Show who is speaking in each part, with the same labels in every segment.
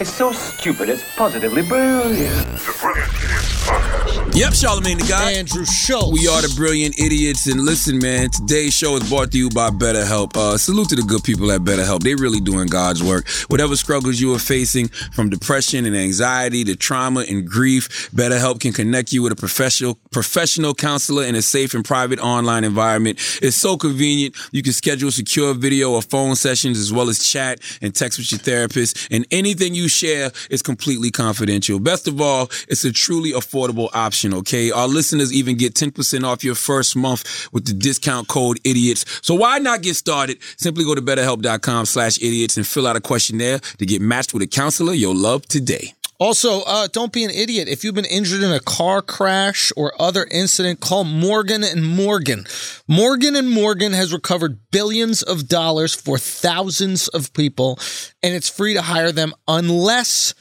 Speaker 1: It's so stupid, it's positively brilliant.
Speaker 2: The Brilliant Idiots Podcast.
Speaker 3: Yep, Charlemagne the Guy.
Speaker 4: Andrew Schultz.
Speaker 3: We are the brilliant idiots, and listen, man. Today's show is brought to you by BetterHelp. Uh, salute to the good people at BetterHelp. They really doing God's work. Whatever struggles you are facing, from depression and anxiety to trauma and grief, BetterHelp can connect you with a professional professional counselor in a safe and private online environment. It's so convenient. You can schedule secure video or phone sessions, as well as chat and text with your therapist. And anything you share is completely confidential. Best of all, it's a truly affordable option. Okay, our listeners even get 10% off your first month with the discount code idiots. So why not get started? Simply go to betterhelp.com slash idiots and fill out a questionnaire to get matched with a counselor you'll love today.
Speaker 4: Also, uh, don't be an idiot. If you've been injured in a car crash or other incident, call Morgan and Morgan. Morgan and Morgan has recovered billions of dollars for thousands of people, and it's free to hire them unless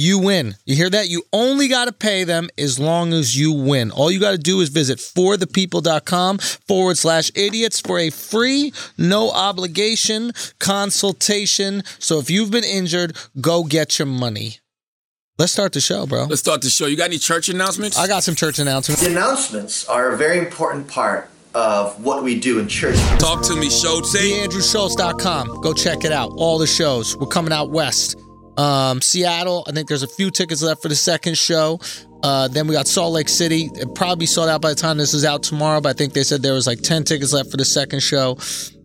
Speaker 4: you win. You hear that? You only got to pay them as long as you win. All you got to do is visit forthepeople.com forward slash idiots for a free, no obligation consultation. So if you've been injured, go get your money. Let's start the show, bro.
Speaker 3: Let's start the show. You got any church announcements?
Speaker 4: I got some church announcements.
Speaker 5: The announcements are a very important part of what we do in church.
Speaker 3: Talk to me, show say.
Speaker 4: TheAndrewSchultz.com. Go check it out. All the shows. We're coming out west. Um, Seattle. I think there's a few tickets left for the second show. Uh, then we got Salt Lake City. It probably sold out by the time this is out tomorrow, but I think they said there was like 10 tickets left for the second show.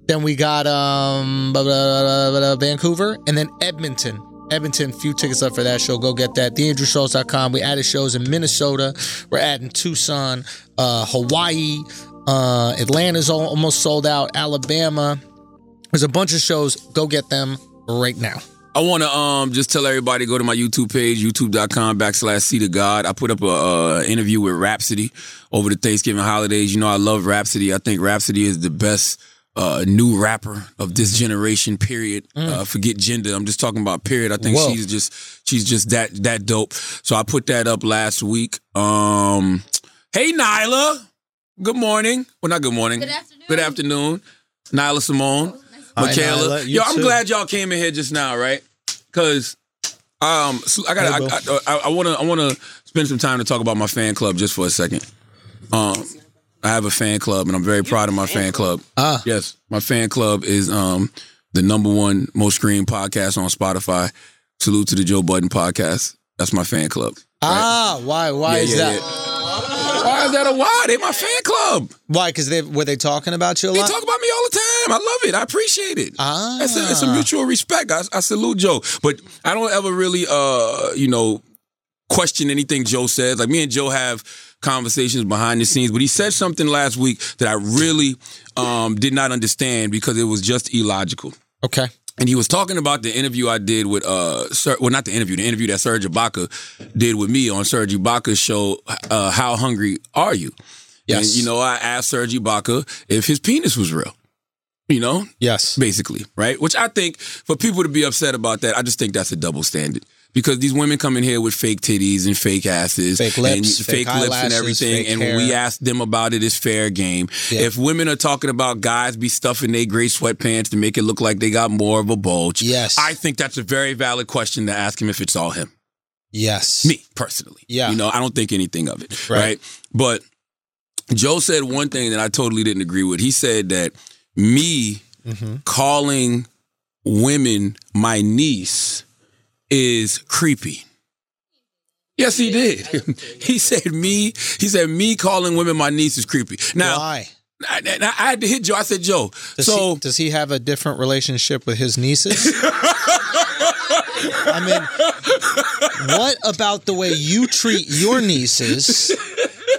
Speaker 4: Then we got um, blah, blah, blah, blah, blah, Vancouver and then Edmonton. Edmonton, few tickets left for that show. Go get that. TheAndrewSchultz.com. We added shows in Minnesota. We're adding Tucson, uh, Hawaii. Uh, Atlanta's al- almost sold out. Alabama. There's a bunch of shows. Go get them right now.
Speaker 3: I want to um just tell everybody go to my YouTube page, youtube.com backslash see to God. I put up a uh, interview with Rhapsody over the Thanksgiving holidays. You know, I love Rhapsody. I think Rhapsody is the best uh, new rapper of this generation. Period. Uh, forget gender. I'm just talking about period. I think
Speaker 4: Whoa.
Speaker 3: she's just she's just that that dope. So I put that up last week. Um, hey Nyla, good morning. Well, not good morning.
Speaker 6: Good afternoon.
Speaker 3: Good afternoon, Nyla Simone.
Speaker 4: Hi,
Speaker 3: Michaela.
Speaker 4: Nyla. You
Speaker 3: Yo, I'm
Speaker 4: too.
Speaker 3: glad y'all came in here just now, right? Because um, so I
Speaker 4: Hey,
Speaker 3: got
Speaker 4: bro.
Speaker 3: to I, I, I want to I want to spend some time to talk about my fan club just for a second. Um, I have a fan club, and I'm very proud of my fan club.
Speaker 4: Ah.
Speaker 3: yes, my fan club is um the number one most streamed podcast on Spotify. Salute to the Joe Budden podcast. That's my fan club.
Speaker 4: Ah, why? Why is that?
Speaker 3: Why is that a why? They my fan club.
Speaker 4: Why? Because they were they talking about you a
Speaker 3: They
Speaker 4: lot?
Speaker 3: talk about me all the time. I love it. I appreciate it.
Speaker 4: Uh, Ah.
Speaker 3: It's a, it's a mutual respect. I, I salute Joe, but I don't ever really, uh, you know, question anything Joe says. Like me and Joe have conversations behind the scenes, but he said something last week that I really um, did not understand because it was just illogical.
Speaker 4: okay.
Speaker 3: And he was talking about the interview I did with uh, Ser- well, not the interview, the interview that Serge Ibaka did with me on Serge Ibaka's show. Uh, How hungry are you?
Speaker 4: Yes.
Speaker 3: And you know, I asked Serge Ibaka if his penis was real. You know,
Speaker 4: Yes.
Speaker 3: basically, right? Which I think for people to be upset about that, I just think that's a double standard. Because these women come in here with fake titties and fake asses,
Speaker 4: Fake
Speaker 3: and
Speaker 4: lips,
Speaker 3: fake,
Speaker 4: fake
Speaker 3: lips and
Speaker 4: eyelashes,
Speaker 3: everything,
Speaker 4: fake
Speaker 3: and when we
Speaker 4: hair.
Speaker 3: ask them about it, it's fair game.
Speaker 4: Yeah.
Speaker 3: If women are talking about guys be stuffing their gray sweatpants to make it look like they got more of a bulge,
Speaker 4: Yes.
Speaker 3: I think that's a very valid question to ask him if it's all him.
Speaker 4: Yes.
Speaker 3: Me personally,
Speaker 4: Yeah.
Speaker 3: you know, I don't think anything of it,
Speaker 4: Right.
Speaker 3: right? But Joe said one thing that I totally didn't agree with. He said that me
Speaker 4: Mm-hmm.
Speaker 3: calling women my niece is creepy. Yes, he did. he said me. He said me calling women my niece is creepy. Now,
Speaker 4: Why?
Speaker 3: I, I, I had to hit Joe. I said, Joe.
Speaker 4: Does,
Speaker 3: so
Speaker 4: he, does he have a different relationship with his nieces? I mean, what about the way you treat your nieces,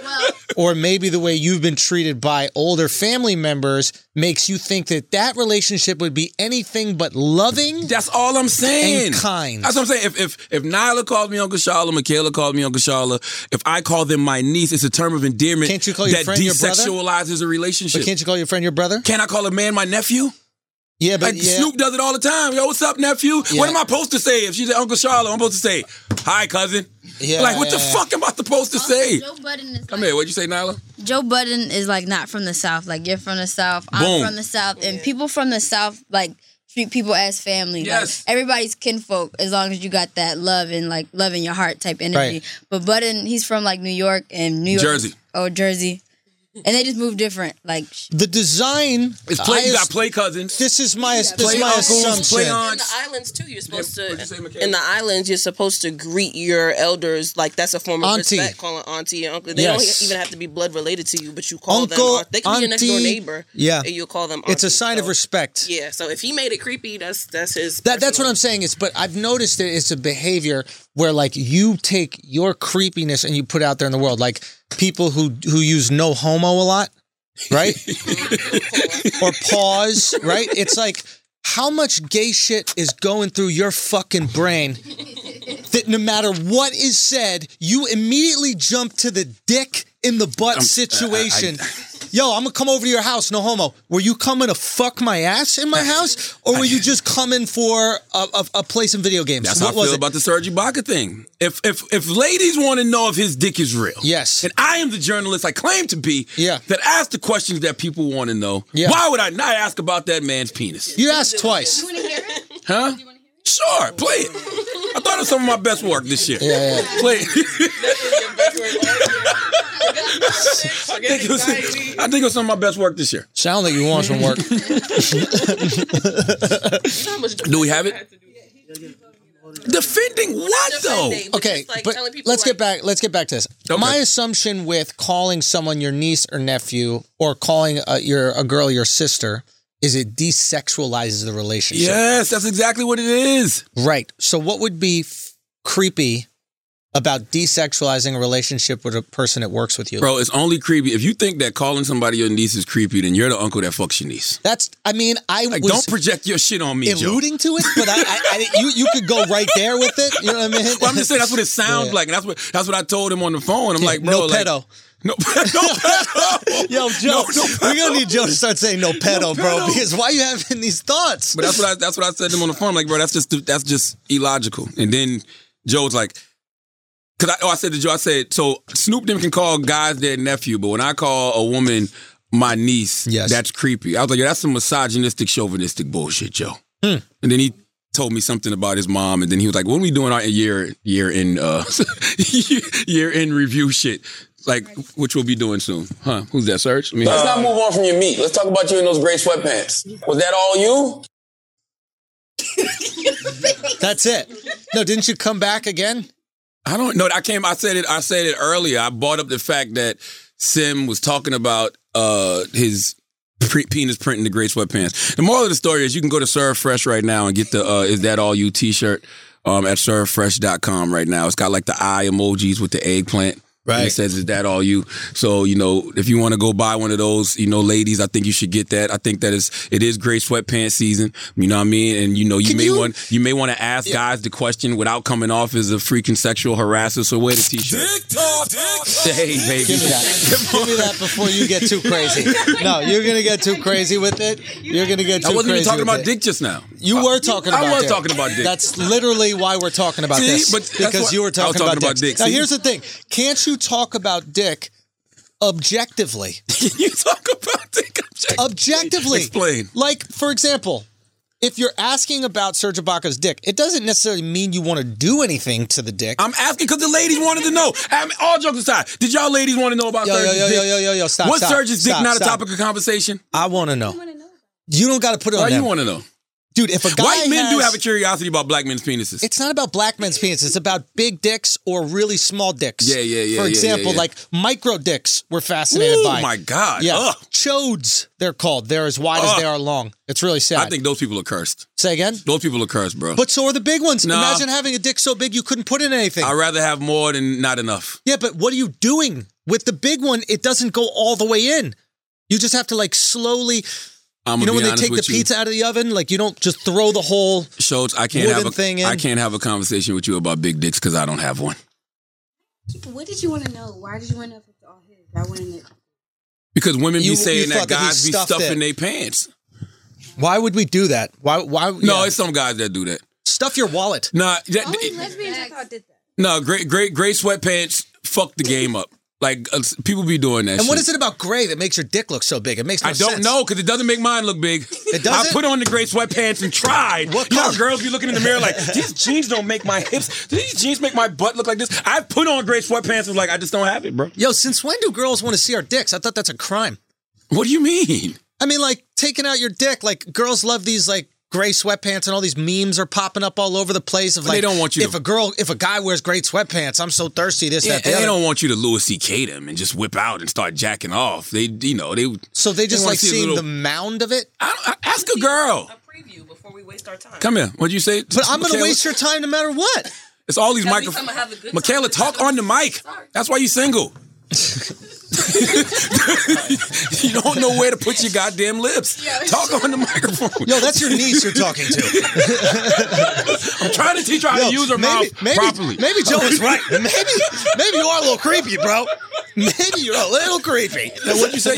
Speaker 6: Well,
Speaker 4: or maybe the way you've been treated by older family members, makes you think that that relationship would be anything but loving?
Speaker 3: That's all I'm saying.
Speaker 4: And kind.
Speaker 3: That's what I'm saying. If if if Nyla called me Uncle Shala, Michaela called me Uncle Shala, if I call them my niece, it's a term of endearment
Speaker 4: Can't you call your
Speaker 3: that
Speaker 4: friend your brother?
Speaker 3: desexualizes a relationship.
Speaker 4: But can't you call your friend your brother?
Speaker 3: Can I call a man my nephew?
Speaker 4: Yeah, but
Speaker 3: Like
Speaker 4: yeah.
Speaker 3: Snoop does it all the time. Yo, what's up, nephew?
Speaker 4: Yeah.
Speaker 3: What am I supposed to say? If she's at Uncle Charlotte, I'm supposed to say, hi, cousin.
Speaker 4: Yeah,
Speaker 3: like, what
Speaker 4: yeah,
Speaker 3: the
Speaker 4: yeah.
Speaker 3: fuck am I supposed to say?
Speaker 6: Joe Budden is
Speaker 3: Come
Speaker 6: like,
Speaker 3: here, what'd you say, Nyla?
Speaker 6: Joe Budden is like not from the South. Like you're from the South.
Speaker 3: Boom.
Speaker 6: I'm from the South, and people from the South like treat people as family. Like,
Speaker 3: Yes.
Speaker 6: everybody's kinfolk as long as you got that love and like love in your heart type energy.
Speaker 4: Right.
Speaker 6: But Budden, he's from like New York and New York,
Speaker 3: Jersey.
Speaker 6: Oh, Jersey, and they just move different. Like sh-
Speaker 4: The design.
Speaker 3: It's play.
Speaker 4: I-
Speaker 3: you got play cousins.
Speaker 4: This is my this
Speaker 3: play
Speaker 4: is my
Speaker 3: uncles, play
Speaker 4: assumption.
Speaker 7: In the
Speaker 3: aunts.
Speaker 7: islands too, you're supposed
Speaker 3: what'd you say,
Speaker 7: to.
Speaker 3: Michaela?
Speaker 7: In the islands, you're supposed to greet your elders like that's a form of
Speaker 4: Auntie.
Speaker 7: respect. Calling auntie and uncle. They
Speaker 4: Yes.
Speaker 7: don't even have to be blood related to you, but you call
Speaker 4: Uncle,
Speaker 7: them. aunt- They can be your next door
Speaker 4: auntie.
Speaker 7: neighbor.
Speaker 4: Yeah.
Speaker 7: and you'll call them.
Speaker 4: It's a
Speaker 7: auntie.
Speaker 4: sign of
Speaker 7: So,
Speaker 4: respect.
Speaker 7: Yeah, so if he made it creepy, that's that's his.
Speaker 4: That, that's what
Speaker 7: personal-
Speaker 4: I'm saying. It's but I've noticed that it's a behavior where like you take your creepiness and you put out there in the world, like people who who use no homo a lot, right? or pause, right? It's like how much gay shit is going through your fucking brain that no matter what is said, you immediately jump to the dick in the
Speaker 3: uh,
Speaker 4: butt situation. Yo, I'm gonna come over to your house, no homo. Were you coming to fuck my ass in my house, or were you just coming for a, a, a play some video games?
Speaker 3: That's how I feel about the Serge Ibaka thing. If if if ladies want to know if his dick is real,
Speaker 4: Yes.
Speaker 3: and I am the journalist I claim to be,
Speaker 4: Yeah.
Speaker 3: that ask the questions that people want to know.
Speaker 4: Yeah.
Speaker 3: Why would I not ask about that man's penis?
Speaker 4: you asked twice.
Speaker 3: Huh? Sure, play it. I thought it was some of my best work this year.
Speaker 4: Yeah,
Speaker 3: Play it. I,
Speaker 7: I
Speaker 3: think it was, I think it was some of my best work this year.
Speaker 4: Sound like you want some work.
Speaker 3: Do we have it? Defending what though?
Speaker 4: okay, but let's get back. Let's get back to this.
Speaker 3: Okay.
Speaker 4: My assumption with calling someone your niece or nephew, or calling a, your a girl your sister, is it desexualizes the relationship.
Speaker 3: Yes, that's exactly what it is.
Speaker 4: Right. So, what would be f- creepy about desexualizing a relationship with a person that works with you?
Speaker 3: Bro, it's only creepy. If you think that calling somebody your niece is creepy, then you're the uncle that fucks your niece.
Speaker 4: That's. I mean, I
Speaker 3: Like,
Speaker 4: was
Speaker 3: don't project your shit on me, Joe.
Speaker 4: alluding to it, but I, I, I, you, you could go right there with it. You know what I mean?
Speaker 3: Well, I'm just saying that's what it sounds
Speaker 4: Yeah.
Speaker 3: like, and that's what that's what I told him on the phone. I'm like, bro,
Speaker 4: no
Speaker 3: like,
Speaker 4: pedo.
Speaker 3: no, pedo, no pedo.
Speaker 4: Yo, Joe,
Speaker 3: no
Speaker 4: we're gonna need Joe to start saying no pedo, bro,
Speaker 3: pedo.
Speaker 4: because why you having these thoughts?
Speaker 3: But that's what I that's what I said to him on the phone. I'm like, bro, that's just that's just illogical. And then Joe was like, because I, oh, I said to Joe, I said, so Snoop them can call guys their nephew, but when I call a woman my niece,
Speaker 4: Yes.
Speaker 3: that's creepy. I was like, yeah, that's some misogynistic, chauvinistic bullshit, Joe. And then he told me something about his mom, and then he was like, "When we doing our year year in uh, year in review shit?" Like, which we'll be doing soon, huh? Who's that, Serge? Let me-
Speaker 8: Let's not move on from your meat. Let's talk about you in those gray sweatpants. Was that all you?
Speaker 4: That's it. No, didn't you come back again?
Speaker 3: I don't know. I came. I said it. I said it earlier. I brought up the fact that Sim was talking about uh, his pre- penis print in the gray sweatpants. The moral of the story is you can go to Serve Fresh right now and get the uh, "Is That All You" T-shirt um, at servefresh.com right now. It's got like the eye emojis with the eggplant. And
Speaker 4: Right.
Speaker 3: it says, "Is that all you?" So you know, if you want to go buy one of those, you know, ladies, I think you should get that. I think that is it is gray sweatpants season. You know what I mean? And you know, you
Speaker 4: Can
Speaker 3: may
Speaker 4: you-
Speaker 3: want you may want to ask guys the question without coming off as a freaking sexual harasser. So wear the t-shirt. Hey, baby.
Speaker 4: Give me that. Give me that before you get too crazy. No, you're gonna get too crazy with it. You're gonna get
Speaker 3: I
Speaker 4: too crazy.
Speaker 3: wasn't even talking
Speaker 4: with
Speaker 3: about
Speaker 4: it.
Speaker 3: dick just now.
Speaker 4: You were talking
Speaker 3: I
Speaker 4: about
Speaker 3: was
Speaker 4: dick.
Speaker 3: talking about dick.
Speaker 4: That's literally why we're talking about
Speaker 3: See,
Speaker 4: this.
Speaker 3: but that's
Speaker 4: because
Speaker 3: why-
Speaker 4: you were
Speaker 3: I was
Speaker 4: talking,
Speaker 3: talking about
Speaker 4: dicks.
Speaker 3: dick,
Speaker 4: Now
Speaker 3: see?
Speaker 4: here's the thing. Can't you talk about dick objectively?
Speaker 3: you talk about dick.
Speaker 4: Objectively.
Speaker 3: Explain.
Speaker 4: Like, for example, if you're asking about Serge Ibaka's dick, it doesn't necessarily mean you want to do anything to the dick.
Speaker 3: I'm asking because the ladies wanted to know. I mean, all jokes aside, did y'all ladies want to know about
Speaker 4: Yo, yo,
Speaker 3: Serge's
Speaker 4: yo,
Speaker 3: dick?
Speaker 4: yo, yo, yo, yo, stop.
Speaker 3: Was
Speaker 4: stop,
Speaker 3: Serge's dick
Speaker 4: stop,
Speaker 3: not
Speaker 4: stop.
Speaker 3: a topic of conversation?
Speaker 4: I want to know. You don't got to put it
Speaker 3: Why
Speaker 4: on
Speaker 3: you
Speaker 4: them.
Speaker 3: want to know?
Speaker 4: Dude, if a guy
Speaker 3: White men do
Speaker 4: has-
Speaker 3: have a curiosity about black men's penises.
Speaker 4: It's not about black men's penis. It's about big dicks or really small dicks.
Speaker 3: Yeah, yeah, yeah,
Speaker 4: For
Speaker 3: yeah,
Speaker 4: example,
Speaker 3: yeah, yeah.
Speaker 4: like micro dicks we're fascinated
Speaker 3: Ooh,
Speaker 4: by.
Speaker 3: my God.
Speaker 4: Yeah.
Speaker 3: Ugh.
Speaker 4: Chodes, they're called. They're as wide as
Speaker 3: Ugh.
Speaker 4: they are long. It's really sad.
Speaker 3: I think those people are cursed.
Speaker 4: Say again?
Speaker 3: Those people are cursed, bro.
Speaker 4: But so are the big ones.
Speaker 3: Nah.
Speaker 4: Imagine having a dick so big you couldn't put in anything.
Speaker 3: I'd rather have more than not enough.
Speaker 4: Yeah, but what are you doing? With the big one, it doesn't go all the way in. You just have to like slowly,
Speaker 3: I'm
Speaker 4: you know,
Speaker 3: gonna
Speaker 4: when
Speaker 3: be
Speaker 4: they
Speaker 3: honest
Speaker 4: take the
Speaker 3: with you.
Speaker 4: pizza out of the oven, like you don't just throw the whole.
Speaker 3: Schultz, I can't
Speaker 4: wooden
Speaker 3: have a
Speaker 4: thing in.
Speaker 3: I can't have a conversation with you about big dicks because I don't have one.
Speaker 9: What did you want to know? Why did you want to know if it's all his? I wanted to.
Speaker 3: Because women be
Speaker 4: You- you
Speaker 3: saying
Speaker 4: thought
Speaker 3: that
Speaker 4: that he
Speaker 3: guys be
Speaker 4: stuffed it.
Speaker 3: stuffing their pants.
Speaker 4: Why would we do that? Why? Why?
Speaker 3: No,
Speaker 4: yeah.
Speaker 3: it's some guys that do that.
Speaker 4: stuff your wallet.
Speaker 3: Nah, that,
Speaker 9: Only lesbians I thought did that.
Speaker 3: no, great, great, great sweatpants fucked the game up. Like uh, s- people be doing that.
Speaker 4: And what
Speaker 3: shit.
Speaker 4: is it about gray that makes your dick look so big? It makes no
Speaker 3: I don't
Speaker 4: sense.
Speaker 3: know because it doesn't make mine look big.
Speaker 4: It doesn't?
Speaker 3: I put on the gray sweatpants and tried.
Speaker 4: What
Speaker 3: you know, how
Speaker 4: color?
Speaker 3: girls be looking in the mirror like these jeans don't make my hips. These jeans make my butt look like this. I put on gray sweatpants and like I just don't have it, bro.
Speaker 4: Yo, since when do girls want to see our dicks? I thought that's a crime.
Speaker 3: What do you mean?
Speaker 4: I mean, like taking out your dick. Like girls love these like gray sweatpants, and all these memes are popping up all over the place. Of
Speaker 3: But
Speaker 4: like,
Speaker 3: they don't want you
Speaker 4: If
Speaker 3: to-
Speaker 4: a girl, if a guy wears gray sweatpants, I'm so thirsty. This,
Speaker 3: Yeah,
Speaker 4: that, the
Speaker 3: they
Speaker 4: other.
Speaker 3: don't want you to Louis C.K. them and just whip out and start jacking off. They, you know, they.
Speaker 4: so they just
Speaker 3: wanna
Speaker 4: like
Speaker 3: see a
Speaker 4: seeing
Speaker 3: little-
Speaker 4: the mound of it.
Speaker 3: I, don't- I, ask a girl.
Speaker 10: preview before we waste our time.
Speaker 3: Come here. What'd you say?
Speaker 4: But I'm gonna
Speaker 3: Michaela?
Speaker 4: waste your time no matter what.
Speaker 3: It's all these
Speaker 10: Now we come
Speaker 3: microphones.
Speaker 10: and have a good time.
Speaker 3: Michaela, talk on the mic.
Speaker 10: Sorry.
Speaker 3: That's why you single. you don't know where to put your goddamn lips. Talk on the microphone.
Speaker 4: Yo, that's your niece you're talking to.
Speaker 3: I'm trying to teach her how
Speaker 4: Yo,
Speaker 3: to use her mouth
Speaker 4: maybe,
Speaker 3: properly.
Speaker 4: Maybe Joe is right. Maybe, maybe you are a little creepy, bro. Maybe you're a little creepy.
Speaker 3: What'd you say?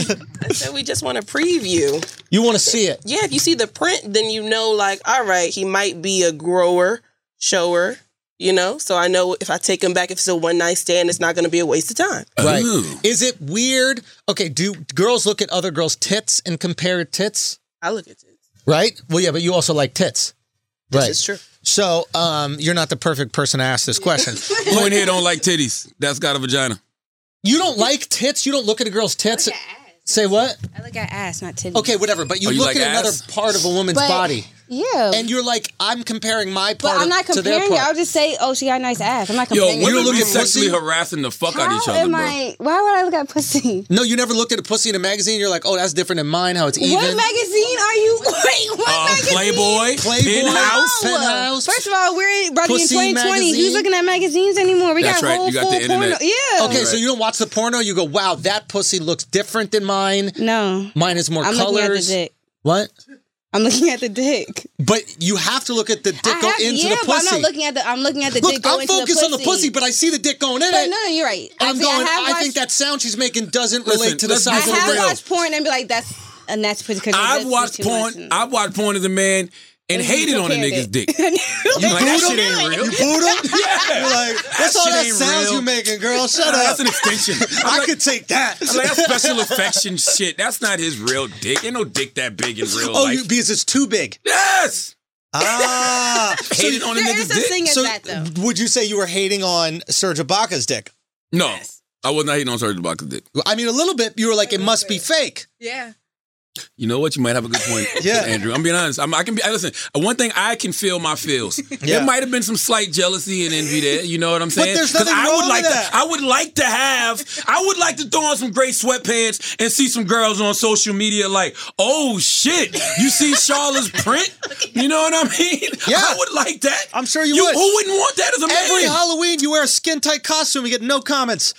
Speaker 7: So we just want to preview.
Speaker 4: You want to see it?
Speaker 7: Yeah, if you see the print, then you know, like, all right, he might be a grower, shower, you know? So I know if I take him back, if it's a one night stand, it's not going to be a waste of time.
Speaker 4: Right.
Speaker 3: Ooh.
Speaker 4: Is it weird? Okay, do girls look at other girls' tits and compare tits?
Speaker 7: I look at it.
Speaker 4: Right? Well, yeah, but you also like tits. Right.
Speaker 7: It's true.
Speaker 4: So, um, you're not the perfect person to ask this question.
Speaker 3: Who in here don't like titties? That's got a vagina.
Speaker 4: you don't like tits? You don't look at a girl's tits? Say what?
Speaker 9: I look at ass, not titties.
Speaker 4: Okay, whatever. But you,
Speaker 3: Oh, you
Speaker 4: look
Speaker 3: like
Speaker 4: at
Speaker 3: ass?
Speaker 4: another part of a woman's
Speaker 6: But-
Speaker 4: body,
Speaker 9: Yeah.
Speaker 4: and you're like, I'm comparing my part
Speaker 9: but I'm
Speaker 4: of-
Speaker 9: not
Speaker 4: to their
Speaker 9: comparing.
Speaker 4: part.
Speaker 9: I'll just say, oh, she got nice ass. I'm not
Speaker 3: Yo,
Speaker 9: comparing.
Speaker 3: women
Speaker 4: You're looking
Speaker 3: be
Speaker 4: at
Speaker 3: sexually
Speaker 4: pussy?
Speaker 3: harassing the fuck out
Speaker 9: How
Speaker 3: of each other,
Speaker 9: am
Speaker 3: bro.
Speaker 9: I? Why would I look at pussy?
Speaker 4: No, you never looked at a pussy in a magazine. You're like, oh, that's different than mine. How it's even.
Speaker 9: What magazine are you? Wait, what
Speaker 3: Uh,
Speaker 9: magazine?
Speaker 3: Playboy,
Speaker 4: Playboy,
Speaker 3: Penthouse.
Speaker 9: No.
Speaker 4: Penthouse.
Speaker 9: First of all, we're about to be in
Speaker 4: Pussy
Speaker 9: 2020.
Speaker 4: magazine.
Speaker 9: Who's looking at magazines anymore? We
Speaker 3: That's
Speaker 9: got
Speaker 3: right,
Speaker 9: whole
Speaker 3: you got
Speaker 9: full
Speaker 3: the internet.
Speaker 9: porno. Yeah.
Speaker 4: Okay, so you don't watch the porno. You go, wow, that pussy looks different than mine.
Speaker 9: No,
Speaker 4: Mine is more
Speaker 9: I'm looking at the
Speaker 4: colors.
Speaker 9: dick.
Speaker 4: What?
Speaker 9: I'm looking at the dick.
Speaker 4: But you have to look at the dick
Speaker 9: I
Speaker 4: go
Speaker 9: have-
Speaker 4: into
Speaker 9: yeah,
Speaker 4: the
Speaker 9: but I'm
Speaker 4: pussy.
Speaker 9: not looking at the. I'm looking at the
Speaker 4: Look,
Speaker 9: dick. go
Speaker 4: I'm
Speaker 9: into
Speaker 4: focused on the pussy, but I see the dick going in
Speaker 9: But
Speaker 4: it.
Speaker 9: no, no, you're right.
Speaker 4: I'm
Speaker 9: Actually,
Speaker 4: going.
Speaker 9: have
Speaker 4: I,
Speaker 9: watched-
Speaker 4: think that sound she's making doesn't relate to the
Speaker 3: let's be
Speaker 9: I
Speaker 3: That's
Speaker 4: size of
Speaker 3: for
Speaker 9: have
Speaker 4: the
Speaker 3: real.
Speaker 4: breast.
Speaker 9: watched porn and be like, that's and that's pretty. 'cause
Speaker 3: I've
Speaker 9: that's
Speaker 3: watched
Speaker 9: too much Mm.
Speaker 3: porn.
Speaker 9: and-
Speaker 3: I've watched porn as a man and
Speaker 9: If you
Speaker 3: hated on a
Speaker 9: compared
Speaker 3: nigga's
Speaker 9: it.
Speaker 3: dick. I'm like, that shit ain't real.
Speaker 4: You boot him? You're like, what's all
Speaker 3: shit
Speaker 4: that
Speaker 3: ain't
Speaker 4: sounds
Speaker 3: real.
Speaker 4: you making, girl? Shut
Speaker 3: That's
Speaker 4: up.
Speaker 3: an extension.
Speaker 4: I could take that.
Speaker 3: I'm like, that's special affection shit. That's not his real dick. Ain't no dick that big in real
Speaker 4: Oh,
Speaker 3: life.
Speaker 4: you, because it's too big.
Speaker 3: yes!
Speaker 4: Ah.
Speaker 3: Hated on a
Speaker 9: There is
Speaker 3: nigga's
Speaker 9: a
Speaker 3: dick?
Speaker 9: thing as
Speaker 4: So,
Speaker 9: that though.
Speaker 4: would you say you were hating on Serge Ibaka's dick?
Speaker 3: No. I was not hating on Serge Ibaka's dick.
Speaker 4: I mean, a little bit. You were like, it must be fake.
Speaker 9: Yeah.
Speaker 3: You know what? You might have a good point,
Speaker 4: Yeah.
Speaker 3: Andrew. I'm being honest. I'm, I can be. I- Listen, uh, one thing I can feel my feels.
Speaker 4: Yeah.
Speaker 3: There might have been some slight jealousy and envy there. You know what I'm saying?
Speaker 4: there's
Speaker 3: 'Cause
Speaker 4: nothing
Speaker 3: I
Speaker 4: wrong
Speaker 3: would
Speaker 4: with
Speaker 3: like
Speaker 4: that.
Speaker 3: To, I would like to have. I would like to throw on some gray sweatpants and see some girls on social media like, oh shit, you see Charlotte's print? You know what I mean?
Speaker 4: Yeah.
Speaker 3: I would like that.
Speaker 4: I'm sure you would.
Speaker 3: Who wouldn't want that as a
Speaker 4: Every
Speaker 3: man?
Speaker 4: Halloween, you wear a skin tight costume. You get no comments.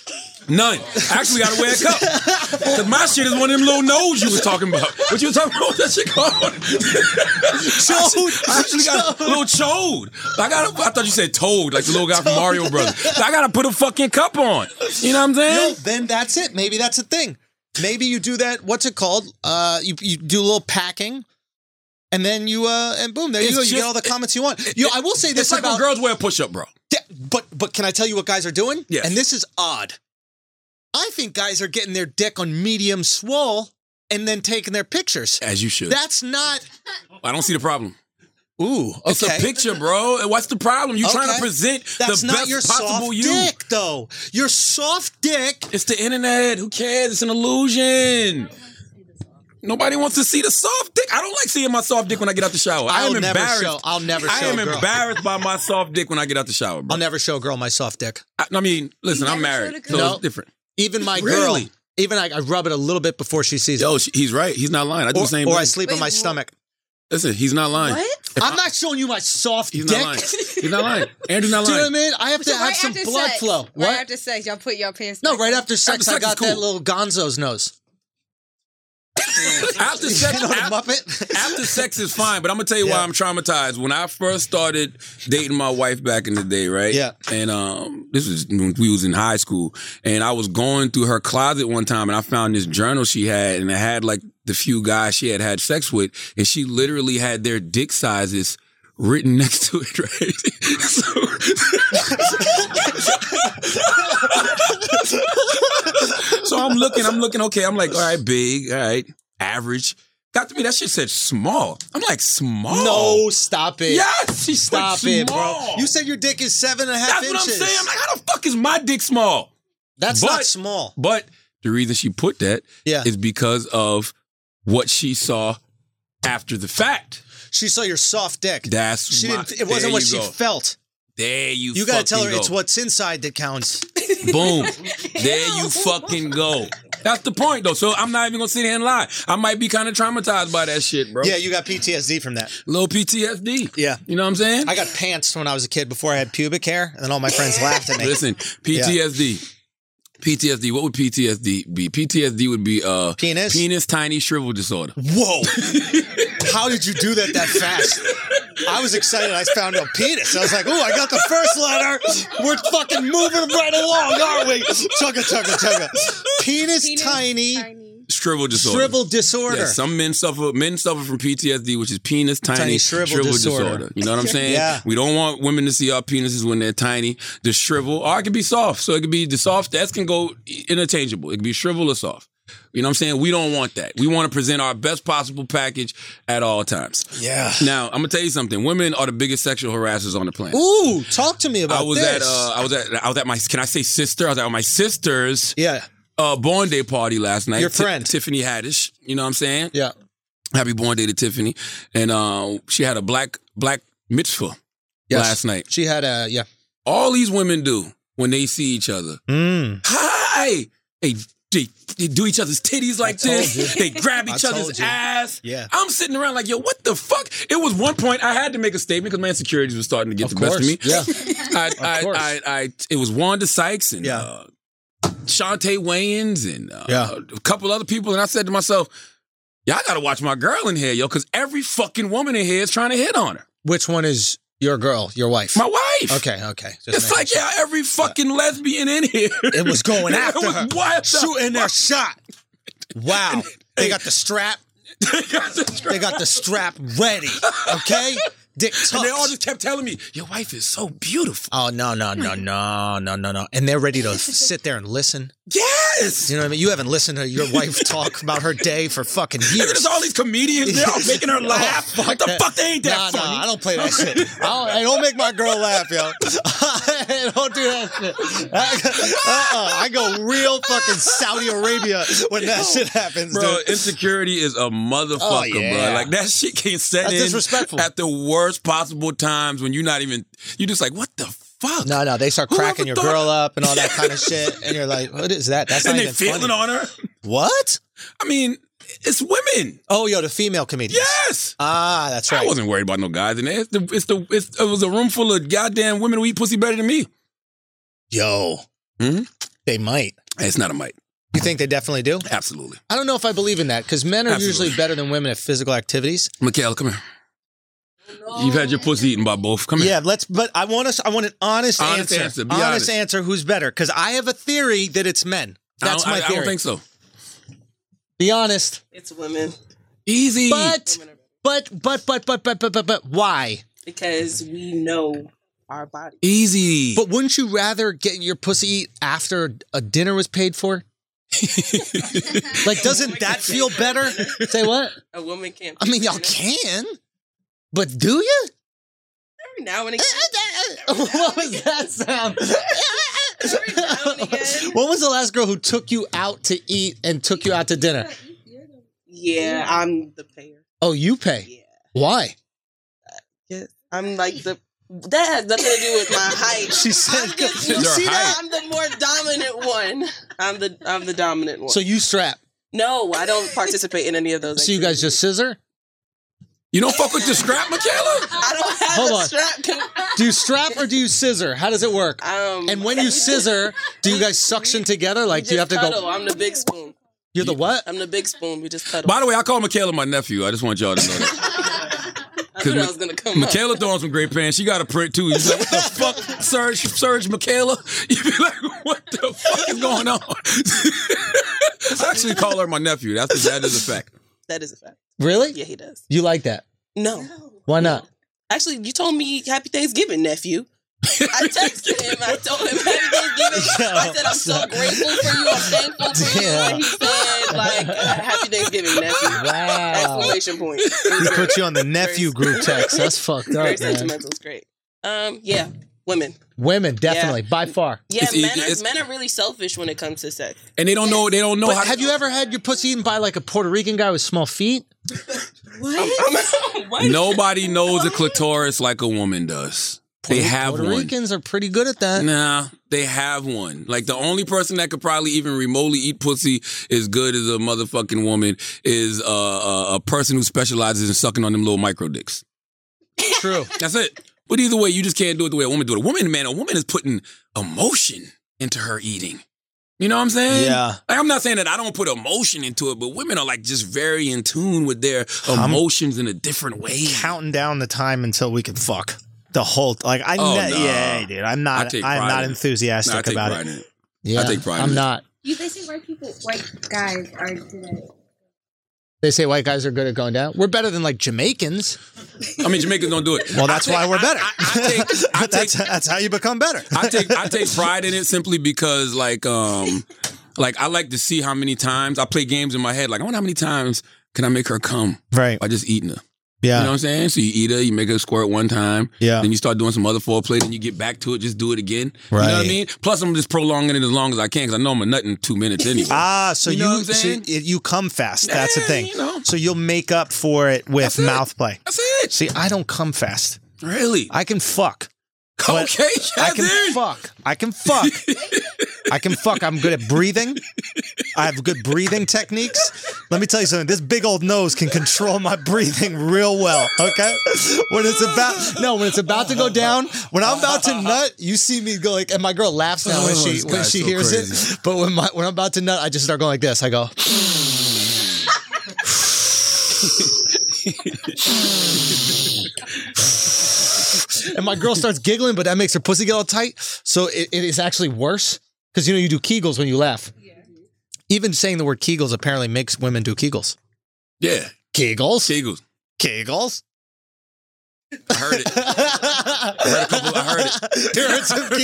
Speaker 3: None. I actually got to wear a cup. Cause my shit is one of them little nose you was talking about. What you was talking about? What's that shit called?
Speaker 4: Chode.
Speaker 3: I actually got a little chode. I got. A, I thought you said toad, like the little guy from Mario Brothers. I gotta put a fucking cup on. You know what I'm
Speaker 4: Yo,
Speaker 3: saying?
Speaker 4: then that's it. Maybe that's a thing. Maybe you do that. What's it called? Uh, you you do a little packing, and then you uh, and boom, there you
Speaker 3: It's
Speaker 4: go. you get
Speaker 3: just-
Speaker 4: all the comments you want. Yo, I will say
Speaker 3: It's
Speaker 4: this
Speaker 3: like
Speaker 4: about
Speaker 3: when girls wear a push-up, bro.
Speaker 4: Yeah, but but can I tell you what guys are doing?
Speaker 3: Yes.
Speaker 4: And this is odd. I think guys are getting their dick on medium swole and then taking their pictures.
Speaker 3: As you should.
Speaker 4: That's not.
Speaker 3: I don't see the problem.
Speaker 4: Ooh, okay.
Speaker 3: It's a picture, bro. What's the problem? You trying
Speaker 4: Okay.
Speaker 3: to present
Speaker 4: That's
Speaker 3: the
Speaker 4: not
Speaker 3: best
Speaker 4: your
Speaker 3: possible
Speaker 4: soft
Speaker 3: you.
Speaker 4: dick, though. Your soft dick.
Speaker 3: It's the internet. Who cares? It's an illusion. Nobody wants to see the soft dick. I don't like seeing my soft dick when I get out the shower. I
Speaker 4: I'll
Speaker 3: am
Speaker 4: never
Speaker 3: embarrassed.
Speaker 4: show. I'll never show.
Speaker 3: I am
Speaker 4: a girl.
Speaker 3: embarrassed by my soft dick when I get out the shower, bro.
Speaker 4: I'll never show a girl my soft dick.
Speaker 3: I, I mean, listen, I'm
Speaker 9: never
Speaker 3: married,
Speaker 9: showed a
Speaker 3: so
Speaker 4: girl? No.
Speaker 3: it's different.
Speaker 4: Even my girl.
Speaker 3: Really?
Speaker 4: Even I, I rub it a little bit before she sees it.
Speaker 3: Yo, she, he's right. He's not lying. I do
Speaker 4: Or,
Speaker 3: the same.
Speaker 4: or
Speaker 3: thing.
Speaker 4: I sleep on my stomach.
Speaker 3: Listen, he's not lying.
Speaker 4: I'm not showing you my soft
Speaker 3: He's
Speaker 4: dick.
Speaker 3: not lying. He's not lying. Andrew's not
Speaker 4: Do you know what I
Speaker 3: lying.
Speaker 4: mean? I have to
Speaker 9: So
Speaker 4: have
Speaker 9: right
Speaker 4: some
Speaker 9: after
Speaker 4: blood
Speaker 9: sex,
Speaker 4: flow.
Speaker 9: Right
Speaker 4: What?
Speaker 9: after sex, y'all put your pants.
Speaker 4: No,
Speaker 9: back
Speaker 4: right
Speaker 9: on.
Speaker 4: after sex,
Speaker 3: sex
Speaker 4: I
Speaker 3: is
Speaker 4: got
Speaker 3: cool.
Speaker 4: that little Gonzo's nose.
Speaker 3: After
Speaker 4: You
Speaker 3: sex,
Speaker 4: know the
Speaker 3: after,
Speaker 4: Muppet?
Speaker 3: after sex is fine, but I'm gonna tell you
Speaker 4: Yeah.
Speaker 3: why I'm traumatized. When I first started dating my wife back in the day, right?
Speaker 4: Yeah.
Speaker 3: And um, this was when we was in high school, and I was going through her closet one time, and I found this journal she had, and it had like the few guys she had had sex with, and she literally had their dick sizes written next to it, right? so, looking, I'm looking, okay. I'm like, all right, big, all right, average. Got to me, that shit said small. I'm like, small?
Speaker 4: No, stop it.
Speaker 3: Yes, she
Speaker 4: Stop
Speaker 3: said
Speaker 4: it, bro.
Speaker 3: Oh. small.
Speaker 4: You said your dick is seven and a half
Speaker 3: That's what I'm
Speaker 4: inches.
Speaker 3: saying. I'm like, how the fuck is my dick small?
Speaker 4: That's
Speaker 3: But-
Speaker 4: not small.
Speaker 3: But the reason she put that is
Speaker 4: Yeah.
Speaker 3: because of what she saw after the fact.
Speaker 4: She saw your soft dick.
Speaker 3: That's
Speaker 4: she
Speaker 3: my-
Speaker 4: didn't, it
Speaker 3: there
Speaker 4: wasn't what
Speaker 3: you
Speaker 4: she
Speaker 3: go.
Speaker 4: felt.
Speaker 3: There you.
Speaker 4: You gotta tell her
Speaker 3: fucking
Speaker 4: it's
Speaker 3: go.
Speaker 4: what's inside that counts.
Speaker 3: Boom. there you fucking go. That's the point though. So I'm not even gonna sit here and lie. I might be kind of traumatized by that shit, bro.
Speaker 4: Yeah, you got PTSD from that.
Speaker 3: Little PTSD.
Speaker 4: Yeah.
Speaker 3: You know what I'm saying?
Speaker 4: I got pantsed when I was a kid before I had pubic hair, and then all my friends laughed at me.
Speaker 3: Listen, PTSD. PTSD. What would PTSD be? PTSD would be uh
Speaker 4: Penis?
Speaker 3: penis tiny shrivel disorder.
Speaker 4: Whoa! How did you do that that fast? I was excited. I found a penis. I was like, "Oh, I got the first letter. We're fucking moving right along, aren't we?" Chugga chugga chugga. Penis, tiny,
Speaker 9: Tiny.
Speaker 3: Shrivel disorder.
Speaker 4: shrivel disorder.
Speaker 3: Yeah, some men suffer men suffer from PTSD, which is penis tiny,
Speaker 4: Tiny
Speaker 3: shrivel,
Speaker 4: shrivel
Speaker 3: disorder.
Speaker 4: disorder.
Speaker 3: You know what I'm saying?
Speaker 4: Yeah.
Speaker 3: We don't want women to see our penises when they're tiny. The shrivel, or it could be soft. So it could be the soft. That can go interchangeable. It could be shrivel or soft. You know what I'm saying? We don't want that. We want to present our best possible package at all times.
Speaker 4: yeah.
Speaker 3: Now I'm gonna tell you something. Women are the biggest sexual harassers on the planet.
Speaker 4: Ooh, talk to me about
Speaker 3: I was
Speaker 4: this.
Speaker 3: at uh, I was at I was at my can I say sister? I was at my sister's
Speaker 4: yeah,
Speaker 3: uh, born day party last night.
Speaker 4: Your
Speaker 3: Ti-
Speaker 4: friend.
Speaker 3: Tiffany Haddish. You know what I'm saying?
Speaker 4: yeah.
Speaker 3: Happy born day to Tiffany, and uh, she had a black black mitzvah
Speaker 4: Yes.
Speaker 3: last night.
Speaker 4: She had a yeah.
Speaker 3: All these women do when they see each other,
Speaker 4: Mm.
Speaker 3: hi, they they, they do each other's titties like this. They grab each
Speaker 4: I told
Speaker 3: other's
Speaker 4: you.
Speaker 3: ass.
Speaker 4: Yeah.
Speaker 3: I'm sitting around like, yo, what the fuck? It was one point I had to make a statement because my insecurities was starting to get
Speaker 4: Of
Speaker 3: the
Speaker 4: course.
Speaker 3: best of me.
Speaker 4: Yeah.
Speaker 3: I, I,
Speaker 4: course.
Speaker 3: I, I, it was Wanda Sykes and
Speaker 4: Yeah.
Speaker 3: uh, Shantae Wayans and uh,
Speaker 4: Yeah.
Speaker 3: a couple other people, and I said to myself, "Y'all got to watch my girl in here, yo, because every fucking woman in here is trying to hit on her.
Speaker 4: Which one is your girl, your wife?
Speaker 3: My wife.
Speaker 4: Okay, okay. Just
Speaker 3: It's
Speaker 4: making
Speaker 3: like
Speaker 4: sure.
Speaker 3: yeah, every fucking lesbian in here.
Speaker 4: it was going
Speaker 3: It
Speaker 4: after
Speaker 3: was
Speaker 4: her,
Speaker 3: wild.
Speaker 4: shooting their shot. Wow, they got the strap. They got the strap ready. Okay, dick
Speaker 3: and they all
Speaker 4: tucked.
Speaker 3: just kept telling me, "Your wife is so beautiful."
Speaker 4: Oh no no no no no no no! And they're ready to sit there and listen.
Speaker 3: Yes.
Speaker 4: You know what I mean? You haven't listened to your wife talk about her day for fucking
Speaker 3: Look at
Speaker 4: years.
Speaker 3: this, all these comedians. They're all making her laugh.
Speaker 4: Oh,
Speaker 3: what the
Speaker 4: that.
Speaker 3: fuck? They ain't that
Speaker 4: nah,
Speaker 3: funny.
Speaker 4: Nah, I don't play that shit. I don't, I don't make my girl laugh, yo. I don't do that shit. I, uh-uh. I go real fucking Saudi Arabia when that shit happens,
Speaker 3: Bro,
Speaker 4: dude.
Speaker 3: insecurity is a motherfucker,
Speaker 4: Oh, yeah.
Speaker 3: bro. Like that shit can set
Speaker 4: That's
Speaker 3: in
Speaker 4: disrespectful.
Speaker 3: at the worst possible times when you're not even. You're just like, what the fuck?
Speaker 4: No, no, they start
Speaker 3: Whoever
Speaker 4: cracking your
Speaker 3: thought-
Speaker 4: girl up and all that kind of shit, and you're like, "What is that? That's
Speaker 3: and
Speaker 4: not
Speaker 3: they
Speaker 4: even
Speaker 3: feeling
Speaker 4: funny."
Speaker 3: on her.
Speaker 4: What?
Speaker 3: I mean, it's women.
Speaker 4: Oh, yo, the female comedians.
Speaker 3: Yes.
Speaker 4: Ah, that's right.
Speaker 3: I wasn't worried about no guys in there. It's the, it's the it's, it was a room full of goddamn women who eat pussy better than me.
Speaker 4: Yo,
Speaker 3: Mhm.
Speaker 4: they might.
Speaker 3: It's not a mic.
Speaker 4: You think they definitely do?
Speaker 3: Absolutely.
Speaker 4: I don't know if I believe in that because men are
Speaker 3: Absolutely.
Speaker 4: usually better than women at physical activities.
Speaker 3: Mikhail, come here. You've had your pussy eaten by both. Come here.
Speaker 4: Yeah, let's. But I want us. I want an honest,
Speaker 3: Honest
Speaker 4: answer.
Speaker 3: answer, be
Speaker 4: honest,
Speaker 3: honest.
Speaker 4: answer. Who's better? Because I have a theory that it's men. That's
Speaker 3: I
Speaker 4: my
Speaker 3: don't, I-
Speaker 4: theory.
Speaker 3: I don't think so.
Speaker 4: Be honest.
Speaker 7: It's women
Speaker 3: Easy.
Speaker 4: But but but but but but but but but why?
Speaker 7: because we know our body.
Speaker 3: Easy.
Speaker 4: But wouldn't you rather get your pussy eat after a dinner was paid for? like, doesn't that feel better? Say what?
Speaker 7: A woman can't.
Speaker 4: I mean, y'all can, but do you?
Speaker 7: Every now and again.
Speaker 4: what was that sound?
Speaker 7: Every now and again.
Speaker 4: when was the last girl who took you out to eat and took you out to dinner?
Speaker 7: Yeah, I'm the payer.
Speaker 4: Oh, you pay.
Speaker 7: Yeah.
Speaker 4: Why?
Speaker 7: Yeah, I'm like the. That has nothing to do with my height.
Speaker 4: She said-
Speaker 7: I'm just-
Speaker 3: Your
Speaker 7: you see
Speaker 3: height.
Speaker 7: that? I'm the more dominant one. I'm the I'm the dominant one.
Speaker 4: So you strap.
Speaker 7: no, I don't participate in any of those.
Speaker 4: So you guys just scissor?
Speaker 3: you don't fuck with the scrap, Michaela?
Speaker 7: I don't have
Speaker 4: Hold
Speaker 7: a
Speaker 4: on.
Speaker 7: strap. Con-
Speaker 4: Do you strap or do you scissor? How does it work?
Speaker 7: um,
Speaker 4: And when you scissor, do you guys suction together? Like, do you have to
Speaker 7: cuddle.
Speaker 4: go?
Speaker 7: I'm the big spoon.
Speaker 4: You're the what?
Speaker 7: I'm the big spoon. We just cuddle.
Speaker 3: By the way, I call Michaela my nephew. I just want y'all to know that.
Speaker 7: I thought
Speaker 3: Ma-
Speaker 7: I was gonna come. up.
Speaker 3: Michaela throwing some great pants. She got a print too. He's like, what the fuck, Serge? Serge, Michaela? You be like, what the fuck is going on? I actually call her my nephew. That's that is a fact.
Speaker 7: That is a fact.
Speaker 4: Really?
Speaker 7: Yeah, he does.
Speaker 4: You like that?
Speaker 7: No.
Speaker 4: Why not?
Speaker 7: Actually, you told me happy Thanksgiving, nephew. I texted him. I told him happy Thanksgiving. I said, I'm so grateful for you. I'm thankful for you. And he said, like, uh, happy Thanksgiving, nephew.
Speaker 4: Wow.
Speaker 7: Exclamation point.
Speaker 4: He put you on the nephew group text. That's fucked
Speaker 7: Very
Speaker 4: up, man.
Speaker 7: sentimental. It's great. Um, yeah, women.
Speaker 4: Women, definitely, by far.
Speaker 7: Yeah,
Speaker 3: It's-
Speaker 7: men,
Speaker 3: it's-
Speaker 7: are, men are really selfish when it comes to sex.
Speaker 3: and they don't know. They don't know
Speaker 4: But
Speaker 3: Oh, how.
Speaker 4: have you ever had your pussy eaten by like a Puerto Rican guy with small feet?
Speaker 10: what?
Speaker 3: Nobody knows a clitoris like a woman does. They have
Speaker 4: Puerto
Speaker 3: one.
Speaker 4: Ricans are pretty good at that.
Speaker 3: Nah, they have one. Like the only person that could probably even remotely eat pussy as good as a motherfucking woman is uh, a, a person who specializes in sucking on them little micro dicks.
Speaker 4: True.
Speaker 3: That's it. But either way, you just can't do it the way a woman do it. A woman, man, a woman is putting emotion into her eating. You know what I'm saying?
Speaker 4: Yeah.
Speaker 3: Like, I'm not saying that I don't put emotion into it, but women are like just very in tune with their emotions in a different way.
Speaker 11: counting down the time until we can fuck the whole. Like I,
Speaker 3: Oh,
Speaker 11: ne-
Speaker 3: nah.
Speaker 11: yeah, dude, I'm
Speaker 3: I
Speaker 11: not.
Speaker 3: take
Speaker 11: I'm
Speaker 3: pride
Speaker 11: not
Speaker 3: in it.
Speaker 11: enthusiastic
Speaker 3: Nah, I take
Speaker 11: about
Speaker 3: pride
Speaker 11: it.
Speaker 3: in it.
Speaker 4: Yeah,
Speaker 3: take pride in
Speaker 4: I'm
Speaker 3: it.
Speaker 4: not.
Speaker 9: You they say white people, white guys are do that.
Speaker 4: They say white guys are good at going down. We're better than like Jamaicans.
Speaker 3: I mean, Jamaicans don't do it.
Speaker 11: Well, that's
Speaker 3: I take-
Speaker 11: why we're
Speaker 3: I-
Speaker 11: better.
Speaker 3: I, I take, I take,
Speaker 11: that's that's how you become better.
Speaker 3: I take I take pride in it simply because like um like I like to see how many times I play games in my head. Like I wonder how many times can I make her come
Speaker 11: right.
Speaker 3: by just eating her.
Speaker 11: Yeah.
Speaker 3: You know what I'm saying? So you eat her, you make her squirt one time,
Speaker 11: Yeah.
Speaker 3: Then you start doing some other foreplay, then you get back to it, just do it again. You know what
Speaker 11: Right.
Speaker 3: I mean? Plus, I'm just prolonging it as long as I can because I know I'm a nut in two minutes anyway.
Speaker 11: Ah, so
Speaker 3: You
Speaker 11: you,
Speaker 3: know what I'm
Speaker 11: so
Speaker 3: saying?
Speaker 11: it, you come fast. That's the
Speaker 3: Yeah,
Speaker 11: thing.
Speaker 3: you know.
Speaker 11: So you'll make up for it with
Speaker 3: it.
Speaker 11: mouth play.
Speaker 3: That's it.
Speaker 11: See, I don't come fast.
Speaker 3: Really?
Speaker 11: I can fuck. but
Speaker 3: okay,
Speaker 11: I can
Speaker 3: Kevin.
Speaker 11: fuck. I can fuck. I can fuck. I'm good at breathing. I have good breathing techniques. Let me tell you something. This big old nose can control my breathing real well. Okay, when it's about no, when it's about to go down, when I'm about to nut, you see me go like, and my girl laughs now when
Speaker 3: Oh,
Speaker 11: she
Speaker 3: this
Speaker 11: when
Speaker 3: guy's
Speaker 11: she
Speaker 3: so
Speaker 11: hears
Speaker 3: crazy.
Speaker 11: it. But when my when I'm about to nut, I just start going like this. I go. and my girl starts giggling, but that makes her pussy get all tight. So it, it is actually worse because you know you do Kegels when you laugh. Even saying the word Kegels apparently makes women do Kegels.
Speaker 3: Yeah,
Speaker 11: Kegels,
Speaker 3: Kegels.
Speaker 11: Kegels.
Speaker 3: I heard it. I heard a couple. I heard it.
Speaker 11: There are some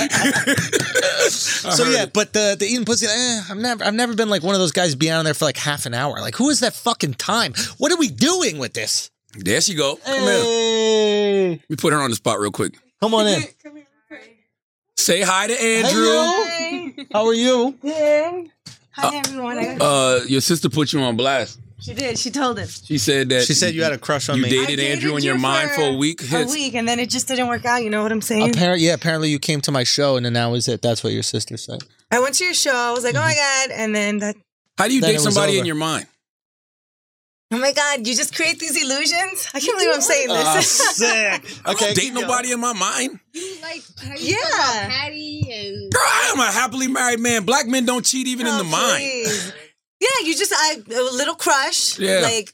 Speaker 11: Kegels. so
Speaker 3: heard
Speaker 11: yeah,
Speaker 3: it.
Speaker 4: But the the eating pussy, eh, I've never I've never been like one of those guys being on there for like half an hour. Like, who is that fucking time? What are we doing with this?
Speaker 3: There she go. Come here. Let me put her on the spot real quick.
Speaker 4: Come on in.
Speaker 3: Say hi to Andrew.
Speaker 4: How are you?
Speaker 9: Hi everyone. I-
Speaker 3: Uh, your sister put you on blast.
Speaker 9: she did. She told us.
Speaker 3: She said that
Speaker 11: she said you had a crush on
Speaker 3: you
Speaker 11: me.
Speaker 3: dated Andrew in your mind for a week.
Speaker 9: A
Speaker 3: Hits.
Speaker 9: week, and then it just didn't work out. You know what I'm saying?
Speaker 4: Apparently, yeah. Apparently, you came to my show, and then that was it. That's what your sister said.
Speaker 9: I went to your show. I was like, oh my
Speaker 3: Mm-hmm.
Speaker 9: god, and then that.
Speaker 3: How do you
Speaker 4: Then
Speaker 3: date
Speaker 4: it was
Speaker 3: somebody
Speaker 4: over.
Speaker 3: in your mind?
Speaker 9: Oh my god, you just create these illusions. I can't believe I'm saying
Speaker 3: Ah,
Speaker 9: this.
Speaker 11: Sick.
Speaker 3: I don't date nobody in my mind.
Speaker 10: Like, how
Speaker 9: you feel about
Speaker 10: Patty and.
Speaker 3: Girl, I am a happily married man. Black men don't cheat even in the mind.
Speaker 9: Oh, Please. Yeah, you just I a little crush.
Speaker 3: Yeah.
Speaker 9: Like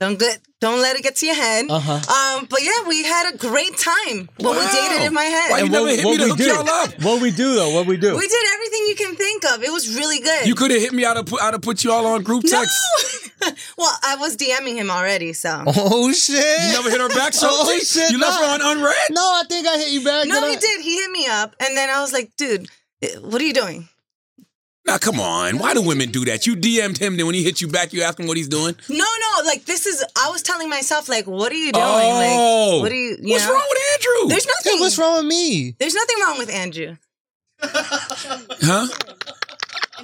Speaker 9: don't get don't let it get to your head.
Speaker 4: Uh huh.
Speaker 9: Um, but yeah, we had a great time. But
Speaker 3: Uh-huh. Wow.
Speaker 9: we dated in my head.
Speaker 3: Why you never hit me to hook y'all up?
Speaker 4: What we do though? What we do?
Speaker 9: We did everything you can think of. It was really good.
Speaker 3: You could have hit me out of out of put you all on group text.
Speaker 9: well, I was DMing him already, so
Speaker 4: oh shit!
Speaker 3: You never hit her back, so
Speaker 4: Oh, shit,
Speaker 3: you left
Speaker 4: nah.
Speaker 3: her on unread.
Speaker 4: no, I think I hit you back.
Speaker 9: no,
Speaker 4: I?
Speaker 9: he did. He hit me up, and then I was like, "Dude, eh, what are you doing?"
Speaker 3: Now come on, why do women do that? You DM'd him, then when he hit you back, you ask him what he's doing.
Speaker 9: No, no, like this is. I was telling myself, like, "What are you doing?
Speaker 3: Oh,
Speaker 9: like, what are you? you
Speaker 3: what's
Speaker 9: know?
Speaker 3: wrong with Andrew?
Speaker 9: There's nothing.
Speaker 4: Dude, what's wrong with me?
Speaker 9: There's nothing wrong with Andrew.
Speaker 3: Huh?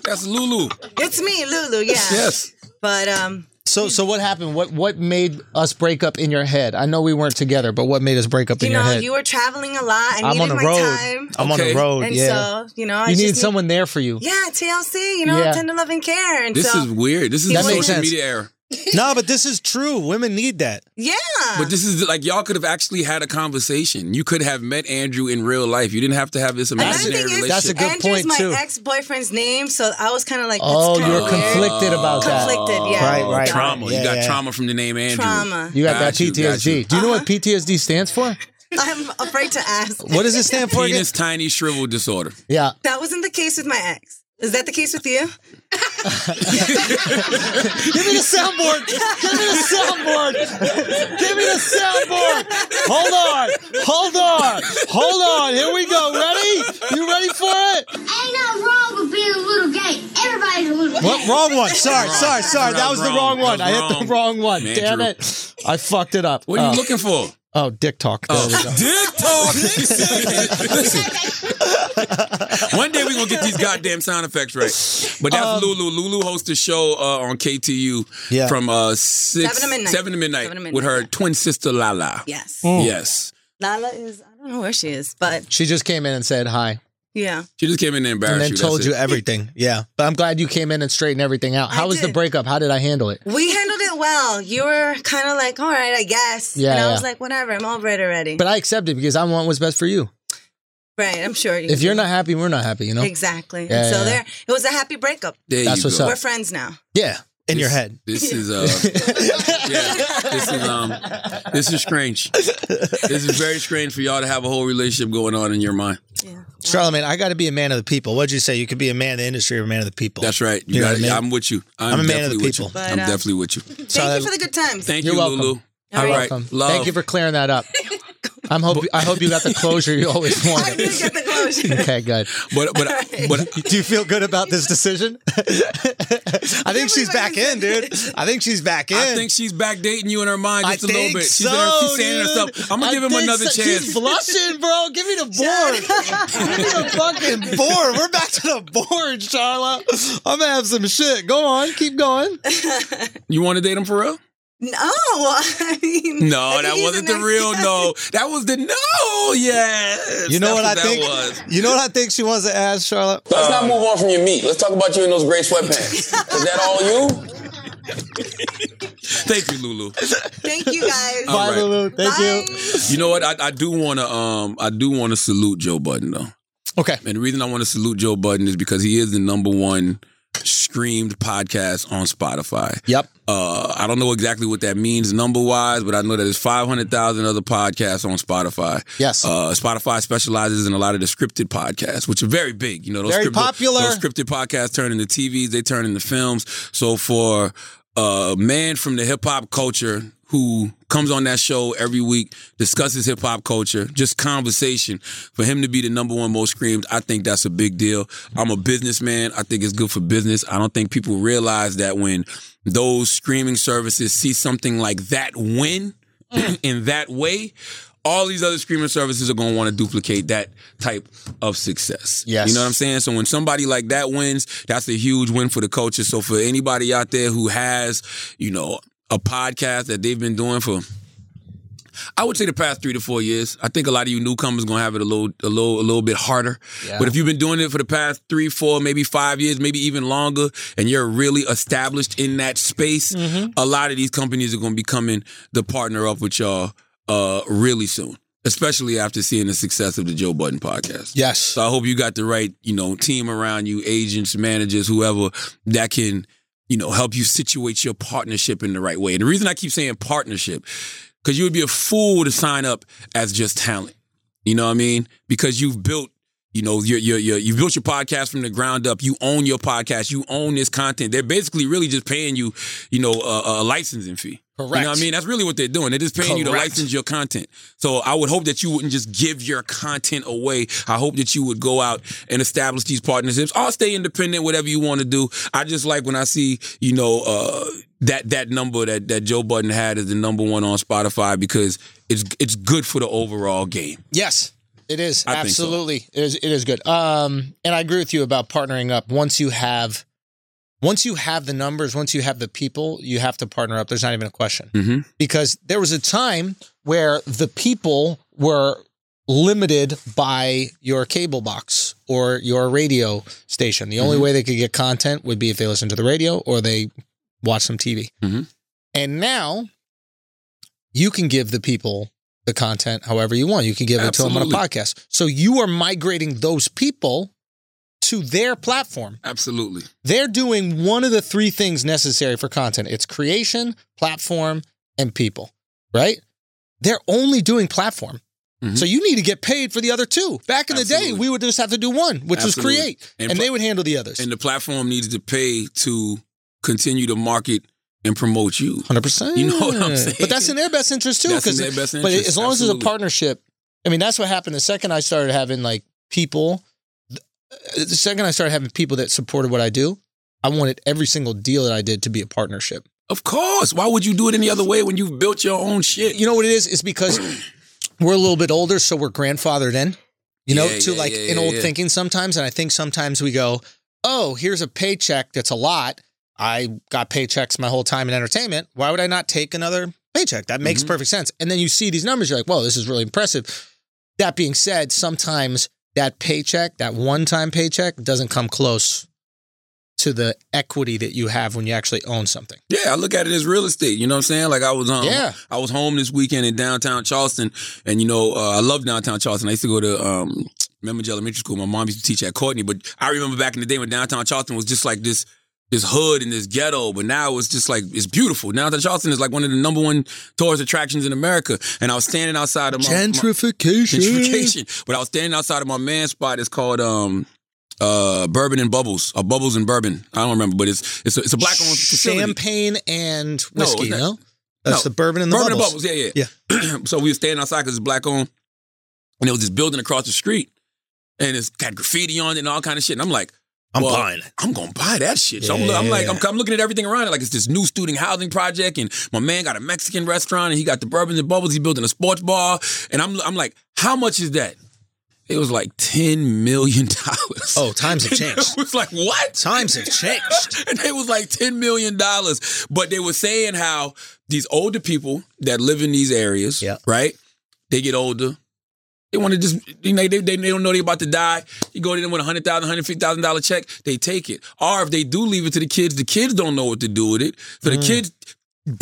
Speaker 3: That's Lulu.
Speaker 9: It's me, Lulu. Yeah.
Speaker 3: Yes.
Speaker 9: But um,
Speaker 4: So, so what happened? What what made us break up in your head? I know we weren't together, but what made us break up
Speaker 9: you
Speaker 4: in
Speaker 9: know,
Speaker 4: your head?
Speaker 9: you were traveling a lot. I
Speaker 4: I'm
Speaker 9: needed
Speaker 4: on the
Speaker 9: my
Speaker 4: road. Oh,
Speaker 9: time.
Speaker 11: I'm on
Speaker 3: Okay.
Speaker 11: the road.
Speaker 9: And
Speaker 11: yeah.
Speaker 9: so, you know, I
Speaker 4: you
Speaker 9: just
Speaker 4: needed
Speaker 9: need-
Speaker 4: someone there for you.
Speaker 9: Yeah, TLC, you know,
Speaker 4: Yeah.
Speaker 9: tender love and care. And
Speaker 3: This
Speaker 9: so,
Speaker 3: is weird. This is the
Speaker 4: That
Speaker 3: social
Speaker 4: makes sense.
Speaker 3: media era.
Speaker 11: no, but this is true. Women need that.
Speaker 9: yeah.
Speaker 3: But this is like y'all could have actually had a conversation. You could have met Andrew in real life. You didn't have to have this
Speaker 9: Another
Speaker 3: imaginary
Speaker 9: thing is,
Speaker 3: relationship.
Speaker 4: That's a good
Speaker 9: Andrew's
Speaker 4: point,
Speaker 9: my
Speaker 4: too.
Speaker 9: ex-boyfriend's name, so I was kind of like, that's
Speaker 4: Oh,
Speaker 9: kinda
Speaker 4: you're
Speaker 9: weird.
Speaker 4: conflicted about that.
Speaker 9: Conflicted, yeah.
Speaker 11: Right, right.
Speaker 9: Got it.
Speaker 3: trauma.
Speaker 11: Yeah,
Speaker 3: you got
Speaker 11: yeah.
Speaker 3: trauma from the name Andrew.
Speaker 9: Trauma.
Speaker 4: You got
Speaker 3: Got
Speaker 4: that
Speaker 3: you, got
Speaker 4: PTSD.
Speaker 3: you.
Speaker 4: Do you know
Speaker 9: Uh-huh.
Speaker 4: what PTSD stands for?
Speaker 9: I'm afraid to ask.
Speaker 11: What does it stand for? again?
Speaker 3: Penis tiny shrivel disorder.
Speaker 4: Yeah.
Speaker 9: That wasn't the case with my ex. Is that the case with
Speaker 4: Give
Speaker 9: you?
Speaker 4: me the soundboard. Give me the soundboard. Give me the soundboard. Hold on. Hold on. Hold on. Here we go. Ready? You ready for it?
Speaker 12: Ain't nothing wrong with being a little gay. Everybody's a little
Speaker 4: What
Speaker 12: gay.
Speaker 4: wrong one? Sorry, sorry, sorry.
Speaker 3: That
Speaker 4: That was
Speaker 3: was
Speaker 4: the wrong
Speaker 3: wrong.
Speaker 4: one.
Speaker 3: That
Speaker 4: I
Speaker 3: was
Speaker 4: hit the
Speaker 3: wrong.
Speaker 4: wrong one.
Speaker 3: Man,
Speaker 4: Damn
Speaker 3: Drew.
Speaker 4: it! I fucked it up.
Speaker 3: What are you
Speaker 4: Oh.
Speaker 3: looking for?
Speaker 4: Oh, dick talk. There we go.
Speaker 3: Dick talk. Listen, one day we're gonna get these goddamn sound effects right. But
Speaker 4: Um,
Speaker 3: that's Lulu. Lulu hosts a show uh, on KTU
Speaker 11: Yeah.
Speaker 3: from uh, six,
Speaker 10: Seven to midnight.
Speaker 3: seven to midnight,
Speaker 10: Seven to midnight,
Speaker 3: with her
Speaker 10: yeah.
Speaker 3: twin sister Lala.
Speaker 10: Yes.
Speaker 4: Mm.
Speaker 3: Yes,
Speaker 10: Lala is, I don't know where she is, but
Speaker 4: She just came in and said hi,
Speaker 10: yeah.
Speaker 3: she just came in to embarrass
Speaker 4: and then
Speaker 3: you.
Speaker 4: told
Speaker 3: that's
Speaker 4: you
Speaker 3: it.
Speaker 4: everything. Yeah, but I'm glad you came in and straightened everything out. How was the
Speaker 10: did.
Speaker 4: breakup? How did I handle it?
Speaker 10: We handled it well. You were kind of like, all right, I guess.
Speaker 4: Yeah,
Speaker 10: And I
Speaker 4: yeah.
Speaker 10: was like, whatever, I'm over it already.
Speaker 4: But I accepted because I want what's best for you.
Speaker 10: right, I'm sure. You
Speaker 4: If you're not happy, we're not happy. You know.
Speaker 10: Exactly.
Speaker 4: Yeah,
Speaker 10: so
Speaker 4: yeah. Oh.
Speaker 10: there, it was a happy breakup.
Speaker 3: There
Speaker 4: That's
Speaker 3: you
Speaker 4: what's
Speaker 3: go.
Speaker 4: up.
Speaker 10: We're friends now.
Speaker 4: Yeah.
Speaker 11: in
Speaker 3: This-
Speaker 11: your head.
Speaker 3: This is uh, yeah, this is um, this is strange. This is very strange for y'all to have a whole relationship going on in your mind.
Speaker 11: Charlemagne, I got to be a man of the people. What'd you say? You could be a man of the industry or a man of the people.
Speaker 3: That's right. You
Speaker 11: You know
Speaker 3: got.
Speaker 11: what I mean?
Speaker 3: I'm with you. I'm,
Speaker 11: I'm a man of
Speaker 3: definitely
Speaker 11: the
Speaker 3: with you.
Speaker 11: people.
Speaker 10: But,
Speaker 3: I'm
Speaker 10: uh,
Speaker 3: definitely with you.
Speaker 10: Thank
Speaker 11: So-
Speaker 10: you for the good times.
Speaker 3: Thank
Speaker 4: You're
Speaker 3: you,
Speaker 4: welcome.
Speaker 3: Lulu.
Speaker 10: All
Speaker 3: All
Speaker 10: right.
Speaker 3: right,
Speaker 4: Welcome.
Speaker 3: love.
Speaker 4: Um, Thank you for clearing that up. I'm hope I hope you got the closure you always
Speaker 10: I did
Speaker 4: wanted.
Speaker 10: get the closure.
Speaker 4: Okay, good.
Speaker 3: But but but
Speaker 11: Do you feel good about this decision? I think she's back in, dude. I think she's back in.
Speaker 3: I think she's back dating you in her mind
Speaker 11: I
Speaker 3: just a little
Speaker 11: think
Speaker 3: bit. She's,
Speaker 11: so,
Speaker 3: in her, she's saying
Speaker 11: dude.
Speaker 3: herself, I'm gonna
Speaker 11: I
Speaker 3: give him
Speaker 11: think
Speaker 3: another
Speaker 11: so.
Speaker 3: chance.
Speaker 11: She's
Speaker 4: Blushing, bro. Give me the board. Give me the fucking
Speaker 11: bored. We're back to the board, Charla. I'm gonna have some shit. Go on, keep going.
Speaker 3: you want to date him for real?
Speaker 10: No, I mean,
Speaker 3: No,
Speaker 10: I
Speaker 3: that
Speaker 10: think he's
Speaker 3: wasn't
Speaker 10: a
Speaker 3: the
Speaker 10: nice
Speaker 3: real
Speaker 10: guy.
Speaker 3: no. That was the no. Yes.
Speaker 11: You know
Speaker 3: That's
Speaker 11: what I
Speaker 3: that
Speaker 11: think?
Speaker 3: was.
Speaker 11: You know what I think she wants to ask, Charlotte?
Speaker 8: Let's not move on from your meat. Let's talk about you in those gray sweatpants. Is that all you?
Speaker 3: Thank you, Lulu.
Speaker 10: Thank you guys.
Speaker 3: All
Speaker 11: Bye,
Speaker 3: right.
Speaker 11: Lulu. Thank
Speaker 10: Bye.
Speaker 11: you.
Speaker 3: You know what? I, I do want to um I do want to salute Joe Budden though,
Speaker 11: Okay.
Speaker 3: and the reason I want to salute Joe Budden is because he is the number one streamed podcast on Spotify.
Speaker 11: Yep.
Speaker 3: Uh, I don't know exactly what that means number wise, but I know that there's 500,000 other podcasts on Spotify.
Speaker 11: Yes.
Speaker 3: Uh, Spotify specializes in a lot of the scripted podcasts, which are very big. You know, those
Speaker 11: Very
Speaker 3: scripted,
Speaker 11: popular.
Speaker 3: Those scripted podcasts turn into TVs, they turn into films. So for a man from the hip hop culture who comes on that show every week, discusses hip hop culture, just conversation, for him to be the number one most streamed, I think that's a big deal. I'm a businessman. I think it's good for business. I don't think people realize that when those streaming services see something like that win in that way, all these other streaming services are going to want to duplicate that type of success.
Speaker 11: Yes.
Speaker 3: You know what I'm saying? So when somebody like that wins, that's a huge win for the culture. So for anybody out there who has, you know, a podcast that they've been doing for I would say the past three to four years. I think a lot of you newcomers gonna have it a little, a little, a little bit harder. But if you've been doing it for the past three, four, maybe five years, maybe even longer, and you're really established in that space, a lot of these companies are gonna be coming to partner up with y'all uh, really soon. Especially after seeing the success of the Joe Budden podcast.
Speaker 11: Yes.
Speaker 3: So I hope you got the right, you know, team around you, agents, managers, whoever that can, you know, help you situate your partnership in the right way. And the reason I keep saying partnership, because you would be a fool to sign up as just talent. You know what I mean? Because you've built, you know, your your your you've built your podcast from the ground up. You own your podcast. You own this content. They're basically really just paying you, you know, a, a licensing fee. You
Speaker 11: Correct.
Speaker 3: know what I mean? That's really what they're doing. They're just paying you to
Speaker 11: Correct.
Speaker 3: license your content. So I would hope that you wouldn't just give your content away. I hope that you would go out and establish these partnerships. I'll stay independent, whatever you want to do. I just like when I see, you know, uh, that that number that, that Joe Budden had is the number one on Spotify because it's it's good for the overall game.
Speaker 4: Yes, it is.
Speaker 3: I think so.
Speaker 4: Absolutely. It is it is good. Um and I agree with you about partnering up. Once you have once you have the numbers, once you have the people, you have to partner up. There's not even a question.
Speaker 3: Mhm.
Speaker 4: Because there was a time where the people were limited by your cable box or your radio station. The
Speaker 3: Mm-hmm.
Speaker 4: only way they could get content would be if they listened to the radio or they watched some TV.
Speaker 3: Mhm.
Speaker 4: And now you can give the people the content however you want. You can give it to them on a
Speaker 3: Absolutely.
Speaker 4: podcast. So you are migrating those people to their platform.
Speaker 3: Absolutely.
Speaker 4: They're doing one of the three things necessary for content it's creation, platform, and people, right? They're only doing platform.
Speaker 3: Mhm.
Speaker 4: So you need to get paid for the other two. Back in the day,
Speaker 3: Absolutely.
Speaker 4: we would just have to do one, which
Speaker 3: Absolutely.
Speaker 4: was create, and,
Speaker 3: And pl-
Speaker 4: they would handle the others.
Speaker 3: And the platform needs to pay to continue to market and promote you.
Speaker 4: 100%.
Speaker 3: You know what I'm saying?
Speaker 4: But that's in their best interest too.
Speaker 3: That's in
Speaker 4: 'cause-
Speaker 3: their best
Speaker 4: But
Speaker 3: interest.
Speaker 4: as long as it's a
Speaker 3: Absolutely.
Speaker 4: partnership, I mean, that's what happened the second I started having like people the second I started having people that supported what I do, I wanted every single deal that I did to be a partnership.
Speaker 3: Of course. Why would you do it any other way when you've built your own shit?
Speaker 4: You know what it is? It's because we're a little bit older, so we're grandfathered in. You know,
Speaker 3: Yeah,
Speaker 4: to
Speaker 3: yeah,
Speaker 4: like
Speaker 3: yeah,
Speaker 4: an
Speaker 3: yeah,
Speaker 4: old
Speaker 3: yeah.
Speaker 4: thinking sometimes, and I think sometimes we go, "Oh, here's a paycheck that's a lot. I got paychecks my whole time in entertainment. Why would I not take another paycheck? That
Speaker 3: Mm-hmm.
Speaker 4: makes perfect sense." And then you see these numbers, you're like, "Whoa, this is really impressive." That being said, sometimes that paycheck, that one-time paycheck, doesn't come close to the equity that you have when you actually own something.
Speaker 3: Yeah, I look at it as real estate. You know what I'm saying? Like I was um,
Speaker 4: Yeah.
Speaker 3: I was home this weekend in downtown Charleston, and you know uh, I love downtown Charleston. I used to go to um, Memage Elementary School. My mom used to teach at Courtney, but I remember back in the day when downtown Charleston was just like this this hood and this ghetto. But now it's just like it's beautiful. Downtown Charleston is like one of the number one tourist attractions in America. And I was standing outside of my
Speaker 4: Gentrification.
Speaker 3: gentrification. But I was standing outside of my man spot. It's called um uh Bourbon and Bubbles or Bubbles and Bourbon. I don't remember, but it's it's a, it's a black owned facility.
Speaker 4: Champagne and
Speaker 3: No,
Speaker 4: whiskey,
Speaker 3: it's
Speaker 4: no?
Speaker 3: not-
Speaker 4: That's
Speaker 3: No.
Speaker 4: the bourbon and the
Speaker 3: bourbon
Speaker 4: bubbles.
Speaker 3: and bubbles. Yeah, yeah, yeah. so we were standing outside because it's black owned, and there was this building across the street, and it's got graffiti on it and all kind of shit. And I'm like,
Speaker 11: I'm
Speaker 3: well,
Speaker 11: buying it.
Speaker 3: I'm gonna buy that shit. So I'm, I'm like, I'm, I'm looking at everything around it. Like it's this new student housing project, and my man got a Mexican restaurant, and he got the bourbons and bubbles. He building a sports bar, and I'm I'm like, how much is that? It was like ten million dollars.
Speaker 4: Oh, times have changed.
Speaker 3: it was like what?
Speaker 4: Times have changed.
Speaker 3: and it was like ten million dollars. But they were saying how these older people that live in these areas, right? They get older. They want to just you know, they, they they don't know they about to die. You go to them with a hundred thousand, hundred fifty thousand dollar check, they take it. Or if they do leave it to the kids, the kids don't know what to do with it. So the kids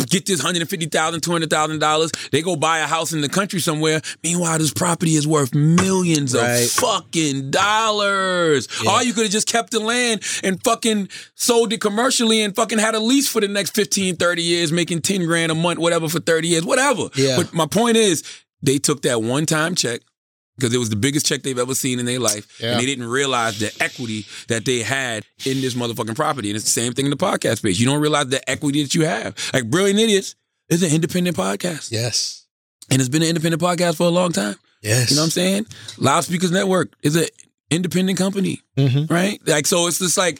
Speaker 3: get this hundred and fifty thousand, two hundred thousand dollars. They go buy a house in the country somewhere. Meanwhile, this property is worth millions
Speaker 11: Right.
Speaker 3: of fucking dollars. Or you could have just kept the land and fucking sold it commercially and fucking had a lease for the next 15, 30 years, making 10 grand a month, whatever, for 30 years, whatever.
Speaker 11: Yeah.
Speaker 3: But my point is, they took that one time check because it was the biggest check they've ever seen in their life.
Speaker 11: Yeah.
Speaker 3: And they didn't realize the equity that they had in this motherfucking property. And it's the same thing in the podcast space. You don't realize the equity that you have. Like Brilliant Idiots is an independent podcast.
Speaker 4: Yes.
Speaker 3: And it's been an independent podcast for a long time.
Speaker 4: Yes.
Speaker 3: You know what I'm saying? Loudspeakers Network is an independent company.
Speaker 4: Mm-hmm.
Speaker 3: Right? Like so it's just like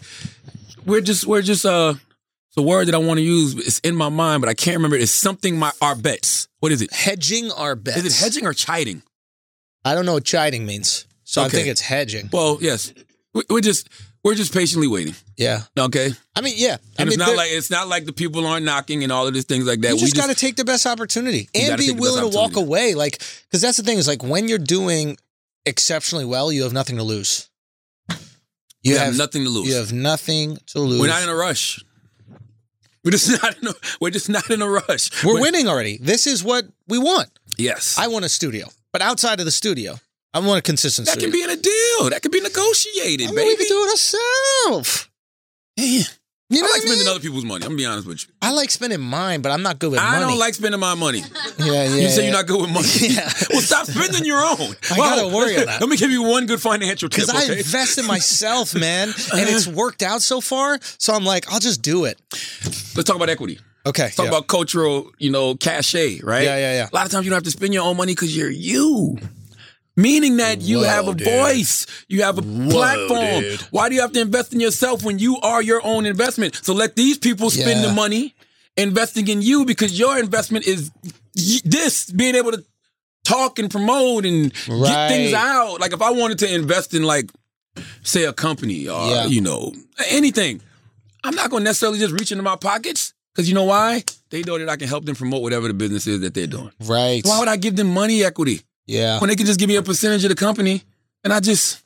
Speaker 3: we're just we're just uh it's a word that I want to use. It's in my mind, but I can't remember. It's something my our bets. What is it?
Speaker 4: Hedging our bets.
Speaker 3: Is it hedging or chiding?
Speaker 4: I don't know what chiding means. So I
Speaker 3: Okay.
Speaker 4: think it's hedging.
Speaker 3: Well, yes. We- We're just we're just patiently waiting.
Speaker 4: Yeah.
Speaker 3: Okay.
Speaker 4: I mean, yeah. I
Speaker 3: And
Speaker 4: mean,
Speaker 3: it's not
Speaker 4: there-
Speaker 3: like it's not like the people aren't knocking and all of these things like that.
Speaker 4: you
Speaker 3: We
Speaker 4: just got to take the best opportunity
Speaker 3: You
Speaker 4: and
Speaker 3: gotta
Speaker 4: be
Speaker 3: take the best
Speaker 4: willing to walk away. Like, because that's the thing is like when you're doing exceptionally well, you have nothing to lose.
Speaker 3: You have nothing to lose.
Speaker 4: You have nothing to lose.
Speaker 3: We're not in a rush. We're just not. In a, we're just not in a rush.
Speaker 4: We're winning already. This is what we want.
Speaker 3: Yes.
Speaker 4: I want a studio, but outside of the studio, I want a consistent
Speaker 3: That
Speaker 4: studio.
Speaker 3: can be in a deal. That can be negotiated,
Speaker 4: I mean,
Speaker 3: baby.
Speaker 4: we can do it ourselves.
Speaker 3: Damn.
Speaker 4: You
Speaker 3: I
Speaker 4: know what
Speaker 3: like
Speaker 4: I,
Speaker 3: spending
Speaker 4: mean?
Speaker 3: other people's money. I'm gonna be honest with you.
Speaker 4: I like spending mine, but I'm not good with
Speaker 3: I
Speaker 4: money.
Speaker 3: don't like spending my money.
Speaker 4: Yeah, yeah.
Speaker 3: you say
Speaker 4: yeah.
Speaker 3: you're not good with money.
Speaker 4: Yeah.
Speaker 3: well, stop spending your own.
Speaker 4: I gotta worry
Speaker 3: let
Speaker 4: about it.
Speaker 3: Let me give you one good financial tip.
Speaker 4: Because I
Speaker 3: Okay?
Speaker 4: invest in myself, man, and it's worked out so far. So I'm like, I'll just do it.
Speaker 3: Let's talk about equity.
Speaker 4: Okay.
Speaker 3: Let's talk
Speaker 4: yeah.
Speaker 3: about cultural, you know, cachet, right?
Speaker 4: Yeah, yeah, yeah.
Speaker 3: A lot of times you don't have to spend your own money because you're you. Meaning that you
Speaker 11: Whoa,
Speaker 3: have a
Speaker 11: dude.
Speaker 3: voice, you have a platform.
Speaker 11: dude.
Speaker 3: Why do you have to invest in yourself when you are your own investment? So let these people spend
Speaker 11: Yeah.
Speaker 3: the money investing in you because your investment is y- this being able to talk and promote and get
Speaker 11: Right.
Speaker 3: things out. Like if I wanted to invest in like say a company or
Speaker 11: Yeah.
Speaker 3: you know anything, I'm not going to necessarily just reach into my pockets because you know why? They know that I can help them promote whatever the business is that they're doing.
Speaker 4: Right.
Speaker 3: Why would I give them money equity
Speaker 4: Yeah.
Speaker 3: when they can just give me a percentage of the company and I just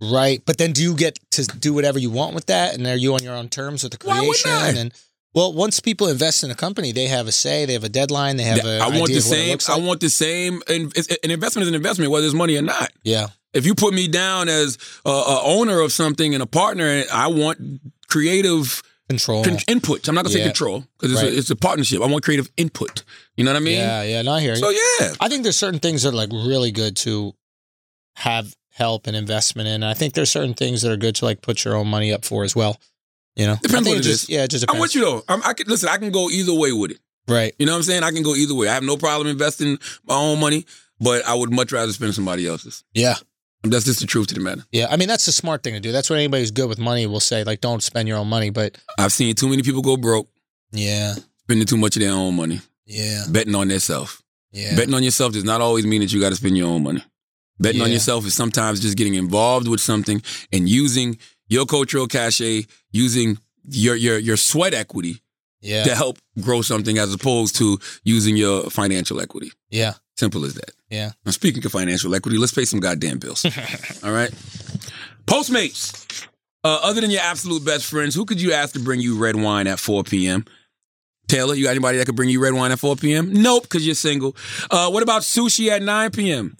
Speaker 4: Right. But then do you get to do whatever you want with that? And are you on your own terms with the
Speaker 3: Why wouldn't
Speaker 4: creation?
Speaker 3: I?
Speaker 4: And well, once people invest in a company, they have a say, they have a deadline, they have a
Speaker 3: I want the
Speaker 4: idea of Uh, what it
Speaker 3: same.
Speaker 4: looks
Speaker 3: I
Speaker 4: like.
Speaker 3: want the same. And it's- an investment is an investment, whether it's money or not.
Speaker 4: Yeah.
Speaker 3: If you put me down as a, a owner of something and a partner, I want creative
Speaker 4: Control.
Speaker 3: con- input. I'm not gonna say
Speaker 4: Oh. Yeah.
Speaker 3: control because it's,
Speaker 4: Right.
Speaker 3: a it's a partnership. I want creative input. You know what I mean?
Speaker 4: Yeah, yeah, no, I hear you.
Speaker 3: So yeah,
Speaker 4: I think there's certain things that are like really good to have help and investment in. And I think there's certain things that are good to like put your own money up for as well. You know?
Speaker 3: depends
Speaker 4: I
Speaker 3: what
Speaker 4: think
Speaker 3: it is.
Speaker 4: just, Yeah, it just
Speaker 3: I'm with
Speaker 4: depends.
Speaker 3: you though. I'm, I can listen. I can go either way with it.
Speaker 4: Right.
Speaker 3: You know what I'm saying? I can go either way. I have no problem investing my own money, but I would much rather spend somebody else's.
Speaker 4: Yeah.
Speaker 3: That's just the truth to the matter.
Speaker 4: Yeah, I mean that's the smart thing to do. That's what anybody who's good with money will say. Like, don't spend your own money. But
Speaker 3: I've seen too many people go broke,
Speaker 4: yeah,
Speaker 3: spending too much of their own money,
Speaker 4: yeah,
Speaker 3: betting on themselves.
Speaker 4: yeah,
Speaker 3: Betting on yourself does not always mean that you got to spend your own money. Betting on
Speaker 4: Yeah.
Speaker 3: yourself is sometimes just getting involved with something and using your cultural cachet, using your your your sweat equity
Speaker 4: yeah,
Speaker 3: to help grow something, as opposed to using your financial equity.
Speaker 4: yeah,
Speaker 3: Simple as that.
Speaker 4: yeah.
Speaker 3: Now, speaking of financial equity, let's pay some goddamn bills. All right. Postmates. Uh, other than your absolute best friends, who could you ask to bring you red wine at 4 p.m.? Taylor, you got anybody that could bring you red wine at 4 p.m.? Nope, because you're single. Uh, what about sushi at 9 p.m.?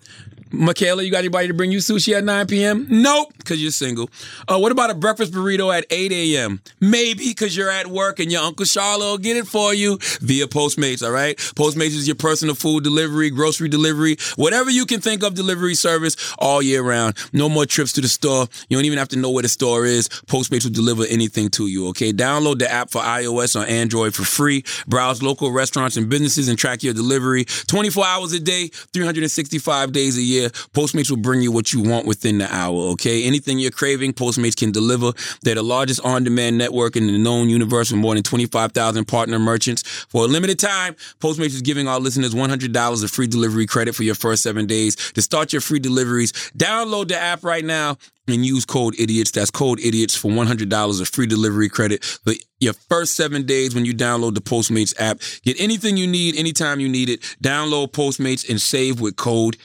Speaker 3: Michaela, you got anybody to bring you sushi at 9 p.m.? Nope, because you're single. Uh, what about a breakfast burrito at 8 a.m.? Maybe because you're at work and your Uncle Charlotte will get it for you via Postmates, all right? Postmates is your personal food delivery, grocery delivery, whatever you can think of delivery service all year round. No more trips to the store. You don't even have to know where the store is. Postmates will deliver anything to you, okay? Download the app for iOS or Android for free. Browse local restaurants and businesses and track your delivery 24 hours a day, 365 days a year. Postmates will bring you what you want within the hour, okay? Anything you're craving, Postmates can deliver. They're the largest on demand network in the known universe with more than 25,000 partner merchants. For a limited time, Postmates is giving our listeners $100 of free delivery credit for your first seven days. To start your free deliveries, download the app right now and use code idiots. That's code idiots for $100 of free delivery credit for your first seven days when you download the Postmates app. Get anything you need anytime you need it. Download Postmates and save with code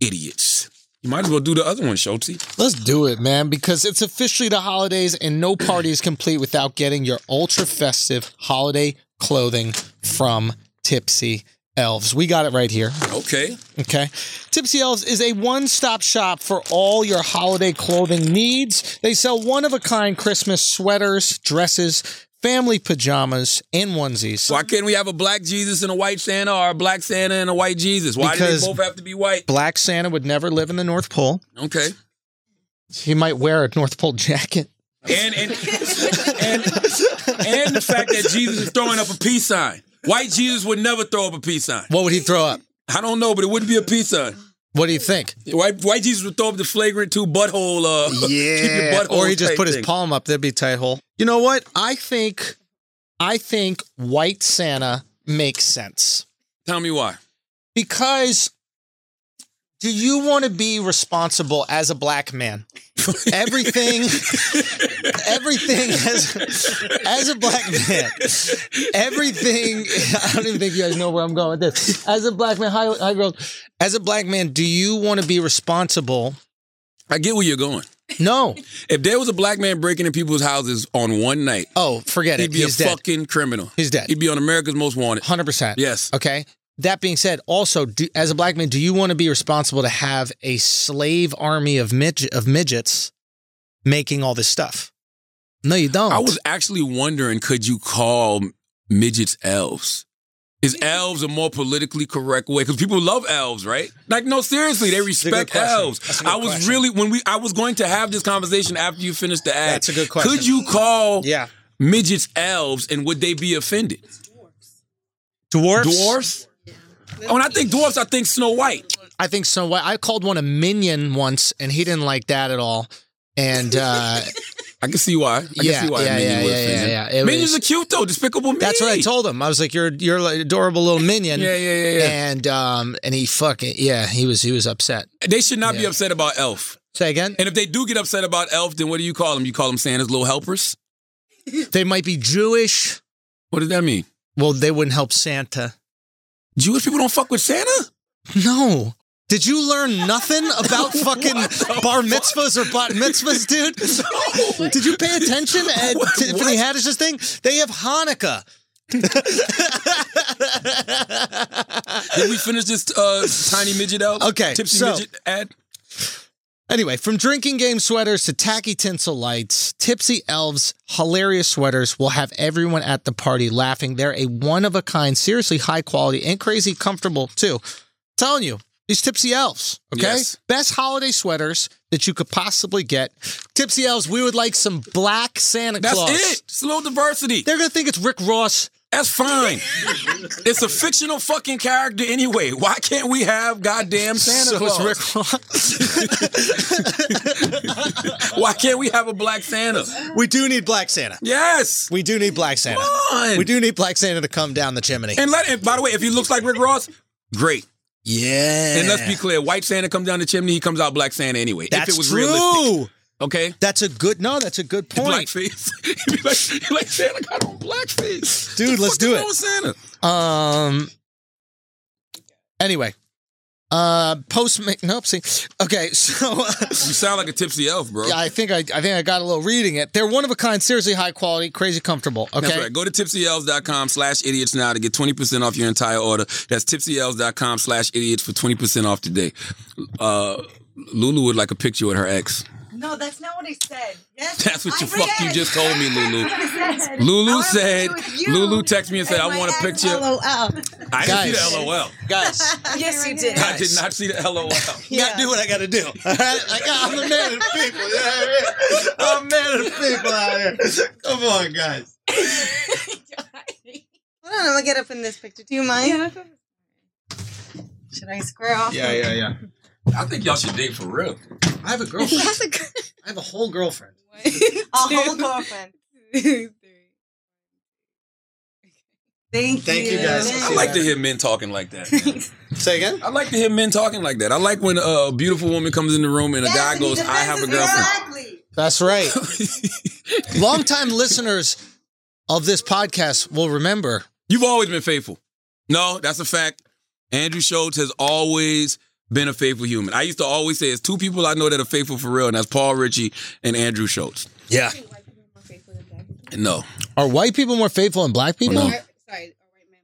Speaker 3: idiots. You might as well do the other one, Schultzy.
Speaker 4: Let's do it, man, because it's officially the holidays and no party is complete without getting your ultra festive holiday clothing from Tipsy Elves. We got it right here.
Speaker 3: Okay.
Speaker 4: Okay. Tipsy Elves is a one stop shop for all your holiday clothing needs. They sell one of a kind Christmas sweaters, dresses, family pajamas, and onesies.
Speaker 3: Why can't we have a black Jesus and a white Santa or a black Santa and a white Jesus? Why
Speaker 4: Because-
Speaker 3: do they both have to be white?
Speaker 4: Black Santa would never live in the North Pole.
Speaker 3: Okay.
Speaker 4: He might wear a North Pole jacket.
Speaker 3: And and and, and the fact that Jesus is throwing up a peace sign. White Jesus would never throw up a peace sign.
Speaker 4: What would he throw up?
Speaker 3: I don't know, but it wouldn't be a peace sign.
Speaker 4: What do you think?
Speaker 3: White, white Jesus would throw up the flagrant two butthole. Uh, keep your butthole
Speaker 4: or he just
Speaker 3: tight
Speaker 4: put
Speaker 3: thing.
Speaker 4: his palm up. That'd be a tight hole. You know what? I think, I think white Santa makes sense
Speaker 3: Tell me why.
Speaker 4: because do you want to be responsible as a black man? everything, everything as as a black man, everything. I don't even think you guys know where I'm going with this. As a black man, hi, hi girls. As a black man, do you want to be responsible?
Speaker 3: I get where you're going.
Speaker 4: No.
Speaker 3: If there was a black man breaking in people's houses on one night,
Speaker 4: Oh, forget
Speaker 3: he'd
Speaker 4: it.
Speaker 3: be
Speaker 4: He's
Speaker 3: a
Speaker 4: dead.
Speaker 3: fucking criminal.
Speaker 4: He's dead.
Speaker 3: He'd be on America's Most Wanted.
Speaker 4: Hundred percent.
Speaker 3: Yes.
Speaker 4: Okay. That being said, also do, as a black man, do you want to be responsible to have a slave army of midget, of midgets making all this stuff? No, you don't.
Speaker 3: I was actually wondering, could you call midgets elves? Is elves a more politically correct way? Because people love elves, right? Like, no, seriously, they
Speaker 4: a good
Speaker 3: respect
Speaker 4: question.
Speaker 3: elves.
Speaker 4: That's a good
Speaker 3: I was
Speaker 4: question.
Speaker 3: really when we I was going to have this conversation after you finished the ad.
Speaker 4: That's a good question.
Speaker 3: Could you call
Speaker 4: yeah.
Speaker 3: midgets elves and would they be offended?
Speaker 4: Dwarfs.
Speaker 3: Dwarfs? When I think dwarfs, I think Snow White.
Speaker 4: I think so. Why- I called one a minion once, and he didn't like that at all. And uh,
Speaker 3: I can see why. I
Speaker 4: Yeah,
Speaker 3: can see why
Speaker 4: yeah,
Speaker 3: a minion
Speaker 4: yeah,
Speaker 3: would
Speaker 4: yeah,
Speaker 3: offend
Speaker 4: yeah,
Speaker 3: you.
Speaker 4: yeah. It
Speaker 3: Minions
Speaker 4: was-
Speaker 3: are cute though. Despicable me.
Speaker 4: that's what I told him. I was like, "You're you're an adorable little minion."
Speaker 3: Yeah, yeah, yeah, yeah.
Speaker 4: And um, and he fucking yeah, he was he was upset.
Speaker 3: They should not be
Speaker 4: Yeah.
Speaker 3: upset about elf.
Speaker 4: Say again.
Speaker 3: And if they do get upset about elf, then what do you call them? You call them Santa's little helpers?
Speaker 4: They might be Jewish.
Speaker 3: What does that mean?
Speaker 4: Well, they wouldn't help Santa.
Speaker 3: Jewish people don't fuck with Santa?
Speaker 4: No. Did you learn nothing about fucking bar mitzvahs or bat mitzvahs, dude? Did you pay attention at
Speaker 3: What?
Speaker 4: Tiffany Haddish's thing? They have Hanukkah.
Speaker 3: Did we finish this uh, tiny midget elf?
Speaker 4: Okay,
Speaker 3: Tipsy
Speaker 4: so-
Speaker 3: midget ad?
Speaker 4: Anyway, from drinking game sweaters to tacky tinsel lights, Tipsy Elves' hilarious sweaters will have everyone at the party laughing. They're a one of a kind, seriously high quality, and crazy comfortable, too. telling you, these Tipsy Elves, okay?
Speaker 3: Yes.
Speaker 4: Best holiday sweaters that you could possibly get. Tipsy Elves, we would like some black Santa
Speaker 3: That's
Speaker 4: Claus.
Speaker 3: it. It's a little diversity.
Speaker 4: They're going to think it's Rick Ross.
Speaker 3: That's fine. it's a fictional fucking character anyway. Why can't we have goddamn Santa
Speaker 4: So
Speaker 3: Claus?
Speaker 4: is Rick
Speaker 3: Why can't we have a black Santa?
Speaker 4: We do need Black Santa.
Speaker 3: Yes.
Speaker 4: We do need Black Santa.
Speaker 3: on.
Speaker 4: We do need Black Santa to come down the chimney.
Speaker 3: And let and by the way, if he looks like Rick Ross, great.
Speaker 4: Yeah.
Speaker 3: And let's be clear, white Santa comes down the chimney, he comes out black Santa anyway.
Speaker 4: That's
Speaker 3: if it was
Speaker 4: true.
Speaker 3: realistic. Okay.
Speaker 4: That's a good no, that's a good point.
Speaker 3: Blackface. He'd be like, like Santa got on blackface.
Speaker 4: Dude, let's do it.
Speaker 3: What's wrong with Santa?
Speaker 4: Um. Anyway, uh, post nope. See, okay, so
Speaker 3: You sound like a tipsy elf, bro.
Speaker 4: yeah, I think I, I think I got a little reading it. They're one of a kind, seriously high quality, crazy comfortable. Okay,
Speaker 3: That's right. Go to tipsyelves.com slash idiots now to get 20% off your entire order. That's tipsyelves.com slash idiots for 20% off today. Uh, Lulu would like a picture with her ex.
Speaker 9: No, that's not what I said. Yes,
Speaker 3: That's what
Speaker 9: I
Speaker 3: you
Speaker 9: forget.
Speaker 3: fuck you just told me, Lulu.
Speaker 9: I said- I
Speaker 3: Lulu
Speaker 9: wanna
Speaker 3: said,
Speaker 9: picture with you
Speaker 3: Lulu texted me and said,
Speaker 9: and
Speaker 3: I
Speaker 9: my
Speaker 3: want a
Speaker 9: ex,
Speaker 3: picture.
Speaker 9: LOL.
Speaker 3: I didn't
Speaker 4: Guys.
Speaker 3: see the LOL.
Speaker 4: guys.
Speaker 9: yes, you did.
Speaker 3: I did not see the LOL.
Speaker 4: You gotta do what I gotta do. All right, I got, I'm the man of the people. you know what I mean? I'm the man of the people out here. Come on, guys.
Speaker 9: Hold on, I'm gonna get up in this picture. Do you mind? Should I square off?
Speaker 4: yeah, yeah.
Speaker 3: I think y'all should date for real.
Speaker 4: I have a
Speaker 9: He
Speaker 4: girlfriend.
Speaker 9: has a girl-
Speaker 4: I have a whole girlfriend.
Speaker 9: a whole girlfriend. Thank,
Speaker 4: Thank you,
Speaker 9: you
Speaker 4: guys.
Speaker 9: Thank
Speaker 3: I
Speaker 4: See
Speaker 3: like
Speaker 4: that.
Speaker 3: to hear men talking like that. man.
Speaker 4: Say again.
Speaker 3: I like to hear men talking like that. I like when uh, a beautiful woman comes in the room and a
Speaker 9: Yes,
Speaker 3: guy
Speaker 9: and he
Speaker 3: goes, I
Speaker 9: defends
Speaker 3: have a
Speaker 9: his
Speaker 3: girlfriend.
Speaker 9: Exactly.
Speaker 4: That's right. Longtime listeners of this podcast will remember.
Speaker 3: You've always been faithful. No, that's a fact. Andrew Schultz has always been a faithful human. I used to always say, "There's two people I know that are faithful for real, and that's Paul Ritchie and Andrew Schultz."
Speaker 4: Yeah.
Speaker 3: No,
Speaker 4: Are white people more faithful than black people?
Speaker 3: No.
Speaker 13: Sorry, are white men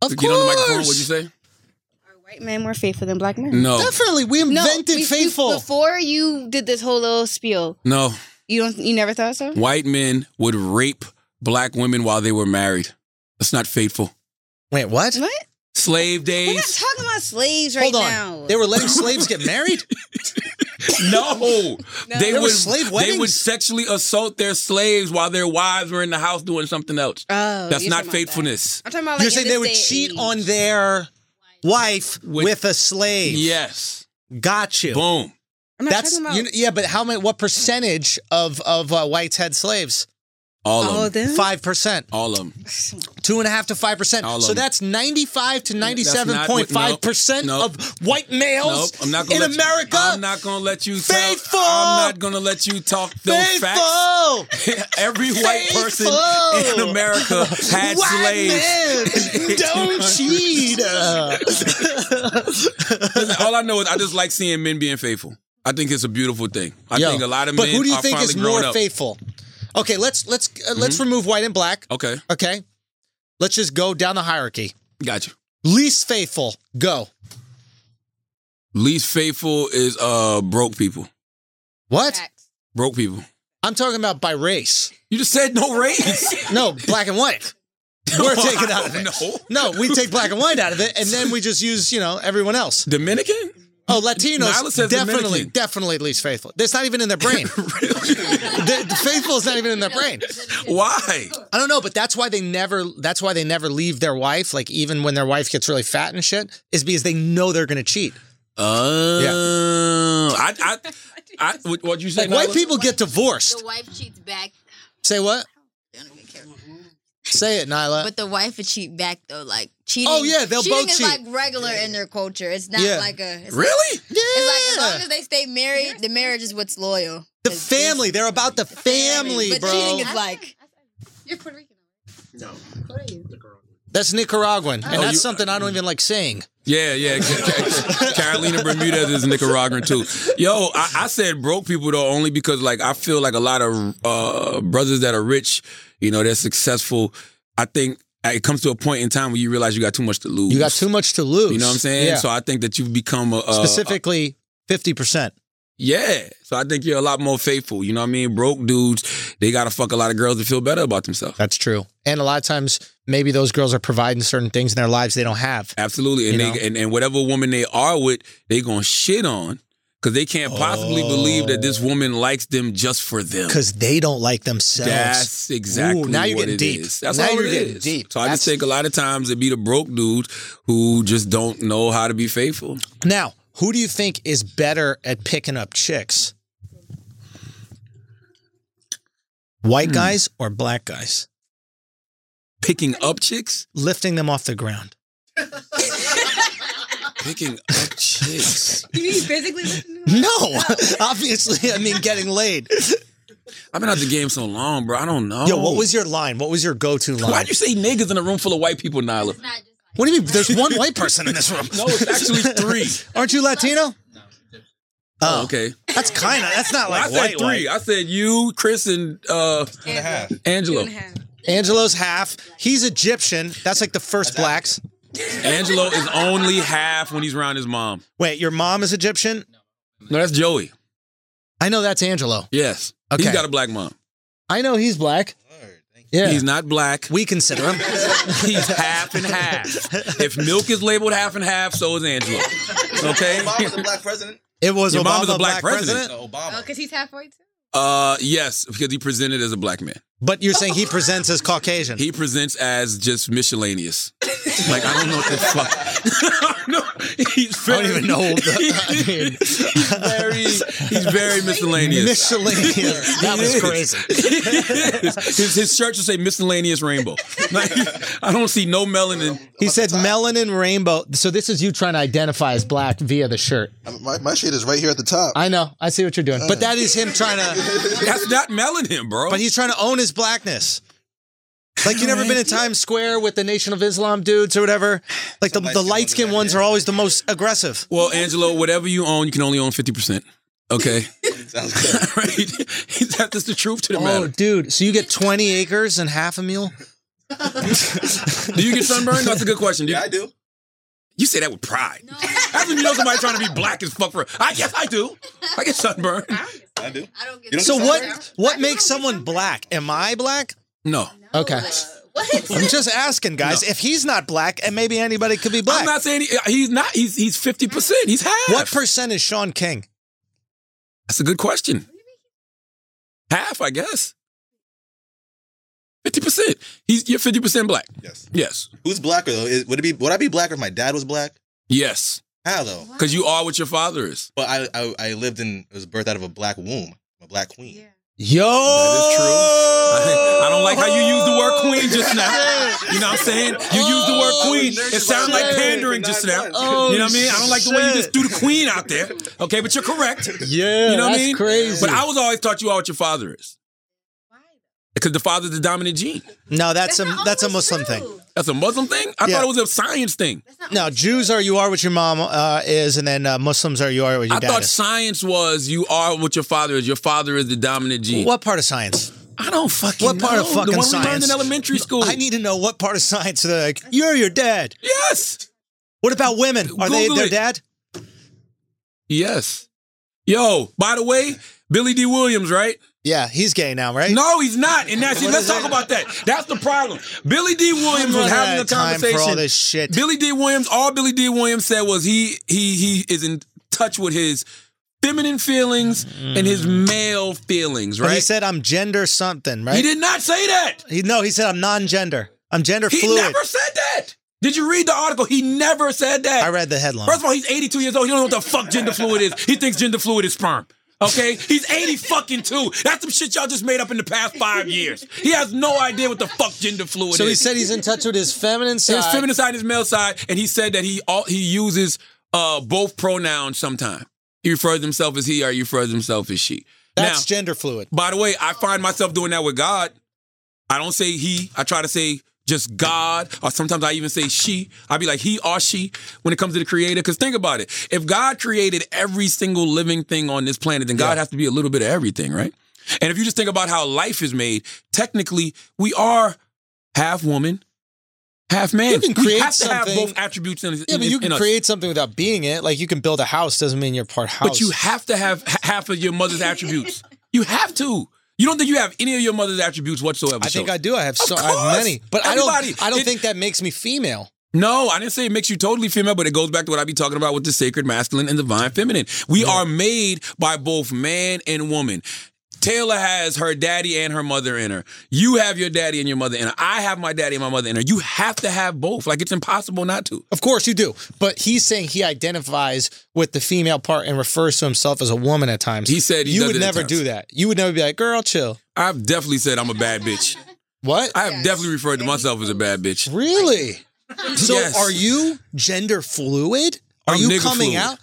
Speaker 4: Of
Speaker 3: get on the microphone.
Speaker 4: course.
Speaker 3: What'd you say? Oh.
Speaker 13: are white men more faithful than black men?
Speaker 3: No,
Speaker 4: Definitely. We invented
Speaker 6: we-
Speaker 4: faithful.
Speaker 6: You, before you did this whole little spiel,
Speaker 3: no.
Speaker 6: you don't, you never thought so.
Speaker 3: White men would rape black women while they were married. That's not faithful.
Speaker 4: Wait, what?
Speaker 6: What?
Speaker 3: Slave
Speaker 6: We're not
Speaker 3: days.
Speaker 6: talking about slaves right
Speaker 4: Hold on.
Speaker 6: now.
Speaker 4: They were letting slaves get married?
Speaker 3: No, they
Speaker 4: There were
Speaker 3: would
Speaker 4: slave
Speaker 3: they would
Speaker 4: weddings?
Speaker 3: sexually assault their slaves while their wives were in the house doing something else.
Speaker 6: oh,
Speaker 3: That's
Speaker 6: you're
Speaker 3: not
Speaker 6: talking about
Speaker 3: faithfulness.
Speaker 6: that. I'm talking about like
Speaker 4: You're
Speaker 6: in
Speaker 4: saying
Speaker 6: this
Speaker 4: they would
Speaker 6: day and
Speaker 4: cheat
Speaker 6: age.
Speaker 4: on their wife with,
Speaker 3: With-
Speaker 4: a slave.
Speaker 3: Yes.
Speaker 4: Got you.
Speaker 3: Boom.
Speaker 6: I'm not
Speaker 4: That's
Speaker 6: talking about
Speaker 4: you, yeah, but how many? What percentage of of uh, whites had slaves?
Speaker 3: All
Speaker 4: Oh,
Speaker 6: all
Speaker 3: of
Speaker 6: of
Speaker 3: them.
Speaker 6: them.
Speaker 4: Five percent,
Speaker 3: All of them.
Speaker 4: two and a half to five percent.
Speaker 3: All of
Speaker 4: So
Speaker 3: them.
Speaker 4: that's ninety-five
Speaker 3: That's
Speaker 4: to
Speaker 3: not what-
Speaker 4: ninety-seven point five percent
Speaker 3: no, no.
Speaker 4: of white males
Speaker 3: Nope, I'm not gonna
Speaker 4: in
Speaker 3: let
Speaker 4: America.
Speaker 3: You, I'm not gonna let you tell-
Speaker 4: Faithful!
Speaker 3: I'm not gonna let you talk those
Speaker 4: faithful.
Speaker 3: facts. Every white person
Speaker 4: Faithful!
Speaker 3: in America had slaves.
Speaker 4: men, don't cheat. Uh,
Speaker 3: Listen, All I know is I just like seeing men being faithful. I think it's a beautiful thing. I
Speaker 4: yo,
Speaker 3: think a lot of
Speaker 4: but
Speaker 3: men
Speaker 4: who do you
Speaker 3: are
Speaker 4: think
Speaker 3: finally
Speaker 4: is more
Speaker 3: grown up. Mm-hmm.
Speaker 4: faithful? Okay, let's let's uh, let's remove white and black.
Speaker 3: Okay,
Speaker 4: Okay, let's just go down the hierarchy.
Speaker 3: got you.
Speaker 4: Least faithful, go.
Speaker 3: Least faithful is uh broke people.
Speaker 4: What?
Speaker 6: facts.
Speaker 3: Broke people.
Speaker 4: I'm talking about by race.
Speaker 3: You just said no race.
Speaker 4: No, black and white. We're taking out of it.
Speaker 3: No.
Speaker 4: No, we take black and white out of it, and then we just use you know everyone else.
Speaker 3: Dominican?
Speaker 4: Oh, Latinos
Speaker 3: Nyla says
Speaker 4: definitely,
Speaker 3: Dominican.
Speaker 4: definitely least faithful. That's not even in their brain. the, the faithful is not even in their brain.
Speaker 3: Why?
Speaker 4: I don't know, but that's why they never. That's why they never leave their wife. Like even when their wife gets really fat and shit, is because they know they're gonna cheat.
Speaker 3: Oh, I, I, I, what what'd you say?
Speaker 4: Like white
Speaker 3: Nyla?
Speaker 4: people get divorced.
Speaker 6: The wife cheats back.
Speaker 4: Say what?
Speaker 6: I don't even care.
Speaker 4: Say it, Nyla.
Speaker 6: But the wife would cheat back though, like cheating.
Speaker 4: Oh, yeah, they'll
Speaker 6: cheating
Speaker 4: both
Speaker 6: is
Speaker 4: cheat.
Speaker 6: like regular in their culture. It's not
Speaker 4: Yeah.
Speaker 6: like a it's
Speaker 3: Really?
Speaker 4: yeah.
Speaker 6: It's like as long as they stay married, the marriage is what's loyal.
Speaker 4: the
Speaker 6: It's-
Speaker 4: family. They're about the family,
Speaker 6: but
Speaker 4: bro.
Speaker 6: cheating is like
Speaker 13: You're Puerto Rican.
Speaker 4: That's Nicaraguan, and
Speaker 3: Oh,
Speaker 4: that's
Speaker 3: you-
Speaker 4: something I don't even like saying.
Speaker 3: Yeah, yeah. Carolina Bermudez is Nicaraguan too. Yo, I, I said broke people though only because like I feel like a lot of uh, brothers that are rich, you know, they're successful. I think it comes to a point in time where you realize you got too much to lose.
Speaker 4: You got too much to lose.
Speaker 3: You know what I'm saying?
Speaker 4: Yeah.
Speaker 3: So I think that you've become a, a
Speaker 4: Uh, Specifically, fifty percent.
Speaker 3: yeah. So I think you're a lot more faithful. You know what I mean? Broke dudes, they gotta fuck a lot of girls to feel better about themselves.
Speaker 4: That's true. And a lot of times, maybe those girls are providing certain things in their lives they don't have.
Speaker 3: Absolutely. And
Speaker 4: You
Speaker 3: they
Speaker 4: know?
Speaker 3: and, and whatever woman they are with, they gonna shit on because they can't possibly believe that
Speaker 4: Oh.
Speaker 3: this woman likes them just for them.
Speaker 4: because they don't like themselves.
Speaker 3: That's exactly.
Speaker 4: Ooh, now you're
Speaker 3: what
Speaker 4: getting
Speaker 3: it
Speaker 4: deep.
Speaker 3: is. That's
Speaker 4: now
Speaker 3: all
Speaker 4: you're
Speaker 3: it
Speaker 4: getting
Speaker 3: is.
Speaker 4: deep.
Speaker 3: So I just think a lot of times it be the broke dudes who just don't know how to be faithful.
Speaker 4: Now, who do you think is better at picking up chicks? White
Speaker 3: Hmm.
Speaker 4: guys or black guys?
Speaker 3: Picking up chicks,
Speaker 4: Lifting them off the ground.
Speaker 3: picking up chicks.
Speaker 9: You mean physically listen to
Speaker 4: No, obviously, I mean getting laid.
Speaker 3: I've been out the game so long, bro. I don't know.
Speaker 4: Yo, what was your line? What was your go-to line?
Speaker 3: Why'd you say niggas in a room full of white people, Nyla?
Speaker 4: What do you mean? There's one white person in this room.
Speaker 3: No, it's actually three.
Speaker 4: Aren't you Latino?
Speaker 3: Oh, okay.
Speaker 4: That's kind of. That's
Speaker 3: I
Speaker 4: not like
Speaker 3: said
Speaker 4: white.
Speaker 3: three. I said you, Chris, and uh, Angelo.
Speaker 4: Angelo's half. He's Egyptian. That's like the first blacks.
Speaker 3: Angelo is only half when he's around his mom.
Speaker 4: Wait, your mom is Egyptian?
Speaker 3: No, that's Joey.
Speaker 4: I know that's Angelo.
Speaker 3: Yes.
Speaker 4: Okay.
Speaker 3: He's got a black mom.
Speaker 4: I know he's black. Yeah,
Speaker 3: He's not black.
Speaker 4: we consider him.
Speaker 3: He's half and half. If milk is labeled half and half, so is Angelo. Okay.
Speaker 14: Obama's a black president.
Speaker 4: It was
Speaker 3: Your
Speaker 4: Obama,
Speaker 3: mom is a black
Speaker 4: black, president.
Speaker 14: No, Obama.
Speaker 9: because Oh, he's half white too.
Speaker 3: Uh, yes, because he presented as a black man.
Speaker 4: But you're saying he presents as Caucasian.
Speaker 3: He presents as just miscellaneous. Like I don't know what the fuck. no, he's
Speaker 4: I
Speaker 3: very,
Speaker 4: don't even know.
Speaker 3: he's
Speaker 4: The,
Speaker 3: very, he's very
Speaker 4: I mean,
Speaker 3: miscellaneous.
Speaker 4: miscellaneous. That
Speaker 3: He
Speaker 4: was
Speaker 3: is.
Speaker 4: crazy.
Speaker 3: his, his shirt should say miscellaneous rainbow. Like, I don't see no melanin.
Speaker 4: He said melanin rainbow. So this is you trying to identify as black via the shirt.
Speaker 14: My, my shit is right here at the top.
Speaker 4: I know. I see what you're doing. But that is him trying to.
Speaker 3: That's not melanin, bro.
Speaker 4: But he's trying to own his blackness. Like you never been in Times Square with the Nation of Islam dudes or whatever. Like the, the light skinned ones are always the most aggressive.
Speaker 3: Well, Angelo, whatever you own, you can only own 50%. Okay.
Speaker 14: Sounds good.
Speaker 3: right? That- That's the truth to the
Speaker 4: Oh,
Speaker 3: matter.
Speaker 4: dude! So you get twenty acres and half a meal?
Speaker 3: Do you get sunburned? That's a good question. Do you,
Speaker 14: Yeah, I do.
Speaker 3: you say that with pride. How come you know somebody trying to be black as fuck for I guess I do. I get sunburned.
Speaker 14: I do.
Speaker 9: I don't get
Speaker 14: You don't
Speaker 4: So
Speaker 14: get
Speaker 4: what? What makes someone black? Am I black?
Speaker 3: No.
Speaker 4: Okay,
Speaker 9: what?
Speaker 4: I'm just asking, guys. If he's not black, and maybe anybody could be
Speaker 3: I'm
Speaker 4: black.
Speaker 3: not saying he- uh, he's not. He's he's 50%. He's half.
Speaker 4: What percent is Sean King?
Speaker 3: That's a good question. Half, I guess. 50%. He's you're 50% black.
Speaker 14: Yes.
Speaker 3: Yes.
Speaker 14: Who's blacker though? Is, would it be? Would I be blacker if my dad was black?
Speaker 3: Yes.
Speaker 14: How though?
Speaker 3: Because you are what your father is.
Speaker 14: But I, I I lived in it was birthed out of a black womb. I'm a black queen.
Speaker 4: Yo,
Speaker 3: That is true. I, I don't like how you use the word queen
Speaker 4: Oh.
Speaker 3: just now. You know what I'm saying? You use the word queen. It sounds like pandering just now.
Speaker 4: Oh,
Speaker 3: you know what I mean? I don't like the way you just
Speaker 4: shit.
Speaker 3: threw the queen out there. Okay, but you're correct.
Speaker 4: Yeah,
Speaker 3: You know what I
Speaker 4: that's
Speaker 3: mean?
Speaker 4: crazy.
Speaker 3: But I was always taught you are what your father is. Because the father's the dominant gene.
Speaker 4: no, that's a that's a Muslim thing.
Speaker 3: That's a Muslim thing? I
Speaker 4: Yeah.
Speaker 3: thought it was a science thing.
Speaker 4: No, Jews are you are what your mom uh, is, and then uh, Muslims are you are what your
Speaker 3: I
Speaker 4: dad
Speaker 3: thought
Speaker 4: is.
Speaker 3: science was you are what your father is. Your father is the dominant gene.
Speaker 4: What part of science?
Speaker 3: I don't fucking
Speaker 4: What part
Speaker 3: know.
Speaker 4: of fucking
Speaker 3: the one we learned
Speaker 4: science?
Speaker 3: in elementary school.
Speaker 4: I need to know what part of science. They're like, you're your dad.
Speaker 3: yes.
Speaker 4: What about women? Are
Speaker 3: Google
Speaker 4: they their
Speaker 3: it.
Speaker 4: dad?
Speaker 3: Yes. Yo, by the way, Billy D. Williams, right?
Speaker 4: Yeah, he's gay now, right?
Speaker 3: No, he's not. And that's let's talk about that. That's the problem. Billy D. Williams was
Speaker 4: Running out
Speaker 3: having a
Speaker 4: of time for all
Speaker 3: conversation.
Speaker 4: this shit.
Speaker 3: Billy D. Williams, all Billy D. Williams said was he he he is in touch with his feminine feelings and his male feelings,
Speaker 4: Mm. But
Speaker 3: right?
Speaker 4: He said I'm gender something, right?
Speaker 3: He did not say that.
Speaker 4: He- no, he said I'm non-gender. I'm gender
Speaker 3: He
Speaker 4: fluid.
Speaker 3: never said that. Did you read the article? He never said that.
Speaker 4: I read the headline.
Speaker 3: First of all, he's 82 years old. He don't know what the fuck gender fluid is. He thinks gender fluid is sperm. Okay? He's 80 fucking two. That's some shit y'all just made up in the past five years. He has no idea what the fuck gender fluid
Speaker 4: so he
Speaker 3: is.
Speaker 4: said he's in touch with his feminine side.
Speaker 3: his feminine side and his male side, and he said that he all, he uses uh, both pronouns sometime. He refers to himself as he or he refers to himself as she.
Speaker 4: That's
Speaker 3: now,
Speaker 4: gender fluid.
Speaker 3: by the way, I find myself doing that with God. I don't say he. I try to say just God, or sometimes I even say she. i be like he or she when it comes to the creator. Because think about it. If God created every single living thing on this planet, then God has to be a little bit of everything, right? And if you just think about how life is made, technically, we are half woman, half man.
Speaker 4: You can
Speaker 3: we
Speaker 4: create
Speaker 3: have to have
Speaker 4: something-
Speaker 3: both attributes in,
Speaker 4: Yeah,
Speaker 3: in,
Speaker 4: but you
Speaker 3: in
Speaker 4: can
Speaker 3: us.
Speaker 4: create something without being it. Like you can build a house, doesn't mean you're part house.
Speaker 3: But you have to have h- half of your mother's attributes. You have to. You don't think you have any of your mother's attributes whatsoever.
Speaker 4: I think
Speaker 3: Show.
Speaker 4: I do. I have so I
Speaker 3: course.
Speaker 4: have many, but
Speaker 3: Everybody.
Speaker 4: I don't. I don't
Speaker 3: It-
Speaker 4: think that makes me female.
Speaker 3: No, I didn't say it makes you totally female, but it goes back to what I be talking about with the sacred masculine and divine feminine. We are made by both man and woman. Taylor has her daddy and her mother in her. You have your daddy and your mother in her. I have my daddy and my mother in her. You have to have both. Like it's impossible not to.
Speaker 4: Of course you do. But he's saying he identifies with the female part and refers to himself as a woman at times. He
Speaker 3: said he
Speaker 4: you
Speaker 3: does
Speaker 4: would
Speaker 3: it at
Speaker 4: never
Speaker 3: times.
Speaker 4: do that. You would never be like, girl, chill.
Speaker 3: I've definitely said I'm a bad bitch.
Speaker 4: What?
Speaker 3: I have definitely referred to myself as a bad bitch.
Speaker 4: Really? So
Speaker 3: Yes.
Speaker 4: are you gender fluid? Are
Speaker 3: I'm
Speaker 4: you
Speaker 3: nigga
Speaker 4: coming
Speaker 3: fluid.
Speaker 4: out?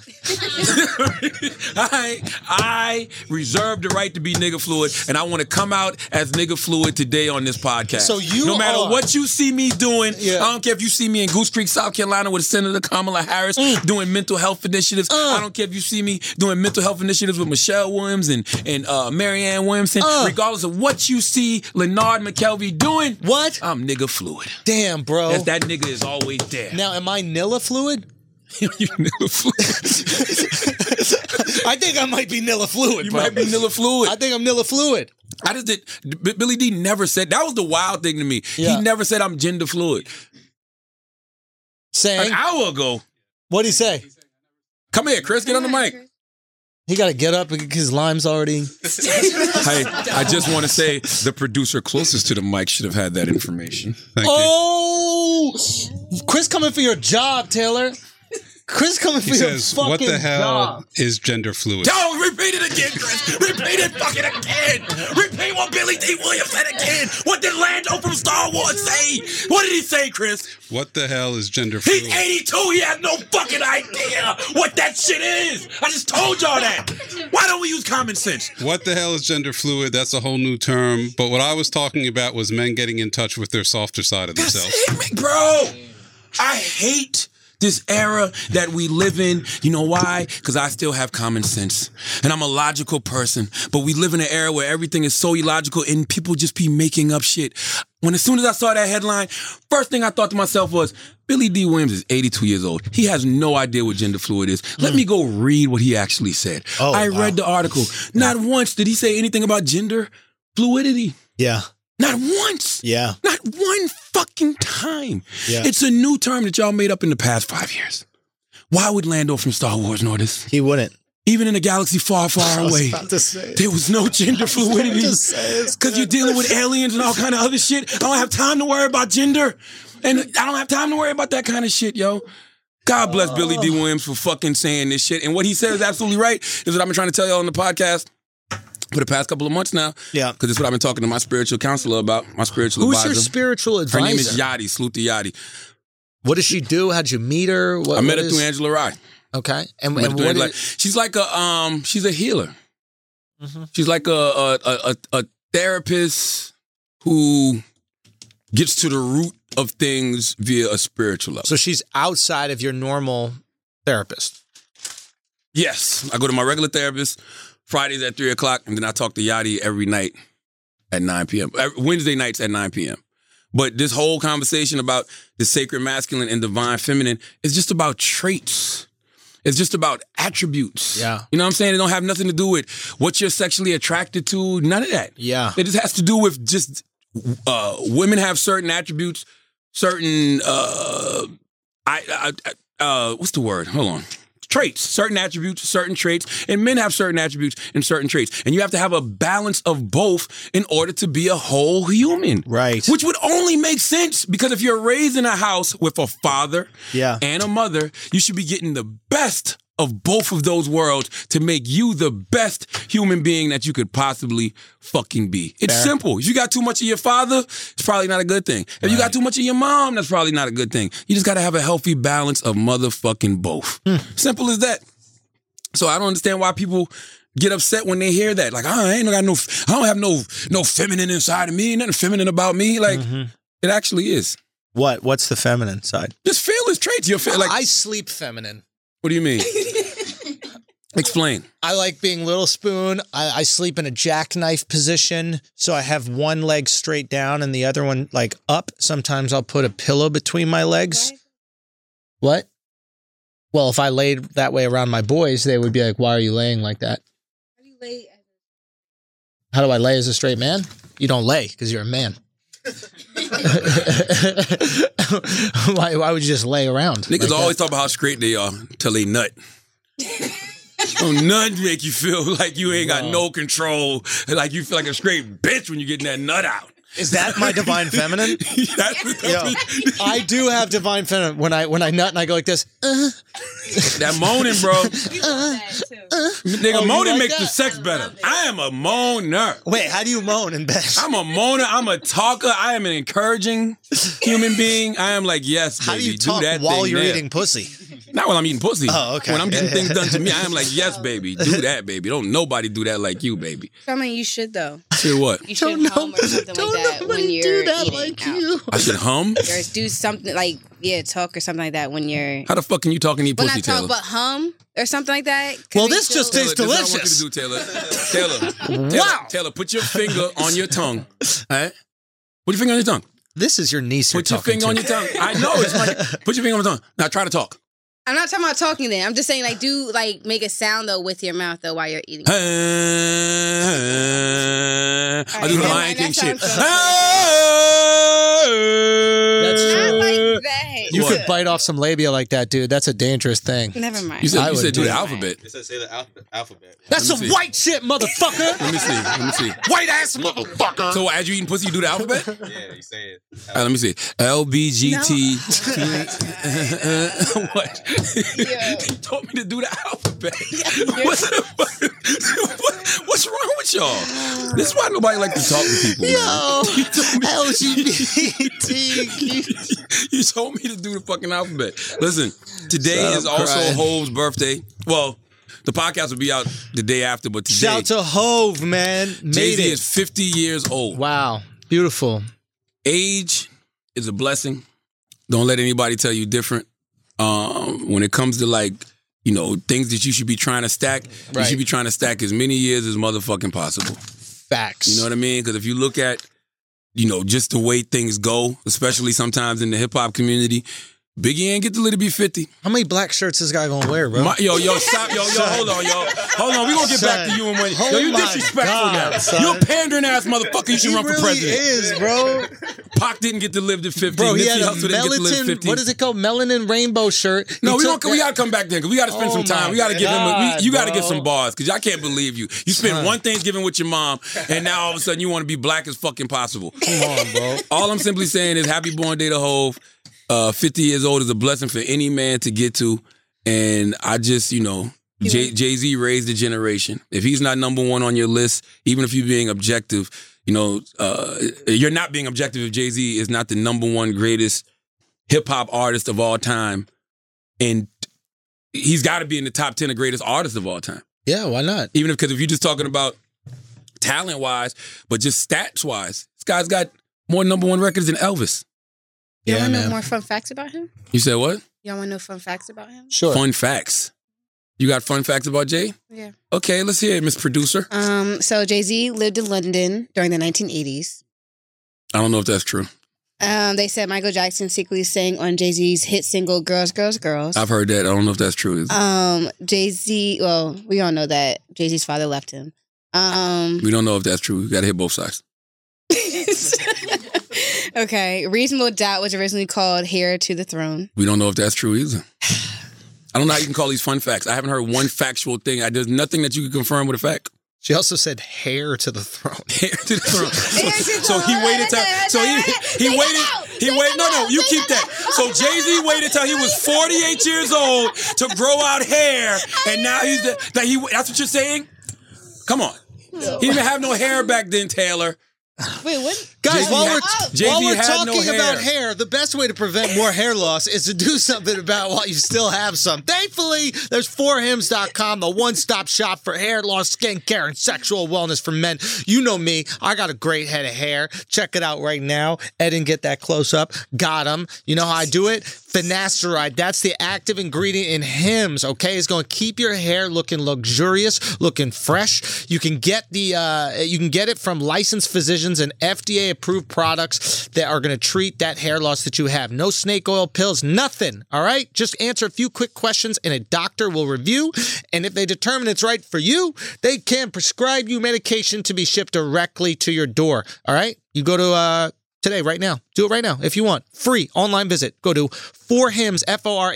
Speaker 3: I I reserve the right to be nigga fluid, and I want to come out as nigga fluid today on this podcast.
Speaker 4: So you
Speaker 3: no matter
Speaker 4: are-
Speaker 3: what you see me doing, I don't care if you see me in Goose Creek, South Carolina, with Senator Kamala Harris
Speaker 4: Mm.
Speaker 3: doing mental health initiatives.
Speaker 4: Uh.
Speaker 3: I don't care if you see me doing mental health initiatives with Michelle Williams and and uh, Marianne Williamson.
Speaker 4: Uh.
Speaker 3: Regardless of what you see, Leonard McKelvey doing,
Speaker 4: what
Speaker 3: I'm nigga fluid.
Speaker 4: Damn, bro.
Speaker 3: Yes, that nigga is always there.
Speaker 4: Now, am I Nilla fluid?
Speaker 3: you Nilla
Speaker 4: fluid. I think I might be Nilla fluid.
Speaker 3: You
Speaker 4: bro.
Speaker 3: might be Nilla fluid. I
Speaker 4: think I'm Nilla fluid.
Speaker 3: I just did. B- Billy D never said that was the wild thing to me. He never said I'm gender fluid.
Speaker 4: Saying
Speaker 3: an hour ago.
Speaker 4: What'd he say?
Speaker 3: Come here, Chris. Get on the mic.
Speaker 4: He got to get up because Lime's already.
Speaker 3: Hey, I just want to say the producer closest to the mic should have had that information. Thank
Speaker 4: oh, Chris coming for your job, Taylor. Chris coming for
Speaker 15: He
Speaker 4: your
Speaker 15: says,
Speaker 4: fucking
Speaker 15: "What the hell
Speaker 4: job.
Speaker 15: is gender fluid?"
Speaker 3: Don't repeat it again, Chris. Repeat it fucking again. Repeat what Billy D. Williams said again. What did Lando from Star Wars say? What did he say, Chris?
Speaker 15: What the hell is gender
Speaker 3: He's
Speaker 15: fluid?
Speaker 3: 82. He has no fucking idea what that shit is. I just told y'all that. Why don't we use common sense?
Speaker 15: What the hell is gender fluid? That's a whole new term. But what I was talking about was men getting in touch with their softer side of themselves.
Speaker 3: bro. I hate this era that we live in. You know why? Because I still have common sense, and I'm a logical person. But we live in an era where everything is so illogical, and people just be making up shit. When as soon as I saw that headline, first thing I thought to myself was, Billy D. Williams is 82 years old. He has no idea what gender fluid is. Let me go read what he actually said. I read the article. Not once did he say anything about gender fluidity.
Speaker 11: Yeah.
Speaker 3: Not once.
Speaker 11: Yeah.
Speaker 3: Not one fucking time.
Speaker 11: Yeah.
Speaker 3: It's a new term that y'all made up in the past five years. Why would Lando from Star Wars know this?
Speaker 11: He wouldn't.
Speaker 3: Even in a galaxy far, far
Speaker 11: I was
Speaker 3: away,
Speaker 11: about to say it.
Speaker 3: there was no gender fluidity.
Speaker 11: to say it's
Speaker 3: Because you're dealing with aliens and all kind of other shit. I don't have time to worry about gender, and I don't have time to worry about that kind of shit, yo. God bless Billy D. Williams for fucking saying this shit. And what he said is absolutely right. This is what I've been trying to tell y'all on the podcast for the past couple of months now.
Speaker 11: Yeah.
Speaker 3: Because this is what I've been talking to my spiritual counselor about, my spiritual
Speaker 4: Who's
Speaker 3: advisor.
Speaker 4: your spiritual advisor?
Speaker 3: Her name is Yadi, Salute to Yadi.
Speaker 4: What does she do? How'd you meet her? What,
Speaker 3: I met
Speaker 4: what
Speaker 3: her
Speaker 4: is-
Speaker 3: through Angela Rye.
Speaker 4: Okay,
Speaker 3: I
Speaker 4: and,
Speaker 3: met her
Speaker 4: and
Speaker 3: through
Speaker 4: what
Speaker 3: Angela
Speaker 4: is-
Speaker 3: Rye. She's like a um, she's a healer. She's like a a, a a a therapist who gets to the root of things via a spiritual level.
Speaker 4: so she's outside of your normal therapist.
Speaker 3: Yes, I go to my regular therapist Fridays at three o'clock, and then I talk to Yadi every night at nine p.m. Every- Wednesday nights at nine p.m. But this whole conversation about the sacred masculine and divine feminine is just about traits. It's just about attributes.
Speaker 4: Yeah.
Speaker 3: You know what I'm saying? It don't have nothing to do with what you're sexually attracted to. None of that.
Speaker 4: Yeah.
Speaker 3: It just has to do with just uh, women have certain attributes, certain uh, I, I, I uh, what's the word? Hold on. Traits, certain attributes, certain traits, and men have certain attributes and certain traits, and you have to have a balance of both in order to be a whole human.
Speaker 11: Right.
Speaker 3: Which would only make sense because if you're raised in a house with a father,
Speaker 11: Yeah.
Speaker 3: and a mother, you should be getting the best of both of those worlds to make you the best human being that you could possibly fucking be. It's
Speaker 11: Fair.
Speaker 3: simple. If you got too much of your father, it's probably not a good thing. If you got too much of your mom, that's probably not a good thing. You just gotta have a healthy balance of motherfucking both.
Speaker 11: Hmm.
Speaker 3: Simple as that. So I don't understand why people get upset when they hear that. Like, "Ah, I ain't got no, I don't have no no feminine inside of me, nothing feminine about me. Like,
Speaker 4: Mm-hmm.
Speaker 3: it actually is.
Speaker 11: What? What's the feminine side?
Speaker 3: Just fearless traits. You're fe- like,
Speaker 4: I sleep feminine.
Speaker 3: what do you mean? Explain.
Speaker 4: I like being little spoon. I, I sleep in a jackknife position, so I have one leg straight down and the other one like up. Sometimes I'll put a pillow between my legs. What? Well, if I laid that way around my boys, they would be like, "Why are you laying like that? How do I lay as a straight man? You don't lay because you're a man."
Speaker 16: why, why would you just lay around?
Speaker 3: Niggas always talk about how straight they are till they nut. oh, nut make you feel like you ain't got no control, like you feel like a straight bitch when you getting that nut out.
Speaker 4: Is that my divine feminine?
Speaker 3: That's what that
Speaker 4: Yo, I do have divine feminine when I when I nut and I go like this. Uh,
Speaker 3: That moaning, bro. Nigga,
Speaker 4: Oh, you
Speaker 3: moaning
Speaker 4: like
Speaker 3: makes the
Speaker 4: that?
Speaker 3: sex better. I am a moaner.
Speaker 4: Wait, how do you moan in bed?
Speaker 3: I'm a moaner. I'm a talker. I am an encouraging human being. I am like, yes, baby,
Speaker 4: How do you
Speaker 3: do
Speaker 4: talk
Speaker 3: that
Speaker 4: while
Speaker 3: thing
Speaker 4: you're
Speaker 3: there.
Speaker 4: eating pussy?
Speaker 3: Not while I'm eating pussy.
Speaker 4: Oh, okay.
Speaker 3: When I'm getting
Speaker 4: Yeah.
Speaker 3: things done to me, I am like, yes, baby, do that, baby. Don't nobody do that like you, baby.
Speaker 6: I mean, you should though.
Speaker 3: Say what?
Speaker 6: You should home or something like that when you're do that like you.
Speaker 3: I should hum.
Speaker 6: Or do something like yeah, talk or something like that when you're.
Speaker 3: How the fuck can you talk any
Speaker 6: When
Speaker 3: pussy,
Speaker 6: I talk
Speaker 3: Taylor?
Speaker 6: about hum or something like that. 'cause
Speaker 4: Well,
Speaker 6: they
Speaker 4: this just
Speaker 6: still-
Speaker 4: tastes
Speaker 3: Taylor, this
Speaker 4: delicious.
Speaker 3: is what I want you to do, Taylor. Taylor. Taylor,
Speaker 4: Wow.
Speaker 3: Taylor, put your finger on your tongue. All right. Put your finger on your tongue.
Speaker 4: This is your niece.
Speaker 3: Put your finger on your tongue. I know it's funny. Put your finger on your tongue. Now try to talk.
Speaker 6: I'm not talking about talking. Then I'm just saying like do like make a sound though with your mouth though while you're eating.
Speaker 3: I do the
Speaker 6: Alright,
Speaker 3: Lion
Speaker 6: that
Speaker 3: King shit.
Speaker 6: sounds so
Speaker 16: That's true.
Speaker 6: Like that.
Speaker 16: You could bite off some labia like that, dude. That's a dangerous thing.
Speaker 6: Never mind.
Speaker 3: You said,
Speaker 16: I
Speaker 3: you
Speaker 16: would
Speaker 3: said do
Speaker 16: do
Speaker 3: the
Speaker 16: it.
Speaker 3: alphabet.
Speaker 14: It says say the alpha- alphabet.
Speaker 16: That's
Speaker 3: Let
Speaker 16: some
Speaker 3: me see.
Speaker 16: white shit, motherfucker.
Speaker 3: Let me see. Let me see.
Speaker 16: white ass motherfucker.
Speaker 3: So as you eating pussy, you do the alphabet? All
Speaker 14: Yeah, you say it.
Speaker 3: right, let me see. L B G T. What? You told me to do the alphabet. What the fuck? What- What's wrong with y'all? This is why nobody like to talk to people. man.
Speaker 16: Yo,
Speaker 3: You told me to do the fucking alphabet. Listen, today
Speaker 4: Stop
Speaker 3: is also
Speaker 4: crying.
Speaker 3: Hove's birthday. Well, the podcast will be out the day after, but today
Speaker 4: Shout to Hove, man.
Speaker 3: Jay
Speaker 4: Made
Speaker 3: Z
Speaker 4: it.
Speaker 3: is 50 years old.
Speaker 16: Wow, beautiful.
Speaker 3: Age is a blessing. Don't let anybody tell you different. Um, when it comes to like, you know, things that you should be trying to stack, you
Speaker 16: Right.
Speaker 3: should be trying to stack as many years as motherfucking possible.
Speaker 16: Facts.
Speaker 3: You know what I mean? Because if you look at, you know, just the way things go, especially sometimes in the hip hop community, Biggie ain't get to live to be 50.
Speaker 4: How many black shirts this guy gonna wear, bro?
Speaker 3: My- yo, yo, stop, yo, yo,
Speaker 4: Son.
Speaker 3: hold on, yo, hold on. We gonna get back to you in one.
Speaker 4: Son.
Speaker 3: Yo, you
Speaker 4: Oh my
Speaker 3: disrespectful
Speaker 4: God,
Speaker 3: now.
Speaker 4: son.
Speaker 3: You're a pandering ass motherfucker. You should
Speaker 4: he
Speaker 3: run for
Speaker 4: really
Speaker 3: president.
Speaker 4: is, bro.
Speaker 3: Pac didn't get to live to 50.
Speaker 4: Bro, he
Speaker 3: Nipsey
Speaker 4: had a
Speaker 3: Hussle didn't get to live to
Speaker 4: melatonin.
Speaker 3: 50.
Speaker 16: What is it called? Melanin rainbow shirt.
Speaker 3: No,
Speaker 16: He
Speaker 3: we
Speaker 16: took
Speaker 3: don't. We
Speaker 16: that-
Speaker 3: gotta come back then because we gotta spend
Speaker 16: Oh
Speaker 3: some time.
Speaker 16: my
Speaker 3: We gotta give him. A,
Speaker 16: God,
Speaker 3: we, you gotta get
Speaker 16: bro.
Speaker 3: some bars because I can't believe you. You spend one Thanksgiving with your mom, and now all of a sudden you want to be black as fucking possible.
Speaker 16: Come on, bro.
Speaker 3: All I'm simply saying is happy born day to Hove. Uh, 50 years old is a blessing for any man to get to, and I just you know. Jay Z raised a generation. If he's not number one on your list, even if you're being objective, you know, uh, you're not being objective if Jay Z is not the number one greatest hip hop artist of all time. And he's got to be in the top 10 of greatest artists of all time.
Speaker 16: Yeah, why not?
Speaker 3: Even if, because if you're just talking about talent wise, but just stats wise, this guy's got more number one records than Elvis.
Speaker 6: Y'all
Speaker 16: Yeah,
Speaker 6: want to know
Speaker 16: man.
Speaker 6: more fun facts about him?
Speaker 3: You said what?
Speaker 6: Y'all want to know fun facts about him?
Speaker 16: Sure.
Speaker 3: Fun facts. You got fun facts about Jay?
Speaker 6: Yeah.
Speaker 3: Okay, let's hear it, Miss Producer.
Speaker 6: Um. So Jay Z lived in London during the 1980s.
Speaker 3: I don't know if that's true.
Speaker 6: Um. They said Michael Jackson secretly sang on Jay Z's hit single "Girls, Girls, Girls."
Speaker 3: I've heard that. I don't know if that's true.
Speaker 6: Um, Jay Z. Well, we all know that Jay Z's father left him. Um,
Speaker 3: we don't know if that's true. We got to hit both sides.
Speaker 6: okay. Reasonable Doubt was originally called Hair to the Throne.
Speaker 3: We don't know if that's true either. I don't know how you can call these fun facts. I haven't heard one factual thing. I, there's nothing that you can confirm with a fact.
Speaker 4: She also said hair to the throne.
Speaker 3: Heir to the throne. So, so he waited till so he he waited he waited no no you keep that. So Jay Z waited till he was 48 years old to grow out hair, and now he's the, that he that's what you're saying. Come on, he didn't have no hair back then, Taylor.
Speaker 6: Wait, what?
Speaker 4: Guys,
Speaker 3: Jay-Z
Speaker 4: while
Speaker 3: had-
Speaker 4: we're,
Speaker 3: Jay-Z
Speaker 4: while we're
Speaker 3: had no
Speaker 4: talking
Speaker 3: hair.
Speaker 4: about hair, the best way to prevent more hair loss is to do something about while you still have some. Thankfully, there's 4hims.com, the one stop shop for hair loss, skincare, and sexual wellness for men. You know me, I got a great head of hair. Check it out right now. Ed didn't get that close up. Got him. You know how I do it? Finasteride. That's the active ingredient in hymns, okay? It's going to keep your hair looking luxurious, looking fresh. You can get the uh, you can get it from licensed physicians and FDA approved products that are going to treat that hair loss that you have. No snake oil pills, nothing. All right? Just answer a few quick questions and a doctor will review and if they determine it's right for you, they can prescribe you medication to be shipped directly to your door. All right? You go to uh today, right now. Do it right now if you want. Free online visit. Go to forhims,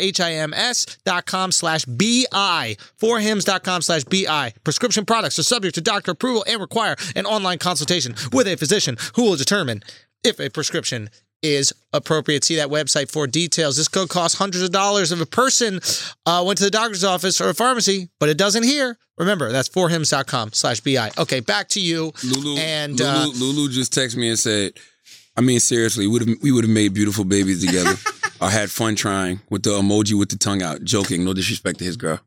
Speaker 4: F-O-R-H-I-M-S dot com slash B-I. Forhims dot com slash B-I. Prescription products are subject to doctor approval and require an online consultation with a physician who will determine if a prescription is appropriate. See that website for details. This could cost hundreds of dollars if a person uh, went to the doctor's office or a pharmacy, but it doesn't here. Remember, that's forhims.com slash BI. Okay, back to you. Lulu. And uh,
Speaker 3: Lulu, Lulu just texted me and said, "I mean, seriously, would have we would have made beautiful babies together. I had fun trying with the emoji with the tongue out, joking. No disrespect to his girl.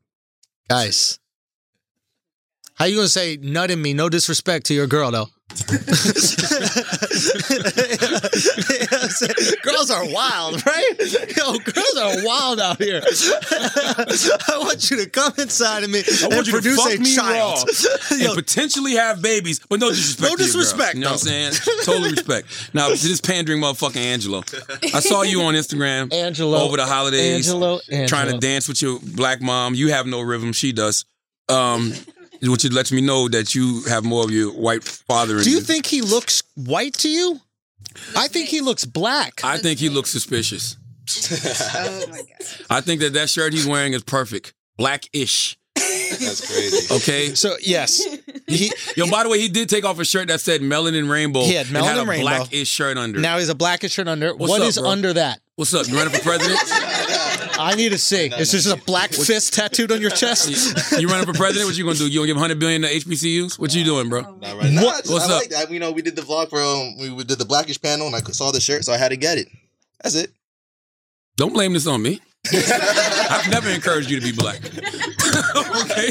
Speaker 4: guys, how you going to say nut in me? No disrespect to your girl, though. girls are wild, right? Yo, girls are wild out here. I want you to come inside of me
Speaker 3: I
Speaker 4: and
Speaker 3: want you to
Speaker 4: produce
Speaker 3: fuck
Speaker 4: a
Speaker 3: me
Speaker 4: child.
Speaker 3: raw and potentially have babies, but no disrespect.
Speaker 4: No
Speaker 3: to your girl.
Speaker 4: disrespect,
Speaker 3: You know what
Speaker 4: no.
Speaker 3: I'm saying? Total respect. Now to this pandering motherfucking Angelo, I saw you on Instagram,
Speaker 4: Angelo,
Speaker 3: over the holidays,
Speaker 4: Angelo, Angelo.
Speaker 3: trying to dance with your black mom. You have no rhythm. She does. Um, which it lets me know that you have more of your white father. in
Speaker 4: Do you think he looks white to you? I think he looks black.
Speaker 3: I think he looks suspicious.
Speaker 6: oh my god.
Speaker 3: I think that that shirt he's wearing is perfect, blackish.
Speaker 14: That's crazy.
Speaker 3: Okay.
Speaker 4: So yes,
Speaker 3: yo. By the way, he did take off a shirt that said "Melanin Rainbow."
Speaker 4: He had
Speaker 3: and had
Speaker 4: Melanin
Speaker 3: a
Speaker 4: Rainbow.
Speaker 3: blackish shirt under. it.
Speaker 4: Now he's a blackish shirt under. What
Speaker 3: What's
Speaker 4: is
Speaker 3: up, bro?
Speaker 4: under that?
Speaker 3: What's up? You running for president?
Speaker 4: I need to see. Is this just a black fist tattooed on your chest?
Speaker 3: you running for president? What you gonna do? You gonna give hundred billion to HBCUs? What you doing, bro?
Speaker 14: Not right now.
Speaker 3: What-
Speaker 14: Just-
Speaker 3: What's
Speaker 14: I
Speaker 3: up?
Speaker 14: Like that. You know, we did the vlog for um, we we did the blackish panel, and I saw the shirt, so I had to get it. That's it.
Speaker 3: Don't blame this on me. I've never encouraged you to be black. okay.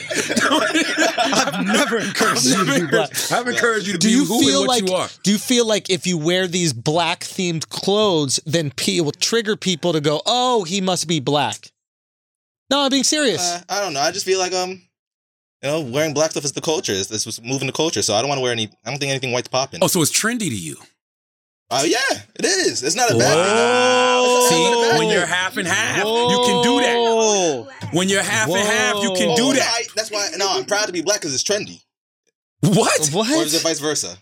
Speaker 4: I've never encouraged you to be black.
Speaker 3: I've encouraged you to
Speaker 4: Do
Speaker 3: be
Speaker 4: you
Speaker 3: who
Speaker 4: feel
Speaker 3: and what
Speaker 4: like
Speaker 3: you are.
Speaker 4: do you feel like if you wear these black themed clothes, then P it will trigger people to go, "Oh, he must be black." No, I'm being serious.
Speaker 14: Uh, I don't know. I just feel like um, you know, wearing black stuff is the culture. It's, it's what's moving the culture. So I don't want to wear any. I don't think anything white's popping.
Speaker 3: Oh, so it's trendy to you.
Speaker 14: Oh yeah, it is. It's not a bad thing.
Speaker 3: See, when you're half and half, you can do that. When you're half and half, you can do that.
Speaker 14: that's why. No, I'm proud to be black because it's trendy.
Speaker 3: What?
Speaker 14: Or is it vice versa?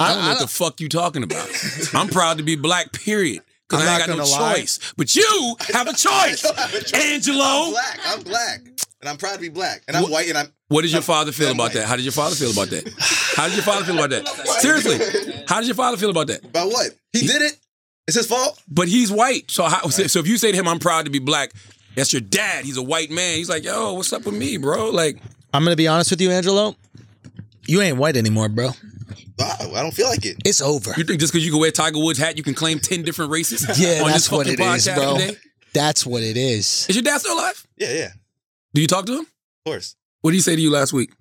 Speaker 3: I don't know what the fuck you talking about. I'm proud to be black, period. Because
Speaker 14: I'm
Speaker 3: I
Speaker 14: not
Speaker 3: ain't got no
Speaker 14: gonna lie.
Speaker 3: choice. But you have a choice,
Speaker 14: I'm
Speaker 3: Angelo.
Speaker 14: black. I'm black, and I'm proud to be black, and I'm white, and I'm.
Speaker 3: What did your father feel about that? How did your father feel about that? How did your father feel about that? Seriously, how did your father feel about that?
Speaker 14: About what? He, did it. It's his fault.
Speaker 3: But he's white, so how, so- so if you say to him, "I'm proud to be black," that's your dad. He's a white man. He's like, "Yo, what's up with me, bro?" Like,
Speaker 4: I'm gonna be honest with you, Angelo. You ain't white anymore, bro.
Speaker 14: I don't feel like it.
Speaker 4: It's over.
Speaker 3: you think just because you can wear Tiger Woods hat, you can claim ten different races?
Speaker 4: Yeah,
Speaker 3: on this
Speaker 4: that's what
Speaker 3: fucking
Speaker 4: it is,
Speaker 3: podcast
Speaker 4: bro.
Speaker 3: today?
Speaker 4: That's what it is.
Speaker 3: Is your dad still alive?
Speaker 14: Yeah, yeah, of
Speaker 3: Do you talk to him?
Speaker 14: course.
Speaker 3: What did he say to you last week?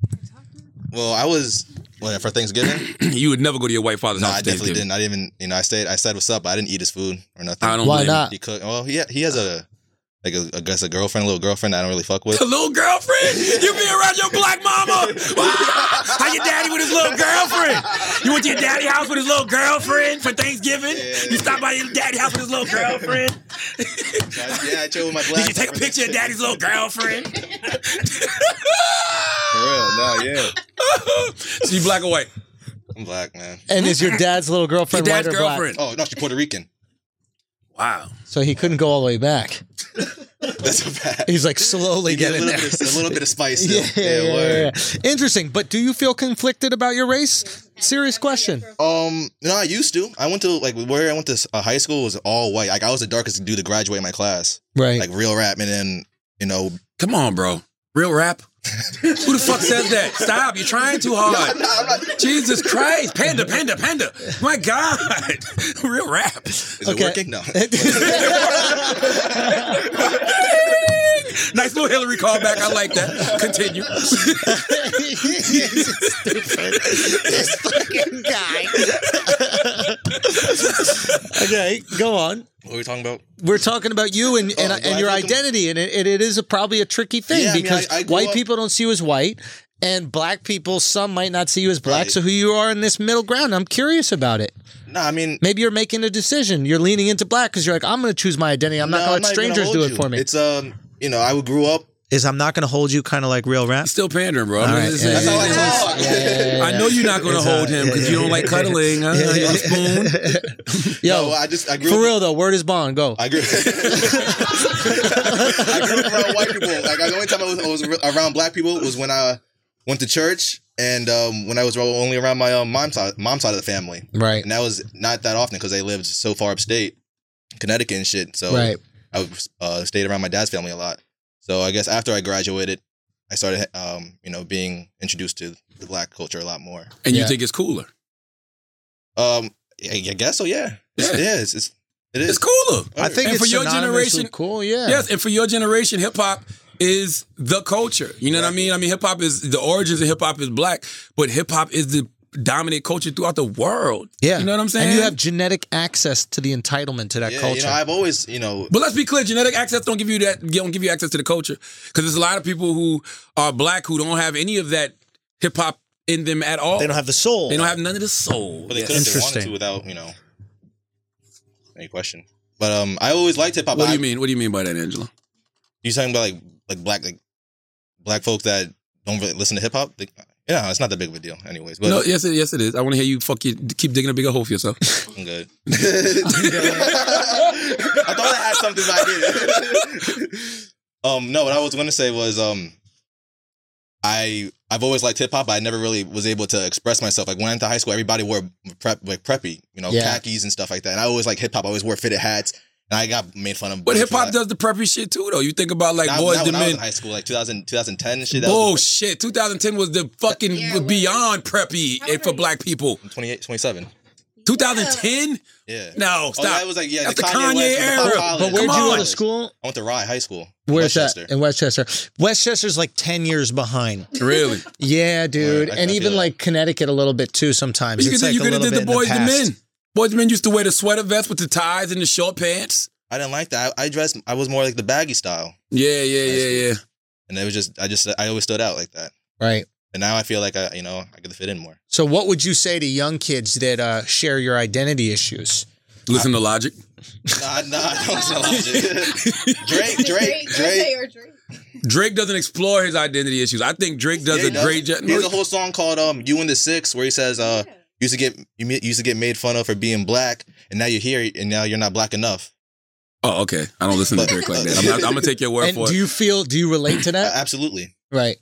Speaker 14: Well, I was well, for Thanksgiving.
Speaker 3: you would never go to your white father's
Speaker 14: no,
Speaker 3: house.
Speaker 14: I
Speaker 3: for
Speaker 14: definitely
Speaker 3: Thanksgiving.
Speaker 14: didn't. I didn't even. You know, I stayed. I said what's up. But I didn't eat his food or nothing.
Speaker 3: I don't Why blame you. not?
Speaker 14: He cooked. Well, he he has a like a, I guess a girlfriend, a little girlfriend. that I don't really fuck with.
Speaker 3: The little girlfriend? You be around your black mama? Ah, How your daddy with his little girlfriend? You went to your daddy house with his little girlfriend for Thanksgiving? You stopped by your daddy house with his little girlfriend?
Speaker 14: yeah, I chill with my
Speaker 3: Did
Speaker 14: black.
Speaker 3: you take a picture of daddy's little girlfriend?
Speaker 14: For real? No, yeah.
Speaker 3: so you black or white?
Speaker 14: I'm black, man.
Speaker 4: And is your dad's little girlfriend white or black?
Speaker 14: Oh no, she's Puerto Rican.
Speaker 3: Wow.
Speaker 4: So he couldn't go all the way back.
Speaker 14: That's a bad.
Speaker 4: He's like slowly
Speaker 14: You need a
Speaker 4: getting
Speaker 14: little
Speaker 4: there.
Speaker 14: bit of- a little bit of spice still.
Speaker 4: Yeah,
Speaker 14: Yeah,
Speaker 4: yeah, yeah,
Speaker 14: word.
Speaker 4: yeah. Interesting, but do you feel conflicted about your race? Serious question.
Speaker 14: Um, no, I used to. I went to like where I went to uh, high school was all white. Like I was the darkest dude to graduate in my class.
Speaker 4: Right.
Speaker 14: Like real rap, and then you know.
Speaker 3: Come on, bro. Real rap. Who the fuck says that? Stop! You're trying too hard. Jesus Christ! Panda, panda, panda! My God! Real rap.
Speaker 14: Is it working? No.
Speaker 3: nice little Hillary callback. I like that. Continue.
Speaker 4: this fucking guy. okay, go on.
Speaker 14: What are we talking about?
Speaker 4: We're talking about you and and,
Speaker 14: Oh, do
Speaker 4: and
Speaker 14: I
Speaker 4: your
Speaker 14: think I'm-
Speaker 4: identity, and it, it is a, probably a tricky thing
Speaker 14: Yeah, I mean,
Speaker 4: because
Speaker 14: I- I grew
Speaker 4: white
Speaker 14: up-
Speaker 4: people don't see you as white, and black people some might not see you as black. So who you are in this middle ground? I'm curious about it.
Speaker 14: No, I mean
Speaker 4: Maybe you're making a decision. You're leaning into black because you're like, I'm going to choose my identity. I'm not
Speaker 14: No,
Speaker 4: going
Speaker 14: I'm
Speaker 4: to let
Speaker 14: not even gonna
Speaker 4: strangers
Speaker 14: hold
Speaker 4: do it
Speaker 14: you.
Speaker 4: for me.
Speaker 14: It's um, you know, I grew up
Speaker 11: is I'm not going to hold you kind of like real rap.
Speaker 3: Still pandering, bro.
Speaker 11: All right, yeah, yeah, yeah.
Speaker 3: I know you're not going to
Speaker 11: It's uh, all
Speaker 3: hold
Speaker 11: right.
Speaker 3: him because you don't like cuddling. huh? You want a spoon?
Speaker 4: Yo,
Speaker 14: I just I grew
Speaker 4: for
Speaker 14: up,
Speaker 4: real though, word is bond. Go.
Speaker 14: I grew, I grew up around white people. Like the only time I was, I was around black people was when I went to church and um, when I was only around my um, mom's side, mom's side of the family.
Speaker 4: Right.
Speaker 14: And that was not that often because they lived so far upstate, Connecticut and shit. So
Speaker 4: Right.
Speaker 14: I was, uh, stayed around my dad's family a lot. So I guess after I graduated, I started um, you know being introduced to the black culture a lot more.
Speaker 3: And you think it's cooler?
Speaker 14: Um, I I guess so. Yeah, It's, yeah. It's, it's it is.
Speaker 3: It's cooler.
Speaker 14: I think
Speaker 3: and
Speaker 14: it's
Speaker 3: for your
Speaker 14: synonymous with
Speaker 3: generation,
Speaker 4: cool. Yeah.
Speaker 3: Yes, and for your generation, hip hop is the culture. You know what I mean? I mean, hip hop is the origins of hip hop is black, but hip hop is the dominant culture throughout the world.
Speaker 4: Yeah.
Speaker 3: you know what I'm saying?
Speaker 4: And you have genetic access to the entitlement to that
Speaker 14: Yeah,
Speaker 4: culture.
Speaker 14: you know, I've always you know
Speaker 3: But let's be clear, genetic access don't give you that don't give you access to the culture because there's a lot of people who are black who don't have any of that hip hop in them at all.
Speaker 11: They don't have the soul.
Speaker 3: They don't have none of the soul.
Speaker 14: But they
Speaker 3: Yes.
Speaker 14: could if they wanted to without, you know, any question. But um, I always liked hip hop.
Speaker 3: What do
Speaker 14: I-
Speaker 3: you mean? What do you mean by that, Angela?
Speaker 14: You talking about like like black like black folk that don't really listen to hip hop? Like, yeah, it's not that big of a deal, anyways. But
Speaker 3: no, yes, it, yes, it is. I want to hear you fuck you, keep digging a bigger hole for yourself.
Speaker 14: I'm good. I thought I had something, but I didn't. um, no, what I was going to say was um, I I've always liked hip hop, but I never really was able to express myself. Like when I went to high school, everybody wore prep like preppy, you know,
Speaker 3: Yeah.
Speaker 14: khakis and stuff like that. And I always like hip hop. I always wore fitted hats, and I got made fun of.
Speaker 3: But hip
Speaker 14: for
Speaker 3: hop
Speaker 14: that.
Speaker 3: does the preppy shit too, though. You think about like
Speaker 14: Not-
Speaker 3: boys
Speaker 14: not
Speaker 3: the
Speaker 14: when I was in
Speaker 3: men.
Speaker 14: high school, like 2000, 2010 and shit. That
Speaker 3: Oh
Speaker 14: was
Speaker 3: shit! 2010 was the fucking beyond preppy for black people.
Speaker 14: 28, 27.
Speaker 3: 2010?
Speaker 14: Yeah.
Speaker 3: No,
Speaker 14: Oh,
Speaker 3: stop.
Speaker 14: that was like yeah,
Speaker 3: That's
Speaker 14: the
Speaker 3: the
Speaker 14: Kanye,
Speaker 3: Kanye
Speaker 14: West and the
Speaker 3: era.
Speaker 14: Pop
Speaker 3: But
Speaker 14: Collins.
Speaker 3: where'd
Speaker 14: Come
Speaker 3: you go
Speaker 14: on.
Speaker 3: to
Speaker 11: school?
Speaker 14: I went to Rye High School.
Speaker 4: Where's that? In Westchester. Westchester's like 10 years behind.
Speaker 3: Really?
Speaker 4: Yeah, dude.
Speaker 3: Right, I-
Speaker 4: and
Speaker 3: I
Speaker 4: even
Speaker 3: feel
Speaker 4: like Connecticut a little bit too sometimes.
Speaker 3: You could
Speaker 4: It's
Speaker 3: you
Speaker 4: like
Speaker 3: could
Speaker 4: a
Speaker 3: have
Speaker 4: little
Speaker 3: did the
Speaker 4: bit in
Speaker 3: boys the,
Speaker 4: past.
Speaker 3: men. Boys the men used to wear the sweater vest with the ties and the short pants.
Speaker 14: I didn't like that. I, I dressed. I was more like the baggy style.
Speaker 3: Yeah, yeah, yeah, yeah.
Speaker 14: And it was just. I just. I always stood out like that.
Speaker 4: Right.
Speaker 14: And now I feel like I, you know, I could fit in more.
Speaker 4: So, what would you say to young kids that uh, share your identity issues?
Speaker 3: Listen to Logic.
Speaker 14: Nah, nah, I don't sound like shit. Drake, Drake, Drake.
Speaker 3: Drake doesn't explore his identity issues. I think Drake does
Speaker 14: Yeah,
Speaker 3: a great job.
Speaker 14: There's a whole song called "Um You and the Six where he says, "Uh, you used to get you me- used to get made fun of for being black, and now you're here, and now you're not black enough."
Speaker 3: Oh, okay. I don't listen to Drake like that. I'm, not, I'm gonna take your word
Speaker 4: And
Speaker 3: for
Speaker 4: do
Speaker 3: it.
Speaker 4: you feel, do you relate to that?
Speaker 14: Absolutely.
Speaker 4: Right.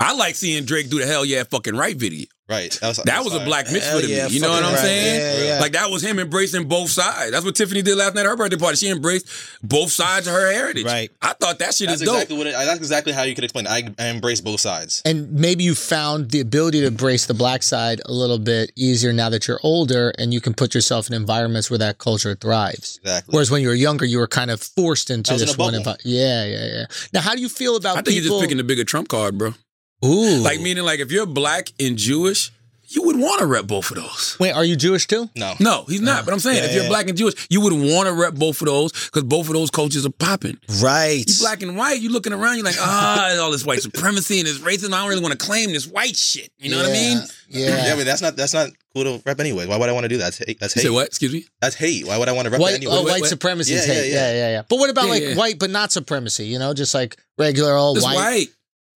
Speaker 3: I like seeing Drake do the hell yeah fucking right video.
Speaker 14: Right. That was,
Speaker 3: that was a
Speaker 14: sorry.
Speaker 3: black mitzvah
Speaker 14: Hell
Speaker 3: to me.
Speaker 14: yeah,
Speaker 3: you know what
Speaker 14: fucking
Speaker 3: I'm
Speaker 14: right.
Speaker 3: saying?
Speaker 14: Yeah, yeah.
Speaker 3: Like that was him embracing both sides. That's what Tiffany did last night at her birthday party. She embraced both sides of her heritage. Right. I thought that shit
Speaker 14: That's
Speaker 3: is dope.
Speaker 14: exactly what. It, that's exactly how you could explain. It. I, I embrace both sides.
Speaker 4: And maybe you found the ability to embrace the black side a little bit easier now that you're older and you can put yourself in environments where that culture thrives.
Speaker 14: Exactly.
Speaker 4: Whereas when you were younger, you were kind of forced into
Speaker 3: I was in
Speaker 4: this
Speaker 3: a
Speaker 4: one
Speaker 3: bubble.
Speaker 4: environment. Yeah, yeah, yeah. Now, how do you feel about
Speaker 3: I think
Speaker 4: people?
Speaker 3: you're just picking the bigger trump card, bro.
Speaker 4: Ooh.
Speaker 3: Like meaning like if you're black and Jewish, you would want to rep both of those.
Speaker 4: Wait, are you Jewish too?
Speaker 14: No.
Speaker 3: No, he's not. But I'm saying
Speaker 4: Uh, Yeah,
Speaker 3: if you're
Speaker 4: yeah.
Speaker 3: black and Jewish, you would want to rep both of those because both of those cultures are popping.
Speaker 11: Right.
Speaker 3: You black and white, you looking around, you're like, ah, all this white supremacy and this racism. I don't really want to claim this white shit. You know what I mean?
Speaker 14: Yeah. but that's not that's not cool to rep anyway. Why would I want to do that? That's hate. That's
Speaker 3: You
Speaker 14: hate.
Speaker 3: say what? Excuse me.
Speaker 14: That's hate. Why would I want to rep
Speaker 4: White,
Speaker 14: it anyway?
Speaker 4: oh, white supremacy is hate. Yeah, yeah, yeah, But what about
Speaker 14: Yeah,
Speaker 4: like
Speaker 14: yeah.
Speaker 4: white but not supremacy? You know, just like regular old
Speaker 14: Just
Speaker 4: white.
Speaker 14: white.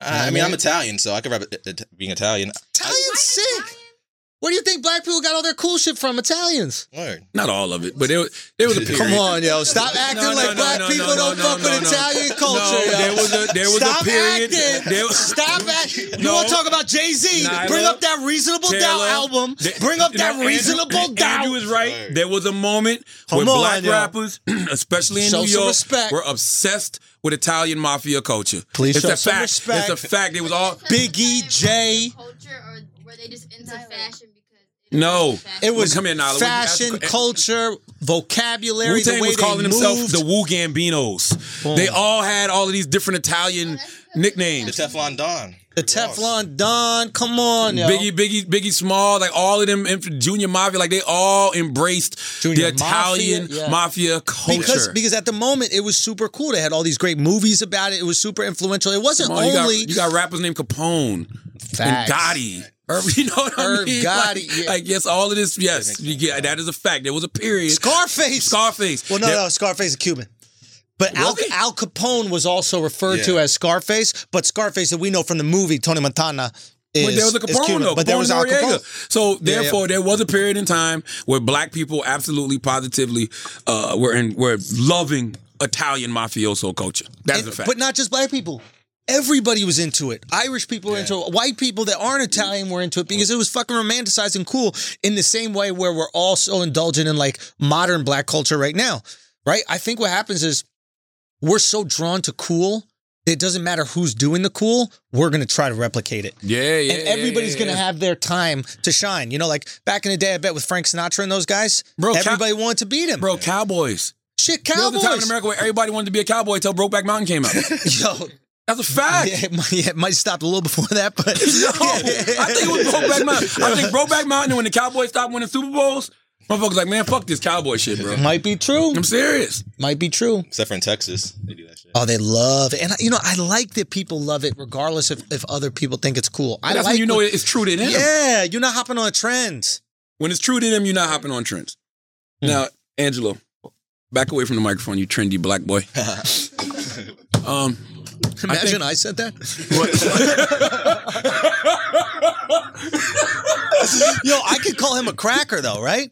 Speaker 14: Ah, I, I mean,
Speaker 4: Yeah.
Speaker 14: I'm Italian, so I could rep it, it, being Italian.
Speaker 4: Italian's sick. Where do you think black people got all their cool shit from? Italians.
Speaker 14: Word.
Speaker 3: Not all of it, but it, was- it was a period.
Speaker 4: Come on, yo. Stop acting
Speaker 3: No, no,
Speaker 4: like
Speaker 3: no,
Speaker 4: black
Speaker 3: no,
Speaker 4: people
Speaker 3: no,
Speaker 4: don't
Speaker 3: no,
Speaker 4: fuck
Speaker 3: no,
Speaker 4: with
Speaker 3: no.
Speaker 4: Italian culture,
Speaker 3: No,
Speaker 4: yo.
Speaker 3: there was a there was
Speaker 4: Stop
Speaker 3: a period.
Speaker 4: Acting.
Speaker 3: There was-
Speaker 4: Stop acting. You
Speaker 3: No.
Speaker 4: want to talk about Jay Z?
Speaker 3: Nyla,
Speaker 4: Bring up that Reasonable Doubt
Speaker 3: Taylor,
Speaker 4: album.
Speaker 3: th-
Speaker 4: Bring up
Speaker 3: you
Speaker 4: that
Speaker 3: know, Andrew-
Speaker 4: Reasonable Doubt.
Speaker 3: Andrew was right. There was a moment
Speaker 4: Come
Speaker 3: when
Speaker 4: on,
Speaker 3: black
Speaker 4: yo.
Speaker 3: rappers, especially in
Speaker 4: Show
Speaker 3: New
Speaker 4: some
Speaker 3: York,
Speaker 4: respect.
Speaker 3: were obsessed with Italian mafia culture.
Speaker 4: Please
Speaker 3: it's
Speaker 4: show
Speaker 3: a
Speaker 4: some
Speaker 3: fact.
Speaker 4: respect.
Speaker 3: It's a fact. It was all
Speaker 4: Biggie, Jay.
Speaker 12: Were they just into fashion?
Speaker 3: No,
Speaker 4: It was
Speaker 3: come here, Nala.
Speaker 4: fashion, culture, vocabulary,
Speaker 3: Wu Tang
Speaker 4: the way
Speaker 3: was calling
Speaker 4: they
Speaker 3: themselves
Speaker 4: moved.
Speaker 3: the Wu Gambinos. They all had all of these different Italian nicknames.
Speaker 14: The Teflon Don.
Speaker 4: The Teflon Don, come on, yo.
Speaker 3: Biggie, Biggie, Biggie Small, like all of them, inf- Junior Mafia, like they all embraced
Speaker 4: Junior
Speaker 3: the Italian
Speaker 4: Mafia,
Speaker 3: mafia,
Speaker 4: yeah.
Speaker 3: culture.
Speaker 4: Because because at the moment it was super cool. They had all these great movies about it. It was super influential. It wasn't
Speaker 3: Come on, you, got,
Speaker 4: only
Speaker 3: you got rappers named Capone
Speaker 4: Facts.
Speaker 3: and Gotti. Irv- you know what I
Speaker 4: Irv
Speaker 3: mean?
Speaker 4: Gotti,
Speaker 3: like,
Speaker 4: yeah.
Speaker 3: like, yes, all of this. Yes, you get- that is a fact. There was a period.
Speaker 4: Scarface.
Speaker 3: Scarface.
Speaker 11: Well, no,
Speaker 3: There-
Speaker 11: no. Scarface is Cuban.
Speaker 4: But Al, Al Capone was also referred to as Scarface, but Scarface that we know from the movie Tony Montana is
Speaker 3: but there was a
Speaker 4: is
Speaker 3: Capone
Speaker 4: Cuban,
Speaker 3: though.
Speaker 4: But there
Speaker 3: Capone
Speaker 4: was Al
Speaker 3: Noriega.
Speaker 4: Capone.
Speaker 3: So
Speaker 4: Yeah, yeah.
Speaker 3: therefore, there was a period in time where black people absolutely, positively, uh, were in were loving Italian mafioso culture. That's a fact.
Speaker 4: But not just black people. Everybody was into it. Irish people were into it. White people that aren't Italian were into it because it was fucking romanticized and cool in the same way where we're all so indulgent in like modern black culture right now. Right? I think what happens is we're so drawn to cool that it doesn't matter who's doing the cool, we're gonna try to replicate it.
Speaker 3: yeah, yeah.
Speaker 4: and everybody's gonna have their time to shine. You know, like back in the day, I bet with Frank Sinatra and those guys,
Speaker 3: Bro, cow-
Speaker 4: everybody wanted to beat him.
Speaker 3: Bro, cowboys.
Speaker 4: Shit,
Speaker 3: There was a time in
Speaker 4: Cowboys.
Speaker 3: America where everybody wanted to be a cowboy until Brokeback Mountain came out.
Speaker 4: Yo,
Speaker 3: that's a fact.
Speaker 4: Yeah, it might, yeah, it might stop a little before that, but
Speaker 3: No, I think it was Brokeback Mountain. I think Brokeback Mountain when the Cowboys stopped winning Super Bowls, motherfuckers like, man, fuck this cowboy shit, bro.
Speaker 4: might be true.
Speaker 3: I'm serious.
Speaker 4: Might be true.
Speaker 14: Except for in Texas, they do that shit.
Speaker 4: Oh, they love it. And, I- you know, I like that people love it regardless if, if other people think it's cool. I
Speaker 3: That's
Speaker 4: like
Speaker 3: when you know
Speaker 4: when-
Speaker 3: it's true to them.
Speaker 4: Yeah, you're not hopping on trends.
Speaker 3: When it's true to them, you're not hopping on trends.
Speaker 4: Hmm.
Speaker 3: Now, Angelo, back away from the microphone, you trendy black boy. um,
Speaker 4: Imagine I, said that. Yo, I could call him a cracker, though, right?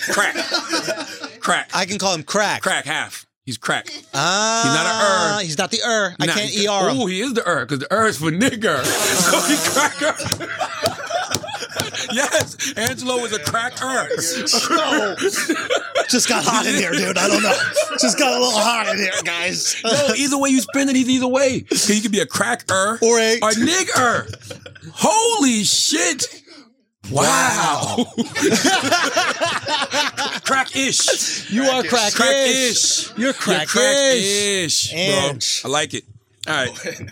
Speaker 3: Crack. crack.
Speaker 4: I can call him crack.
Speaker 3: Crack half. He's crack.
Speaker 4: Ah,
Speaker 3: He's not a er.
Speaker 4: He's not the er. I
Speaker 3: Nah,
Speaker 4: can't
Speaker 3: he-
Speaker 4: er him.
Speaker 3: Oh, he is the er because the er is for nigger. so he cracker. yes, Angelo is a E cracker.
Speaker 4: Just got hot in here, dude. I don't know. Just got a little hot in here, guys.
Speaker 3: no, either way you spin it, he's either way. 'Cause You could be a E cracker
Speaker 4: or a
Speaker 3: nigger. Holy shit! Wow. crack ish.
Speaker 4: You are crack-ish.
Speaker 3: Crack-ish.
Speaker 4: You're
Speaker 3: crack-ish,
Speaker 4: crack-ish.
Speaker 3: bro.
Speaker 4: Inch.
Speaker 3: I like it. All right.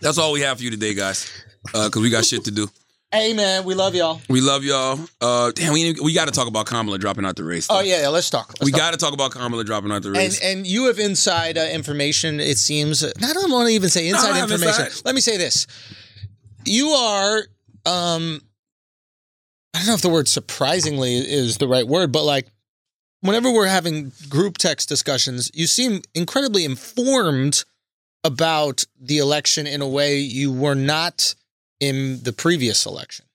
Speaker 3: That's all we have for you today, guys. Because we got shit to do.
Speaker 4: Hey, man, we love y'all.
Speaker 3: We love y'all. Uh, damn, we, we got to talk about Kamala dropping out the race.
Speaker 4: Oh, yeah, yeah let's talk.
Speaker 3: we got to talk about Kamala dropping out the race.
Speaker 4: And and you have inside uh, information. It seems. I don't want to even say
Speaker 3: No, I
Speaker 4: inside
Speaker 3: have
Speaker 4: information.
Speaker 3: inside.
Speaker 4: Let me say this: you are. um I don't know if the word surprisingly is the right word, but like whenever we're having group text discussions, you seem incredibly informed about the election in a way you were not in the previous election.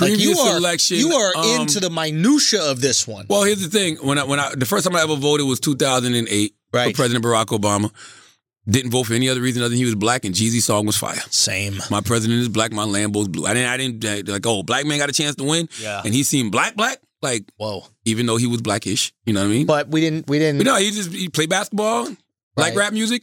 Speaker 4: like
Speaker 3: Previous
Speaker 4: you are,
Speaker 3: election,
Speaker 4: you are
Speaker 3: um,
Speaker 4: into the minutia of this one.
Speaker 3: Well, here's the thing. When I, when I the first time I ever voted was 2008
Speaker 4: Right.
Speaker 3: for President Barack Obama. Didn't vote for any other reason other than he was black and Jeezy's song was fire.
Speaker 4: Same.
Speaker 3: My president is black. My Lambo's blue. I didn't. I didn't uh, like. Oh, black man got a chance to win.
Speaker 4: Yeah.
Speaker 3: And he seemed black, black. Like
Speaker 4: whoa.
Speaker 3: Even though he was blackish, you know what I mean.
Speaker 4: But we didn't. We didn't.
Speaker 3: But no, he just he played basketball,
Speaker 4: Right.
Speaker 3: black rap music.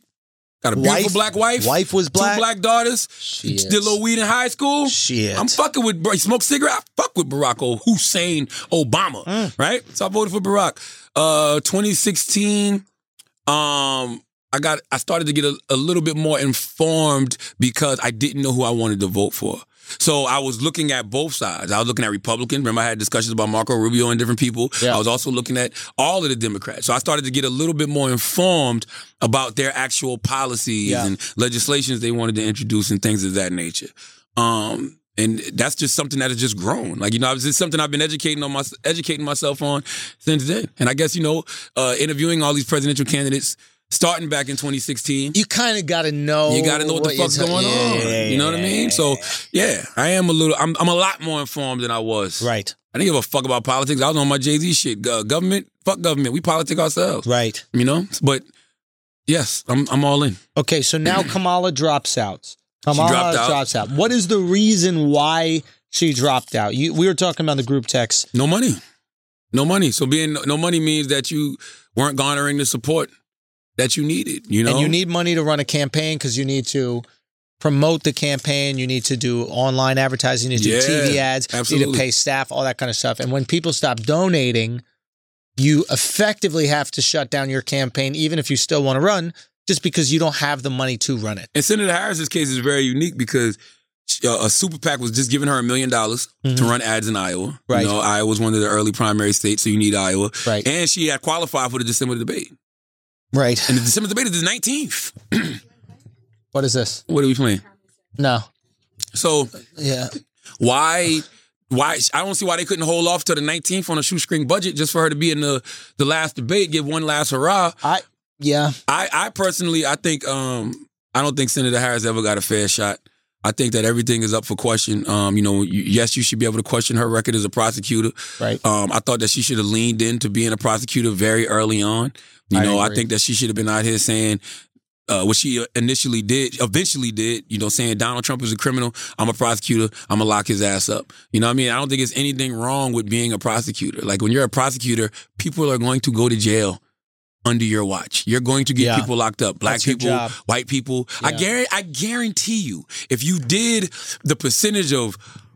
Speaker 3: Got a beautiful
Speaker 4: Wife-
Speaker 3: black wife.
Speaker 4: wife was black.
Speaker 3: Two black daughters.
Speaker 4: Shit.
Speaker 3: Did a little weed in high school.
Speaker 4: Shit.
Speaker 3: I'm fucking with. He smoked cigarette. I fuck with Barack O- Hussein Obama.
Speaker 4: Mm.
Speaker 3: Right. So I voted for Barack. Uh, 2016. Um, I got. I started to get a, a little bit more informed because I didn't know who I wanted to vote for. So I was looking at both sides. I was looking at Republicans. Remember, I had discussions about Marco Rubio and different people. I was also looking at all of the Democrats. So I started to get a little bit more informed about their actual policies
Speaker 17: Yeah.
Speaker 3: and legislations they wanted to introduce and things of that nature. Um, and that's just something that has just grown. Like you know, it's just something I've been educating on my educating myself on since then. And I guess you know, uh, interviewing all these presidential candidates starting back in 2016.
Speaker 4: You kind of got to know.
Speaker 3: You got to know what, the
Speaker 4: you're
Speaker 3: fuck's
Speaker 4: ta-
Speaker 3: going
Speaker 4: Yeah,
Speaker 3: on.
Speaker 4: yeah, Oh, uh, yeah,
Speaker 3: you know what I
Speaker 4: yeah,
Speaker 3: mean? So yeah, I am a little. I'm, I'm a lot more informed than I was.
Speaker 4: Right.
Speaker 3: I didn't give a fuck about politics. I was on my Jay Z shit. Go- government, fuck government. We politic ourselves.
Speaker 4: Right.
Speaker 3: You know. But yes, I'm I'm all in.
Speaker 4: Okay, so now Kamala drops out. Kamala
Speaker 3: dropped out.
Speaker 4: drops out. What is the reason why she dropped out? You, we were talking about the group text.
Speaker 3: No money. No money. So being no- no money means that you weren't garnering the support that you needed. You know.
Speaker 4: and you need money to run a campaign because you need to promote the campaign. You need to do online advertising. You need to do
Speaker 3: Yeah,
Speaker 4: TV ads. You need
Speaker 3: absolutely.
Speaker 4: to pay staff, all that kind of stuff. And when people stop donating, you effectively have to shut down your campaign, even if you still want to run, just because you don't have the money to run it.
Speaker 3: And Senator Harris's case is very unique because she- uh, a super PAC was just giving her a million dollars to
Speaker 4: Mhm.
Speaker 3: run ads in Iowa.
Speaker 4: Right.
Speaker 3: You know, Iowa's one of the early primary states, so you need Iowa.
Speaker 4: Right.
Speaker 3: And she had qualified for the December debate.
Speaker 4: Right.
Speaker 3: And the December debate is the 19th.
Speaker 4: What is this?
Speaker 3: What are we playing?
Speaker 4: No.
Speaker 3: So
Speaker 4: Yeah.
Speaker 3: why why I don't see why they couldn't hold off till the 19th on a shoestring budget just for her to be in the the last debate, give one last hurrah.
Speaker 4: I Yeah.
Speaker 3: I, I personally, I think, um, I don't think Senator Harris ever got a fair shot. I think that everything is up for question. Um, you know, you, yes, you should be able to question her record as a prosecutor.
Speaker 4: Right.
Speaker 3: Um, I thought that she should have leaned into being a prosecutor very early on. You
Speaker 4: I
Speaker 3: know, I
Speaker 4: agree.
Speaker 3: think that she should have been out here saying uh, what she initially did, eventually did. You know, saying Donald Trump is a criminal. I'm a prosecutor. I'm gonna lock his ass up. You know, what I mean, I don't think it's anything wrong with being a prosecutor. Like when you're a prosecutor, people are going to go to jail under your watch. You're going to get
Speaker 18: Yeah.
Speaker 3: people locked up. Black
Speaker 18: That's your
Speaker 3: people,
Speaker 18: job.
Speaker 3: white people. I
Speaker 18: Yeah.
Speaker 3: guarantee I guarantee you, if you did the percentage of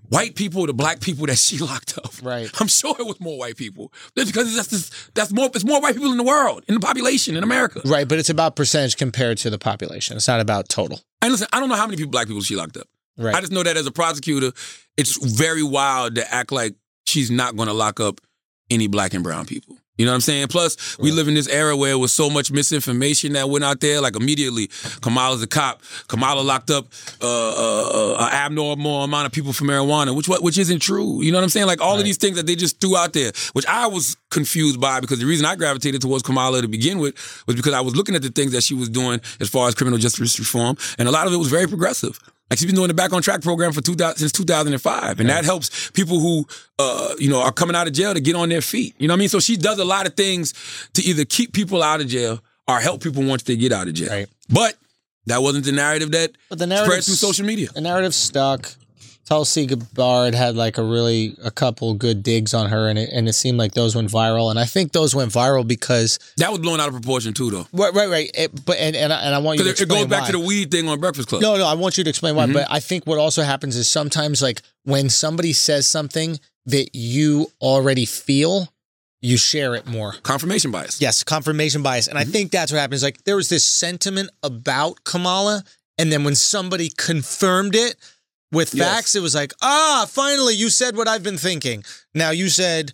Speaker 3: white people to black people that she locked up,
Speaker 4: right?
Speaker 3: I'm sure it was more white people. That's because that's just, that's more it's more white people in the world, in the population, in America.
Speaker 4: Right, but it's about percentage compared to the population. It's not about total.
Speaker 3: And listen, I don't know how many people black people she locked up.
Speaker 4: Right.
Speaker 3: I just know that as a prosecutor, it's very wild to act like she's not going to lock up any black and brown people. You know what I'm saying? Plus, we live in this era where with so much misinformation that went out there, like immediately, Kamala's a cop. Kamala locked up uh, uh, uh, an abnormal amount of people for marijuana, which what which isn't true. You know what I'm saying? Like all of these things that they just threw out there, which I was confused by because the reason I gravitated towards Kamala to begin with was because I was looking at the things that she was doing as far as criminal justice reform, and a lot of it was very progressive. Like she's been doing the Back on Track program for 2000, since 2005, and that helps people who, uh, you know, are coming out of jail to get on their feet. You know what I mean? So she does a lot of things to either keep people out of jail or help people once they get out of jail. But that wasn't the narrative that
Speaker 4: But the narrative
Speaker 3: spread through social media.
Speaker 4: The narrative stuck. Tulsi Gabbard had like a really a couple good digs on her, and it and it seemed like those went viral. And I think those went viral because
Speaker 3: that was blown out of proportion too, though.
Speaker 4: Right, right, right. It, but and and I, and I want you to
Speaker 3: Because it,
Speaker 4: explain
Speaker 3: goes back
Speaker 4: why.
Speaker 3: to the weed thing on Breakfast Club.
Speaker 4: No, no, I want you to explain why.
Speaker 3: Mhm.
Speaker 4: But I think what also happens is sometimes, like, when somebody says something that you already feel, you share it more.
Speaker 3: Confirmation bias.
Speaker 4: Yes, confirmation bias. And
Speaker 3: Mm-hmm.
Speaker 4: I think that's what happens. Like, there was this sentiment about Kamala. And then when somebody confirmed it with
Speaker 11: Yes.
Speaker 4: facts, it was like, ah, finally, you said what I've been thinking. Now, you said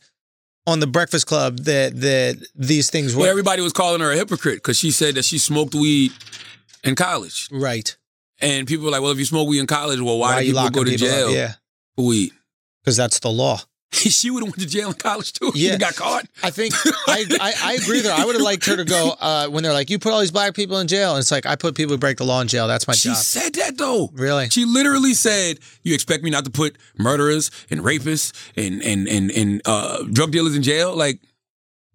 Speaker 4: on the Breakfast Club that, that these things were.
Speaker 3: Well, everybody was calling her a hypocrite because she said that she smoked weed in college.
Speaker 4: Right.
Speaker 3: And people were like, well, if you smoke weed in college, well, why,
Speaker 4: Why
Speaker 3: do
Speaker 4: you
Speaker 3: people
Speaker 4: locking
Speaker 3: go to
Speaker 4: people up?
Speaker 3: jail
Speaker 4: Yeah.
Speaker 3: for weed?
Speaker 4: Because that's the law.
Speaker 3: she would have went to jail in college too. if
Speaker 4: Yeah.
Speaker 3: She got caught.
Speaker 4: I think I, I, I agree with her. I would have liked her to go uh, when they're like, you put all these black people in jail. And it's like, I put people who break the law in jail. That's my
Speaker 3: She
Speaker 4: job.
Speaker 3: said that though.
Speaker 4: Really?
Speaker 3: She literally said, "You expect me not to put murderers and rapists and and and and uh, drug dealers in jail?" Like,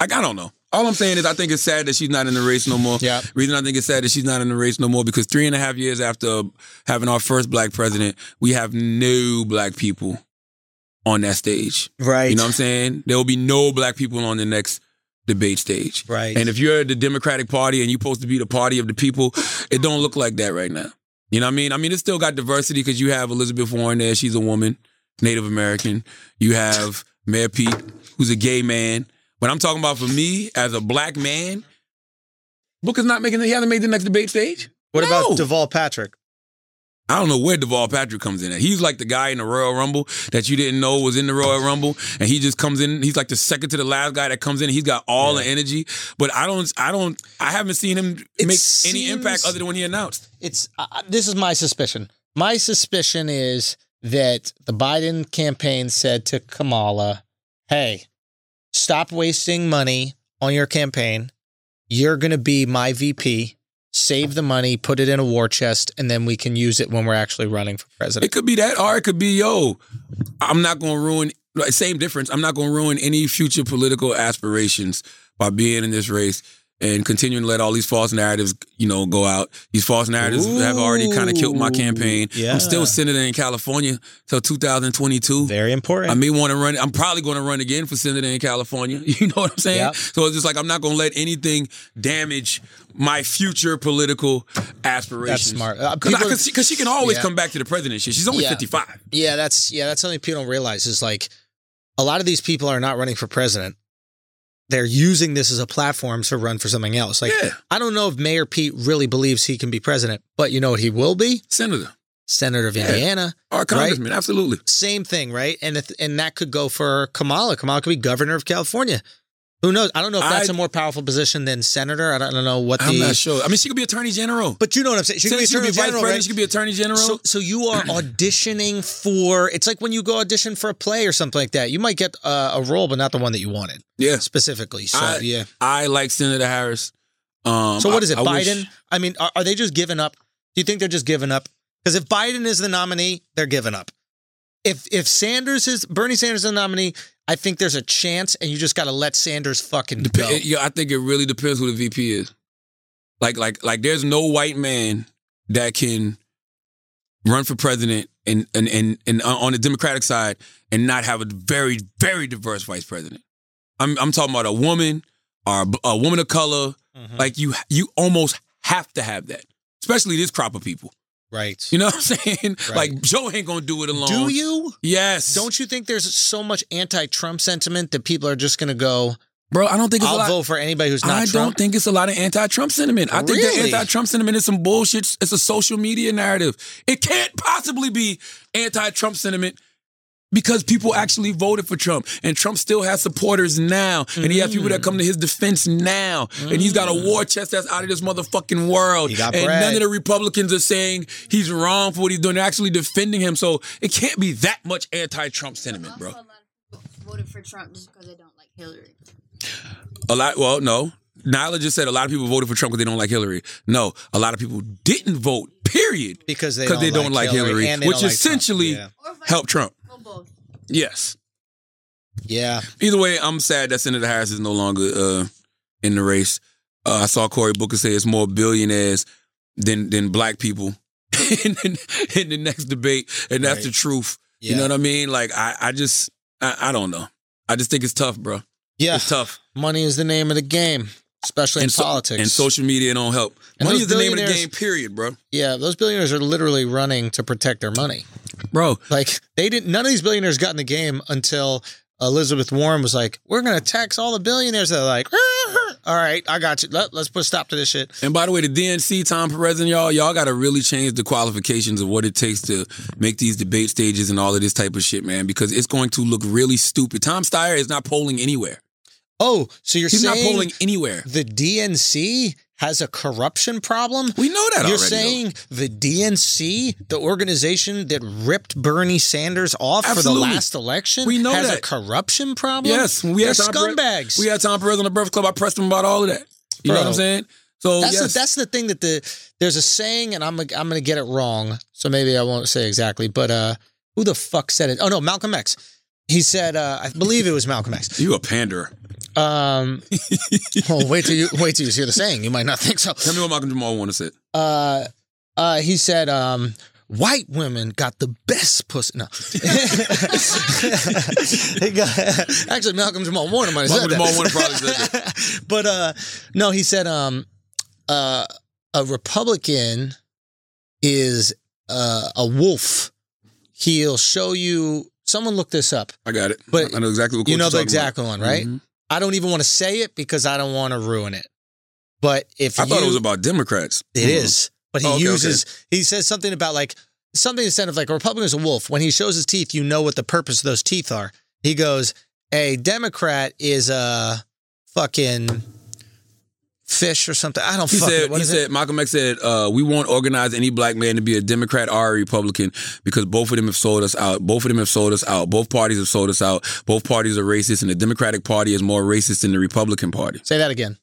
Speaker 3: I, I don't know. All I'm saying is, I think it's sad that she's not in the race no more. Yeah. Reason I think it's sad that she's not in the race no more because three and a half years after having our first black president, we have no black people on that stage.
Speaker 4: Right.
Speaker 3: You know what I'm saying? There will be no black people on the next debate stage.
Speaker 4: Right.
Speaker 3: And if you're the Democratic Party and you're supposed to be the party of the people, it don't look like that right now. You know what I mean? I mean, it's still got diversity because you have Elizabeth Warren there. She's a woman, Native American. You have Mayor Pete, who's a gay man. But I'm talking about for me as a black man, Booker's not making. the- He hasn't made the next debate stage.
Speaker 4: What
Speaker 3: No.
Speaker 4: about Deval Patrick?
Speaker 3: I don't know where Deval Patrick comes in at. He's like the guy in the Royal Rumble that you didn't know was in the Royal Rumble, and he just comes in. He's like the second to the last guy that comes in. He's got all the energy, but I don't, I don't, I haven't seen him make any impact other than when he announced.
Speaker 4: It's uh, this is my suspicion. My suspicion is that the Biden campaign said to Kamala, "Hey, stop wasting money on your campaign. You're going to be my VP. Save the money, put it in a war chest, and then we can use it when we're actually running for president."
Speaker 3: It could be that, or it could be yo. I'm not gonna ruin. like, Same difference. I'm not gonna ruin any future political aspirations by being in this race and continuing to let all these false narratives, you know, go out. These false narratives have already kind of killed my campaign.
Speaker 18: yeah.
Speaker 3: I'm still senator in California till 2022.
Speaker 4: Very important.
Speaker 3: I may want to run. I'm probably going to run again for senator in California. You know what I'm saying?
Speaker 18: Yep.
Speaker 3: So it's just like I'm not going to let anything damage my future political aspirations.
Speaker 4: smart. Uh, people-
Speaker 3: Because she can always
Speaker 4: Yeah.
Speaker 3: come back to the president. Shit, she's only
Speaker 4: Yeah.
Speaker 3: 55.
Speaker 4: Yeah, that's yeah, that's something people don't realize is like a lot of these people are not running for president. They're using this as a platform to run for something else. Like I don't know if Mayor Pete really believes he can be president, but you know what he will be?
Speaker 3: Senator.
Speaker 4: Senator of Indiana.
Speaker 3: Our
Speaker 4: right?
Speaker 3: congressman, absolutely.
Speaker 4: Same thing, right? And if- and that could go for Kamala. Kamala could be governor of California. Who knows? I don't know if that's a
Speaker 3: I-
Speaker 4: more powerful position than senator. I don't, I don't know what the
Speaker 3: I'm not sure. I mean, she could be attorney general.
Speaker 4: But you know what I'm saying? She could be attorney
Speaker 3: vice
Speaker 4: general,
Speaker 3: president.
Speaker 4: right?
Speaker 3: She could be attorney general.
Speaker 4: So, so you are auditioning for. It's like when you go audition for a play or something like that. You might get uh, a role, but not the one that you wanted.
Speaker 3: Yeah.
Speaker 4: specifically. So
Speaker 3: I,
Speaker 4: yeah,
Speaker 3: I like Senator Harris. Um,
Speaker 4: so what is
Speaker 3: I-
Speaker 4: it,
Speaker 3: I wish-
Speaker 4: Biden? I mean, are, are they just giving up? Do you think they're just giving up? Because if Biden is the nominee, they're giving up. If if Sanders is Bernie Sanders is the nominee, I think there's a chance, and you just got to let Sanders fucking
Speaker 3: Dep-
Speaker 4: go.
Speaker 3: it- yo, I think it really depends who the VP is. Like, like, like, there's no white man that can run for president and and and, and uh, on on the Democratic side and not have a very very diverse vice president. I'm I'm talking about a woman or a b- a woman of color. Like you, you almost have to have that, especially this crop of people.
Speaker 4: Right.
Speaker 3: You know what I'm saying? Like Joe ain't gonna do it alone.
Speaker 4: Do you?
Speaker 3: Yes.
Speaker 4: Don't you think there's so much anti-Trump sentiment that people are just going to go,
Speaker 3: bro? I don't think it's a
Speaker 4: I'll
Speaker 3: lot-
Speaker 4: vote for anybody who's not
Speaker 3: I
Speaker 4: Trump.
Speaker 3: don't think it's a lot of anti-Trump sentiment. I think
Speaker 4: Really?
Speaker 3: that anti-Trump sentiment is some bullshit. It's a social media narrative. It can't possibly be anti-Trump sentiment because people actually voted for Trump, and Trump still has supporters now, and he has people that come to his defense now, and he's got a war chest that's out of this motherfucking world,
Speaker 4: Mm. got
Speaker 3: and
Speaker 4: bread.
Speaker 3: none of the Republicans are saying he's wrong for what he's doing. They're actually defending him, so it can't be that much anti-Trump sentiment, bro.
Speaker 9: Voted for Trump just because they don't like Hillary.
Speaker 3: A lot. Well, no. Nyla just said a lot of people voted for Trump because they don't like Hillary. No, a lot of people didn't vote. Period.
Speaker 4: Because they
Speaker 3: Because they don't like Hillary,
Speaker 4: and they
Speaker 3: which
Speaker 4: don't like Trump.
Speaker 3: essentially helped Trump. Yes.
Speaker 4: Yeah.
Speaker 3: Either way, I'm sad that Senator Harris is no longer uh, in the race. Uh, I saw Cory Booker say it's more billionaires than than black people in, in, in the next debate, and that's
Speaker 4: Right.
Speaker 3: the truth.
Speaker 4: Yeah.
Speaker 3: You know what I mean? Like I, I just I, I don't know. I just think it's tough, bro.
Speaker 4: Yeah.
Speaker 3: It's tough.
Speaker 4: Money is the name of the game, especially in
Speaker 3: so-
Speaker 4: politics.
Speaker 3: and social media don't help.
Speaker 4: And
Speaker 3: Money is
Speaker 4: those
Speaker 3: the name of the
Speaker 4: billionaires-
Speaker 3: game. Period, bro.
Speaker 4: Yeah, those billionaires are literally running to protect their money,
Speaker 3: bro.
Speaker 4: Like they didn't. None of these billionaires got in the game until Elizabeth Warren was like, "We're going to tax all the billionaires." They're like, "Ah, "All right, I got you. Let, us put a stop to this shit."
Speaker 3: And by the way, the DNC, Tom Perez, and y'all, y'all got to really change the qualifications of what it takes to make these debate stages and all of this type of shit, man, because it's going to look really stupid. Tom Steyer is not polling anywhere.
Speaker 4: Oh, so you're
Speaker 3: He's not
Speaker 4: saying
Speaker 3: polling anywhere.
Speaker 4: The DNC has a corruption problem.
Speaker 3: We know that already, though.
Speaker 4: You're saying the DNC, the organization that ripped Bernie Sanders off for
Speaker 3: Absolutely.
Speaker 4: the last election,
Speaker 3: We know
Speaker 4: has a
Speaker 3: that.
Speaker 4: corruption problem.
Speaker 3: Yes, when we
Speaker 4: They're
Speaker 3: had Tom Perez-
Speaker 4: scumbags.
Speaker 3: we had Tom Perez on the Breakfast Club. I pressed him about all of that. You know
Speaker 4: Bro.
Speaker 3: what I'm saying? So
Speaker 4: that's
Speaker 3: yes.
Speaker 4: the, that's the thing that the there's a saying, and I'm I'm gonna get it wrong, so maybe I won't say exactly. But uh, who the fuck said it? Oh no, Malcolm X. He said, uh, I believe it was Malcolm X.
Speaker 3: you a panderer.
Speaker 4: Um, well, wait till you wait till you hear the saying. You might not think so.
Speaker 3: Tell me what Malcolm Jamal wanted said.
Speaker 4: Uh, uh, he said, um, white women got the best pussy. No, He got- actually, Malcolm Jamal Warner might have said
Speaker 3: Malcolm
Speaker 4: that.
Speaker 3: Jamal Warner probably said that.
Speaker 4: but uh, no, he said, um, uh, a Republican is uh, a wolf. He'll show you. Someone look this up.
Speaker 3: I got it.
Speaker 4: But
Speaker 3: I know exactly what
Speaker 4: you
Speaker 3: quote
Speaker 4: know
Speaker 3: you're
Speaker 4: the
Speaker 3: talking
Speaker 4: exact
Speaker 3: about.
Speaker 4: one, right?
Speaker 3: Mhm.
Speaker 4: I don't even want to say it because I don't want to ruin it. But if
Speaker 3: I thought
Speaker 4: you-
Speaker 3: it was about Democrats.
Speaker 4: it is, But he
Speaker 3: Hmm. Oh, okay, okay.
Speaker 4: uses he says something about like something to the extent of like a Republican is a wolf. When he shows his teeth, you know what the purpose of those teeth are. He goes, A Democrat is a fucking fish or something. I don't
Speaker 3: He
Speaker 4: fucking
Speaker 3: said,
Speaker 4: what
Speaker 3: he
Speaker 4: is
Speaker 3: said,
Speaker 4: it?
Speaker 3: Malcolm X said, uh, we won't organize any black man to be a Democrat or a Republican because both of them have sold us out. Both of them have sold us out. Both parties have sold us out. Both parties are racist, and the Democratic Party is more racist than the Republican Party.
Speaker 4: Say that again.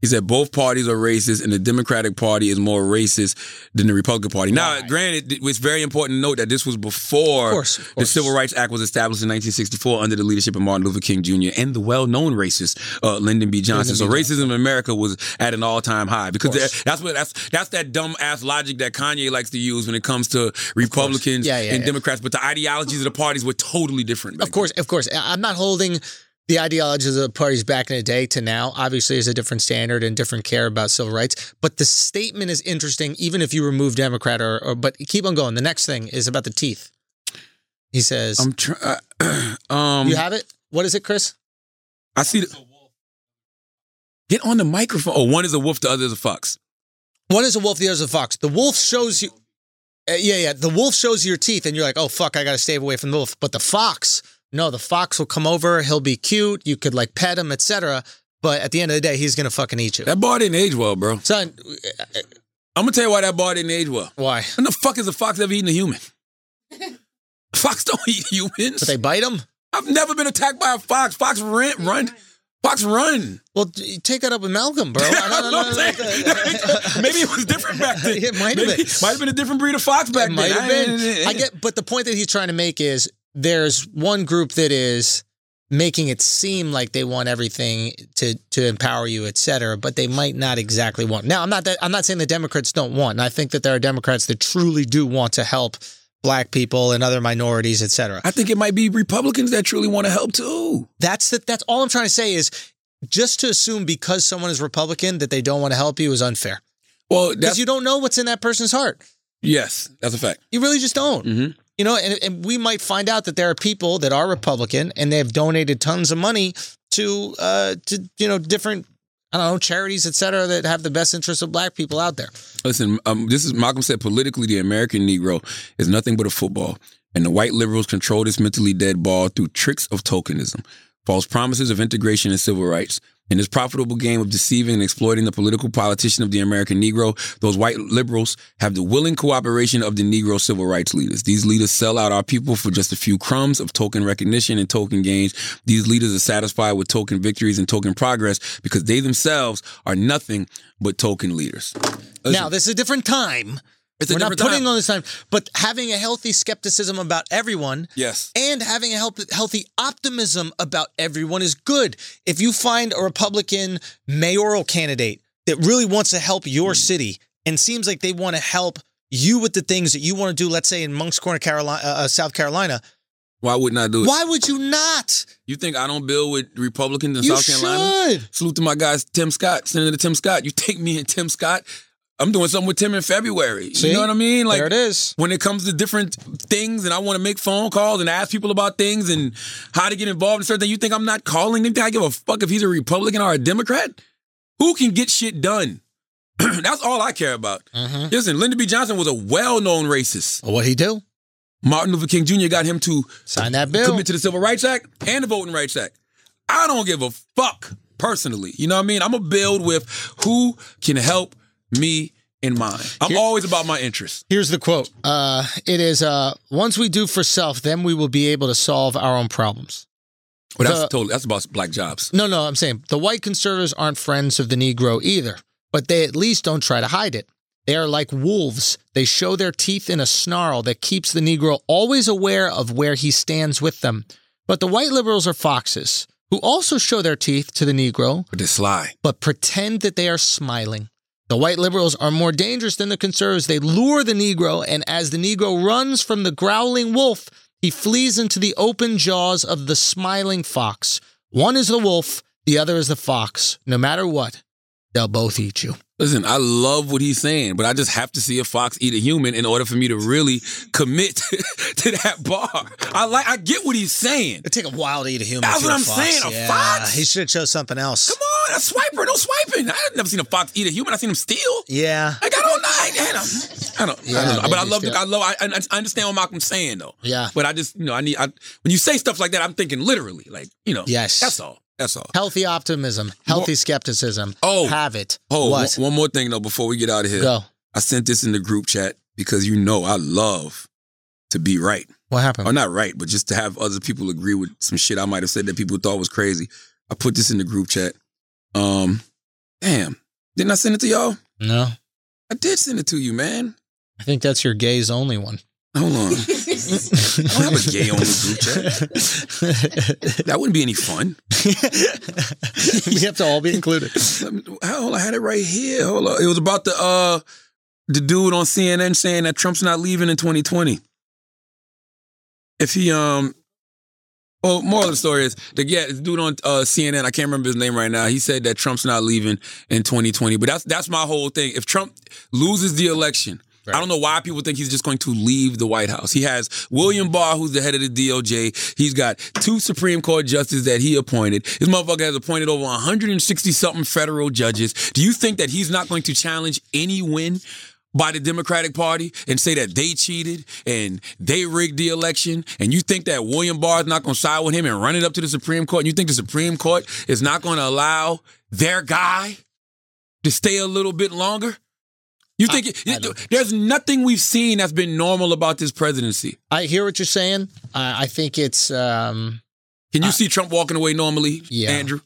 Speaker 3: He said both parties are racist, and the Democratic Party is more racist than the Republican Party. Now, granted, th- it's very important to note that this was before
Speaker 4: Of course, of
Speaker 3: the Civil Rights Act was established in 1964 under the leadership of Martin Luther King Jr. and the well-known racist uh, Lyndon B. Johnson.
Speaker 4: Lyndon B.
Speaker 3: so racism in America was at an all-time high because that- that's what that's that's that dumb ass logic that Kanye likes to use when it comes to Republicans
Speaker 4: Yeah, yeah,
Speaker 3: and
Speaker 4: yeah.
Speaker 3: Democrats. But the ideologies of the parties were totally different. Back
Speaker 4: Of course, of course. I- I'm not holding the ideologies of the parties back in the day to now. Obviously, there's a different standard and different care about civil rights. But the statement is interesting, even if you remove Democrat or, or but keep on going. The next thing is about the teeth. He says,
Speaker 3: I'm trying. um,
Speaker 4: "You have it. What is it, Chris?
Speaker 3: I see. The, get on the microphone. Oh, one is a wolf, the other is a fox.
Speaker 4: One is a wolf, the other is a fox. The wolf shows you, uh, yeah, yeah. The wolf shows you your teeth, and you're like, oh fuck, I gotta stay away from the wolf. But the fox, no, the fox will come over. He'll be cute. You could like pet him, etc. But at the end of the day, he's gonna fucking eat you.
Speaker 3: That bar didn't age well, bro.
Speaker 4: Son, uh,
Speaker 3: I'm gonna tell you why that bar didn't age well.
Speaker 4: Why?
Speaker 3: When the fuck is a fox ever eaten a human? Fox don't eat humans. But
Speaker 4: they bite them.
Speaker 3: I've never been attacked by a fox. Fox ran, run. Fox run.
Speaker 4: Well, d- take that up with Malcolm, bro. No, no, no, no, no.
Speaker 3: Maybe it was different back then.
Speaker 4: It might have
Speaker 3: Maybe-
Speaker 4: been.
Speaker 3: Might have been a different breed of fox back then.
Speaker 4: It might have
Speaker 3: I-
Speaker 4: been. I get, but the point that he's trying to make is there's one group that is making it seem like they want everything to to empower you, et cetera, but they might not exactly want. Now, I'm not that I'm not saying the Democrats don't want. And I think that there are Democrats that truly do want to help black people and other minorities, et cetera.
Speaker 3: I think it might be Republicans that truly want to help too.
Speaker 4: That's the, that's all I'm trying to say is just to assume because someone is Republican that they don't want to help you is unfair.
Speaker 3: Well,
Speaker 4: because you don't know what's in that person's heart.
Speaker 3: Yes, that's a fact.
Speaker 4: You really just don't.
Speaker 3: Mm-hmm.
Speaker 4: You know, and, and we might find out that there are people that are Republican and they have donated tons of money to uh to you know different I don't know charities et cetera that have the best interests of black people out there.
Speaker 3: Listen, um, this is Malcolm said politically, the American Negro is nothing but a football, and the white liberals control this mentally dead ball through tricks of tokenism, false promises of integration and civil rights. In this profitable game of deceiving and exploiting the political politician of the American Negro, those white liberals have the willing cooperation of the Negro civil rights leaders. These leaders sell out our people for just a few crumbs of token recognition and token gains. These leaders are satisfied with token victories and token progress because they themselves are nothing but token leaders.
Speaker 4: Now this is a different time.
Speaker 3: It's a
Speaker 4: We're
Speaker 3: different
Speaker 4: not putting
Speaker 3: time.
Speaker 4: on this time, but having a healthy skepticism about everyone
Speaker 3: Yes.
Speaker 4: and having a help, healthy optimism about everyone is good. If you find a Republican mayoral candidate that really wants to help your city and seems like they want to help you with the things that you want to do, let's say in Monk's Corner, Carolina, uh, uh, South Carolina,
Speaker 3: Why wouldn't I do it?
Speaker 4: why would you not?
Speaker 3: You think I don't build with Republicans in
Speaker 4: You
Speaker 3: South Carolina? Salute to my guys, Tim Scott, Senator Tim Scott. You take me and Tim Scott. I'm doing something with Tim in February.
Speaker 4: See?
Speaker 3: You know what I mean? Like
Speaker 4: There it is.
Speaker 3: When it comes to different things, and I want to make phone calls and ask people about things and how to get involved in certain things. You think I'm not calling? You think I give a fuck if he's a Republican or a Democrat? Who can get shit done? That's all I care about.
Speaker 4: Mm-hmm.
Speaker 3: Listen, Lyndon B. Johnson was a well-known racist.
Speaker 4: What he do?
Speaker 3: Martin Luther King Jr. got him to
Speaker 4: sign that bill,
Speaker 3: commit to the Civil Rights Act and the Voting Rights Act. I don't give a fuck personally. You know what I mean? I'm gonna build with who can help me in mind. I'm always about my interests.
Speaker 4: Here's the quote. Uh, it is uh, once we do for self, then we will be able to solve our own problems.
Speaker 3: But that's
Speaker 4: The-
Speaker 3: totally that's about black jobs.
Speaker 4: No, no, I'm saying the white conservatives aren't friends of the Negro either, but they at least don't try to hide it. They are like wolves. They show their teeth in a snarl that keeps the Negro always aware of where he stands with them. But the white liberals are foxes who also show their teeth to the Negro,
Speaker 3: But they sly.
Speaker 4: but pretend that they are smiling. The white liberals are more dangerous than the conservatives. They lure the Negro, and as the Negro runs from the growling wolf, he flees into the open jaws of the smiling fox. One is the wolf, the other is the fox. No matter what, they'll both eat you.
Speaker 3: Listen, I love what he's saying, but I just have to see a fox eat a human in order for me to really commit to that bar. I like I get what he's saying.
Speaker 4: It'd take a while to eat a human.
Speaker 3: That's
Speaker 4: to
Speaker 3: what
Speaker 4: a
Speaker 3: I'm
Speaker 4: fox.
Speaker 3: saying. A
Speaker 4: Yeah,
Speaker 3: fox?
Speaker 4: He should show something else.
Speaker 3: Come on, a swiper, no swiping. I've never seen a fox eat a human. I've seen him steal.
Speaker 4: Yeah.
Speaker 3: Like I don't know. I, I don't, I don't, I
Speaker 4: Yeah,
Speaker 3: don't know. But I
Speaker 4: maybe
Speaker 3: love. The,
Speaker 4: still.
Speaker 3: I love. I, I I understand what Malcolm's saying though.
Speaker 4: Yeah.
Speaker 3: But I just you know I need. I, when you say stuff like that, I'm thinking literally. Like you know.
Speaker 4: Yes.
Speaker 3: That's all. That's all.
Speaker 4: Healthy optimism, healthy skepticism.
Speaker 3: Oh.
Speaker 4: Have it.
Speaker 3: Oh, one,
Speaker 4: what?
Speaker 3: one more thing though before we get out of here.
Speaker 4: Go.
Speaker 3: I sent this in the group chat because you know I love to be right.
Speaker 4: What happened?
Speaker 3: Or not right, but just to have other people agree with some shit I might have said that people thought was crazy. I put this in the group chat. Um, damn, didn't I send it to y'all?
Speaker 4: No.
Speaker 3: I did send it to you, man.
Speaker 4: I think that's your gays only one.
Speaker 3: Hold on. I don't have a gay only group chat. That wouldn't be any fun.
Speaker 4: we have to all be included.
Speaker 3: Hold on, I had it right here. Hold on. It was about the uh the dude on CNN saying that Trump's not leaving in 2020. If he um well, moral of the story is the yeah, this dude on uh, CNN, I can't remember his name right now. He said that Trump's not leaving in 2020, but that's that's my whole thing. If Trump loses the election, I don't know why people think he's just going to leave the White House. He has William Barr, who's the head of the DOJ. He's got two Supreme Court justices that he appointed. This motherfucker has appointed over 160 something federal judges. Do you think that he's not going to challenge any win? by the Democratic Party and say that they cheated and they rigged the election, and you think that William Barr is not going to side with him and run it up to the Supreme Court, and you think the Supreme Court is not going to allow their guy to stay a little bit longer? You think there's nothing we've seen that's been normal about this presidency?
Speaker 4: I hear what you're saying. I, I think it's um,
Speaker 3: Can you see Trump walking away normally,
Speaker 4: yeah.
Speaker 3: Andrew?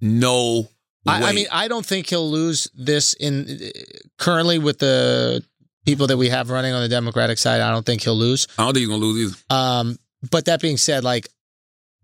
Speaker 3: No
Speaker 4: I, I
Speaker 3: way.
Speaker 4: mean, I don't think he'll lose this in currently with the people that we have running on the Democratic side. I don't think he'll lose.
Speaker 3: I don't think he's gonna lose either.
Speaker 4: Um, but that being said, like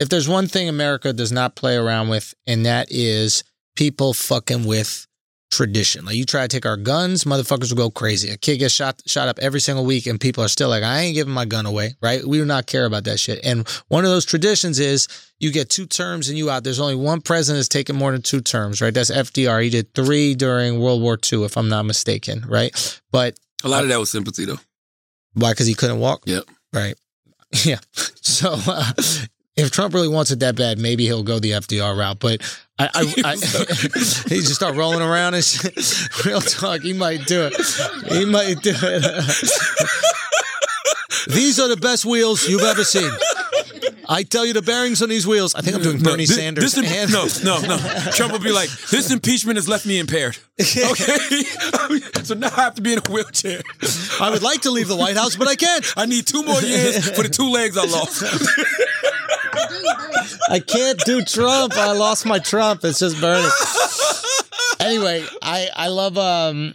Speaker 4: if there's one thing America does not play around with, and that is people fucking with tradition. Like you try to take our guns, motherfuckers will go crazy. A kid gets shot shot up every single week, and people are still like, I ain't giving my gun away, right? We do not care about that shit. And one of those traditions is you get two terms and you out. There's only one president that's taken more than two terms, right? That's FDR. He did three during World War II, if I'm not mistaken, right? But
Speaker 3: A lot of that was sympathy though.
Speaker 4: why? Because he couldn't walk.
Speaker 3: Yep.
Speaker 4: Right. Yeah. So uh, if Trump really wants it that bad, maybe he'll go the FDR route. But I, I, I he just start rolling around and shit. Real talk, he might do it. He might do it. these are the best wheels you've ever seen. I tell you, the bearings on these wheels. I think I'm doing
Speaker 3: No,
Speaker 4: Bernie
Speaker 3: thi-
Speaker 4: Sanders.
Speaker 3: This, imp-
Speaker 4: and-
Speaker 3: no, no, no. Trump will be like, this impeachment has left me impaired. Okay, so now I have to be in a wheelchair.
Speaker 4: I would like to leave the White House, but I can't.
Speaker 3: I need two more years for the two legs I lost.
Speaker 4: I can't do Trump. I lost my Trump. It's just burning. Anyway, I I love um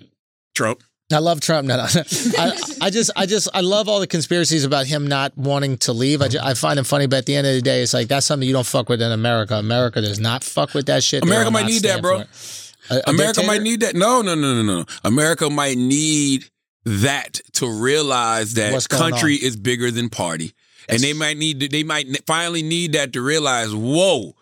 Speaker 3: Trump.
Speaker 4: I love Trump. No, no. I, I just, I just, I love all the conspiracies about him not wanting to leave. I, ju- I find him funny, but at the end of the day, it's like that's something you don't fuck with in America. America does not fuck with that shit. They
Speaker 3: America
Speaker 4: will
Speaker 3: might
Speaker 4: not
Speaker 3: need that,
Speaker 4: stand
Speaker 3: bro.
Speaker 4: for it. A- a
Speaker 3: America
Speaker 4: dictator?
Speaker 3: might need that. No, no, no, no, no. America might need that to realize
Speaker 4: What's
Speaker 3: that
Speaker 4: going
Speaker 3: country is bigger than party, and they might need. To, they might n- finally need that to realize, whoa,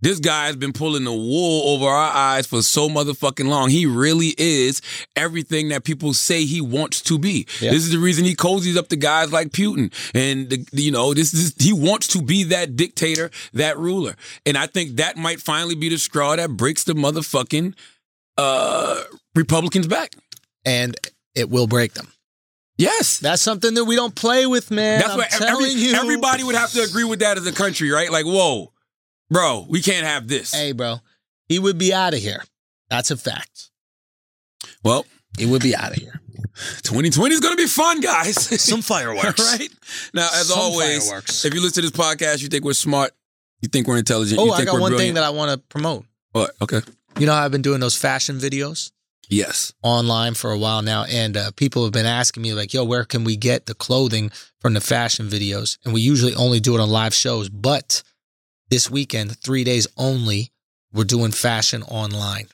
Speaker 3: this guy has been pulling the wool over our eyes for so motherfucking long. He really is everything that people say he wants to be.
Speaker 18: Yeah.
Speaker 3: This is the reason he cozies up to guys like Putin, and the, you know, this is he wants to be that dictator, that ruler, and I think that might finally be the straw that breaks the motherfucking uh, Republicans back.
Speaker 4: and it will break them.
Speaker 3: Yes,
Speaker 4: that's something that we don't play with, man.
Speaker 3: That's
Speaker 4: I'm
Speaker 3: what every-
Speaker 4: telling you.
Speaker 3: everybody would have to agree with that as a country, right? Like, whoa, bro, we can't have this.
Speaker 4: Hey, bro, he would be out of here. That's a fact.
Speaker 3: Well,
Speaker 4: he would be out of here.
Speaker 3: 2020 is going to be fun, guys. Some
Speaker 11: fireworks.
Speaker 3: right? Now, as
Speaker 4: Some
Speaker 3: always, if you listen to this podcast, you think we're smart, you think we're intelligent,
Speaker 4: Oh,
Speaker 3: you
Speaker 4: I
Speaker 3: think
Speaker 4: got
Speaker 3: we're
Speaker 4: one thing
Speaker 3: brilliant.
Speaker 4: that I want to promote.
Speaker 3: What? Okay.
Speaker 4: You know how I've been doing those fashion videos?
Speaker 3: Yes.
Speaker 4: online for a while now, and uh, people have been asking me like, "Yo, where can we get the clothing from the fashion videos?" And we usually only do it on live shows, but this weekend, three days only, we're doing fashion online.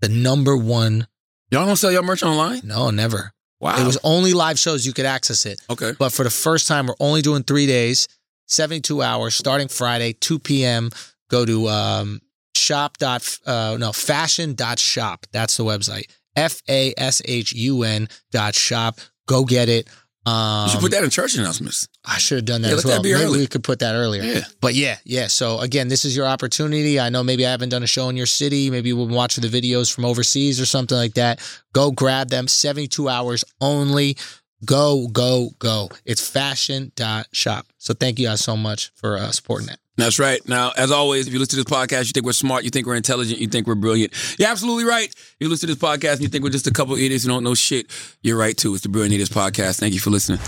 Speaker 4: The number one.
Speaker 3: Y'all don't sell your merch online?
Speaker 4: No, never.
Speaker 3: Wow.
Speaker 4: It was only live shows you could access it.
Speaker 3: Okay.
Speaker 4: But for the first time, we're only doing three days, 72 hours, starting Friday, 2 p.m. Go to um, shop. Dot, uh, no, fashion dot shop. That's the website. F A S H U N dot shop. Go get it. Um,
Speaker 3: You should put that in church announcements.
Speaker 4: I should have done that
Speaker 3: Yeah,
Speaker 4: as
Speaker 3: let that
Speaker 4: well.
Speaker 3: be
Speaker 4: maybe
Speaker 3: early.
Speaker 4: we could put that earlier.
Speaker 3: Yeah.
Speaker 4: But yeah, yeah. So again, this is your opportunity. I know maybe I haven't done a show in your city. Maybe you've been watching the videos from overseas or something like that. Go grab them. 72 hours only. Go, go, go. It's fashion.shop. So thank you guys so much for uh, supporting that.
Speaker 3: That's right. Now, as always, if you listen to this podcast, you think we're smart, you think we're intelligent, you think we're brilliant. You're absolutely right. You listen to this podcast and you think we're just a couple idiots who don't know shit. You're right too. It's the Brilliant Idiots Podcast. Thank you for listening.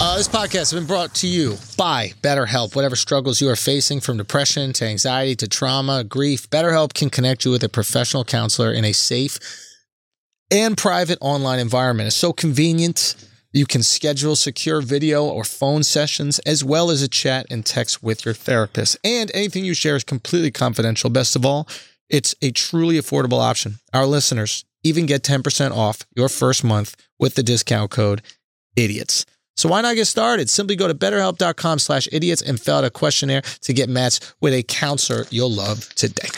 Speaker 4: Uh, this podcast has been brought to you by BetterHelp. Whatever struggles you are facing, from depression to anxiety to trauma, grief, BetterHelp can connect you with a professional counselor in a safe and private online environment. It's so convenient. You can schedule secure video or phone sessions, as well as a chat and text with your therapist. And anything you share is completely confidential. Best of all, it's a truly affordable option. Our listeners even get 10% off your first month with the discount code idiots. So why not get started? Simply go to betterhelp.com slash idiots and fill out a questionnaire to get matched with a counselor you'll love today.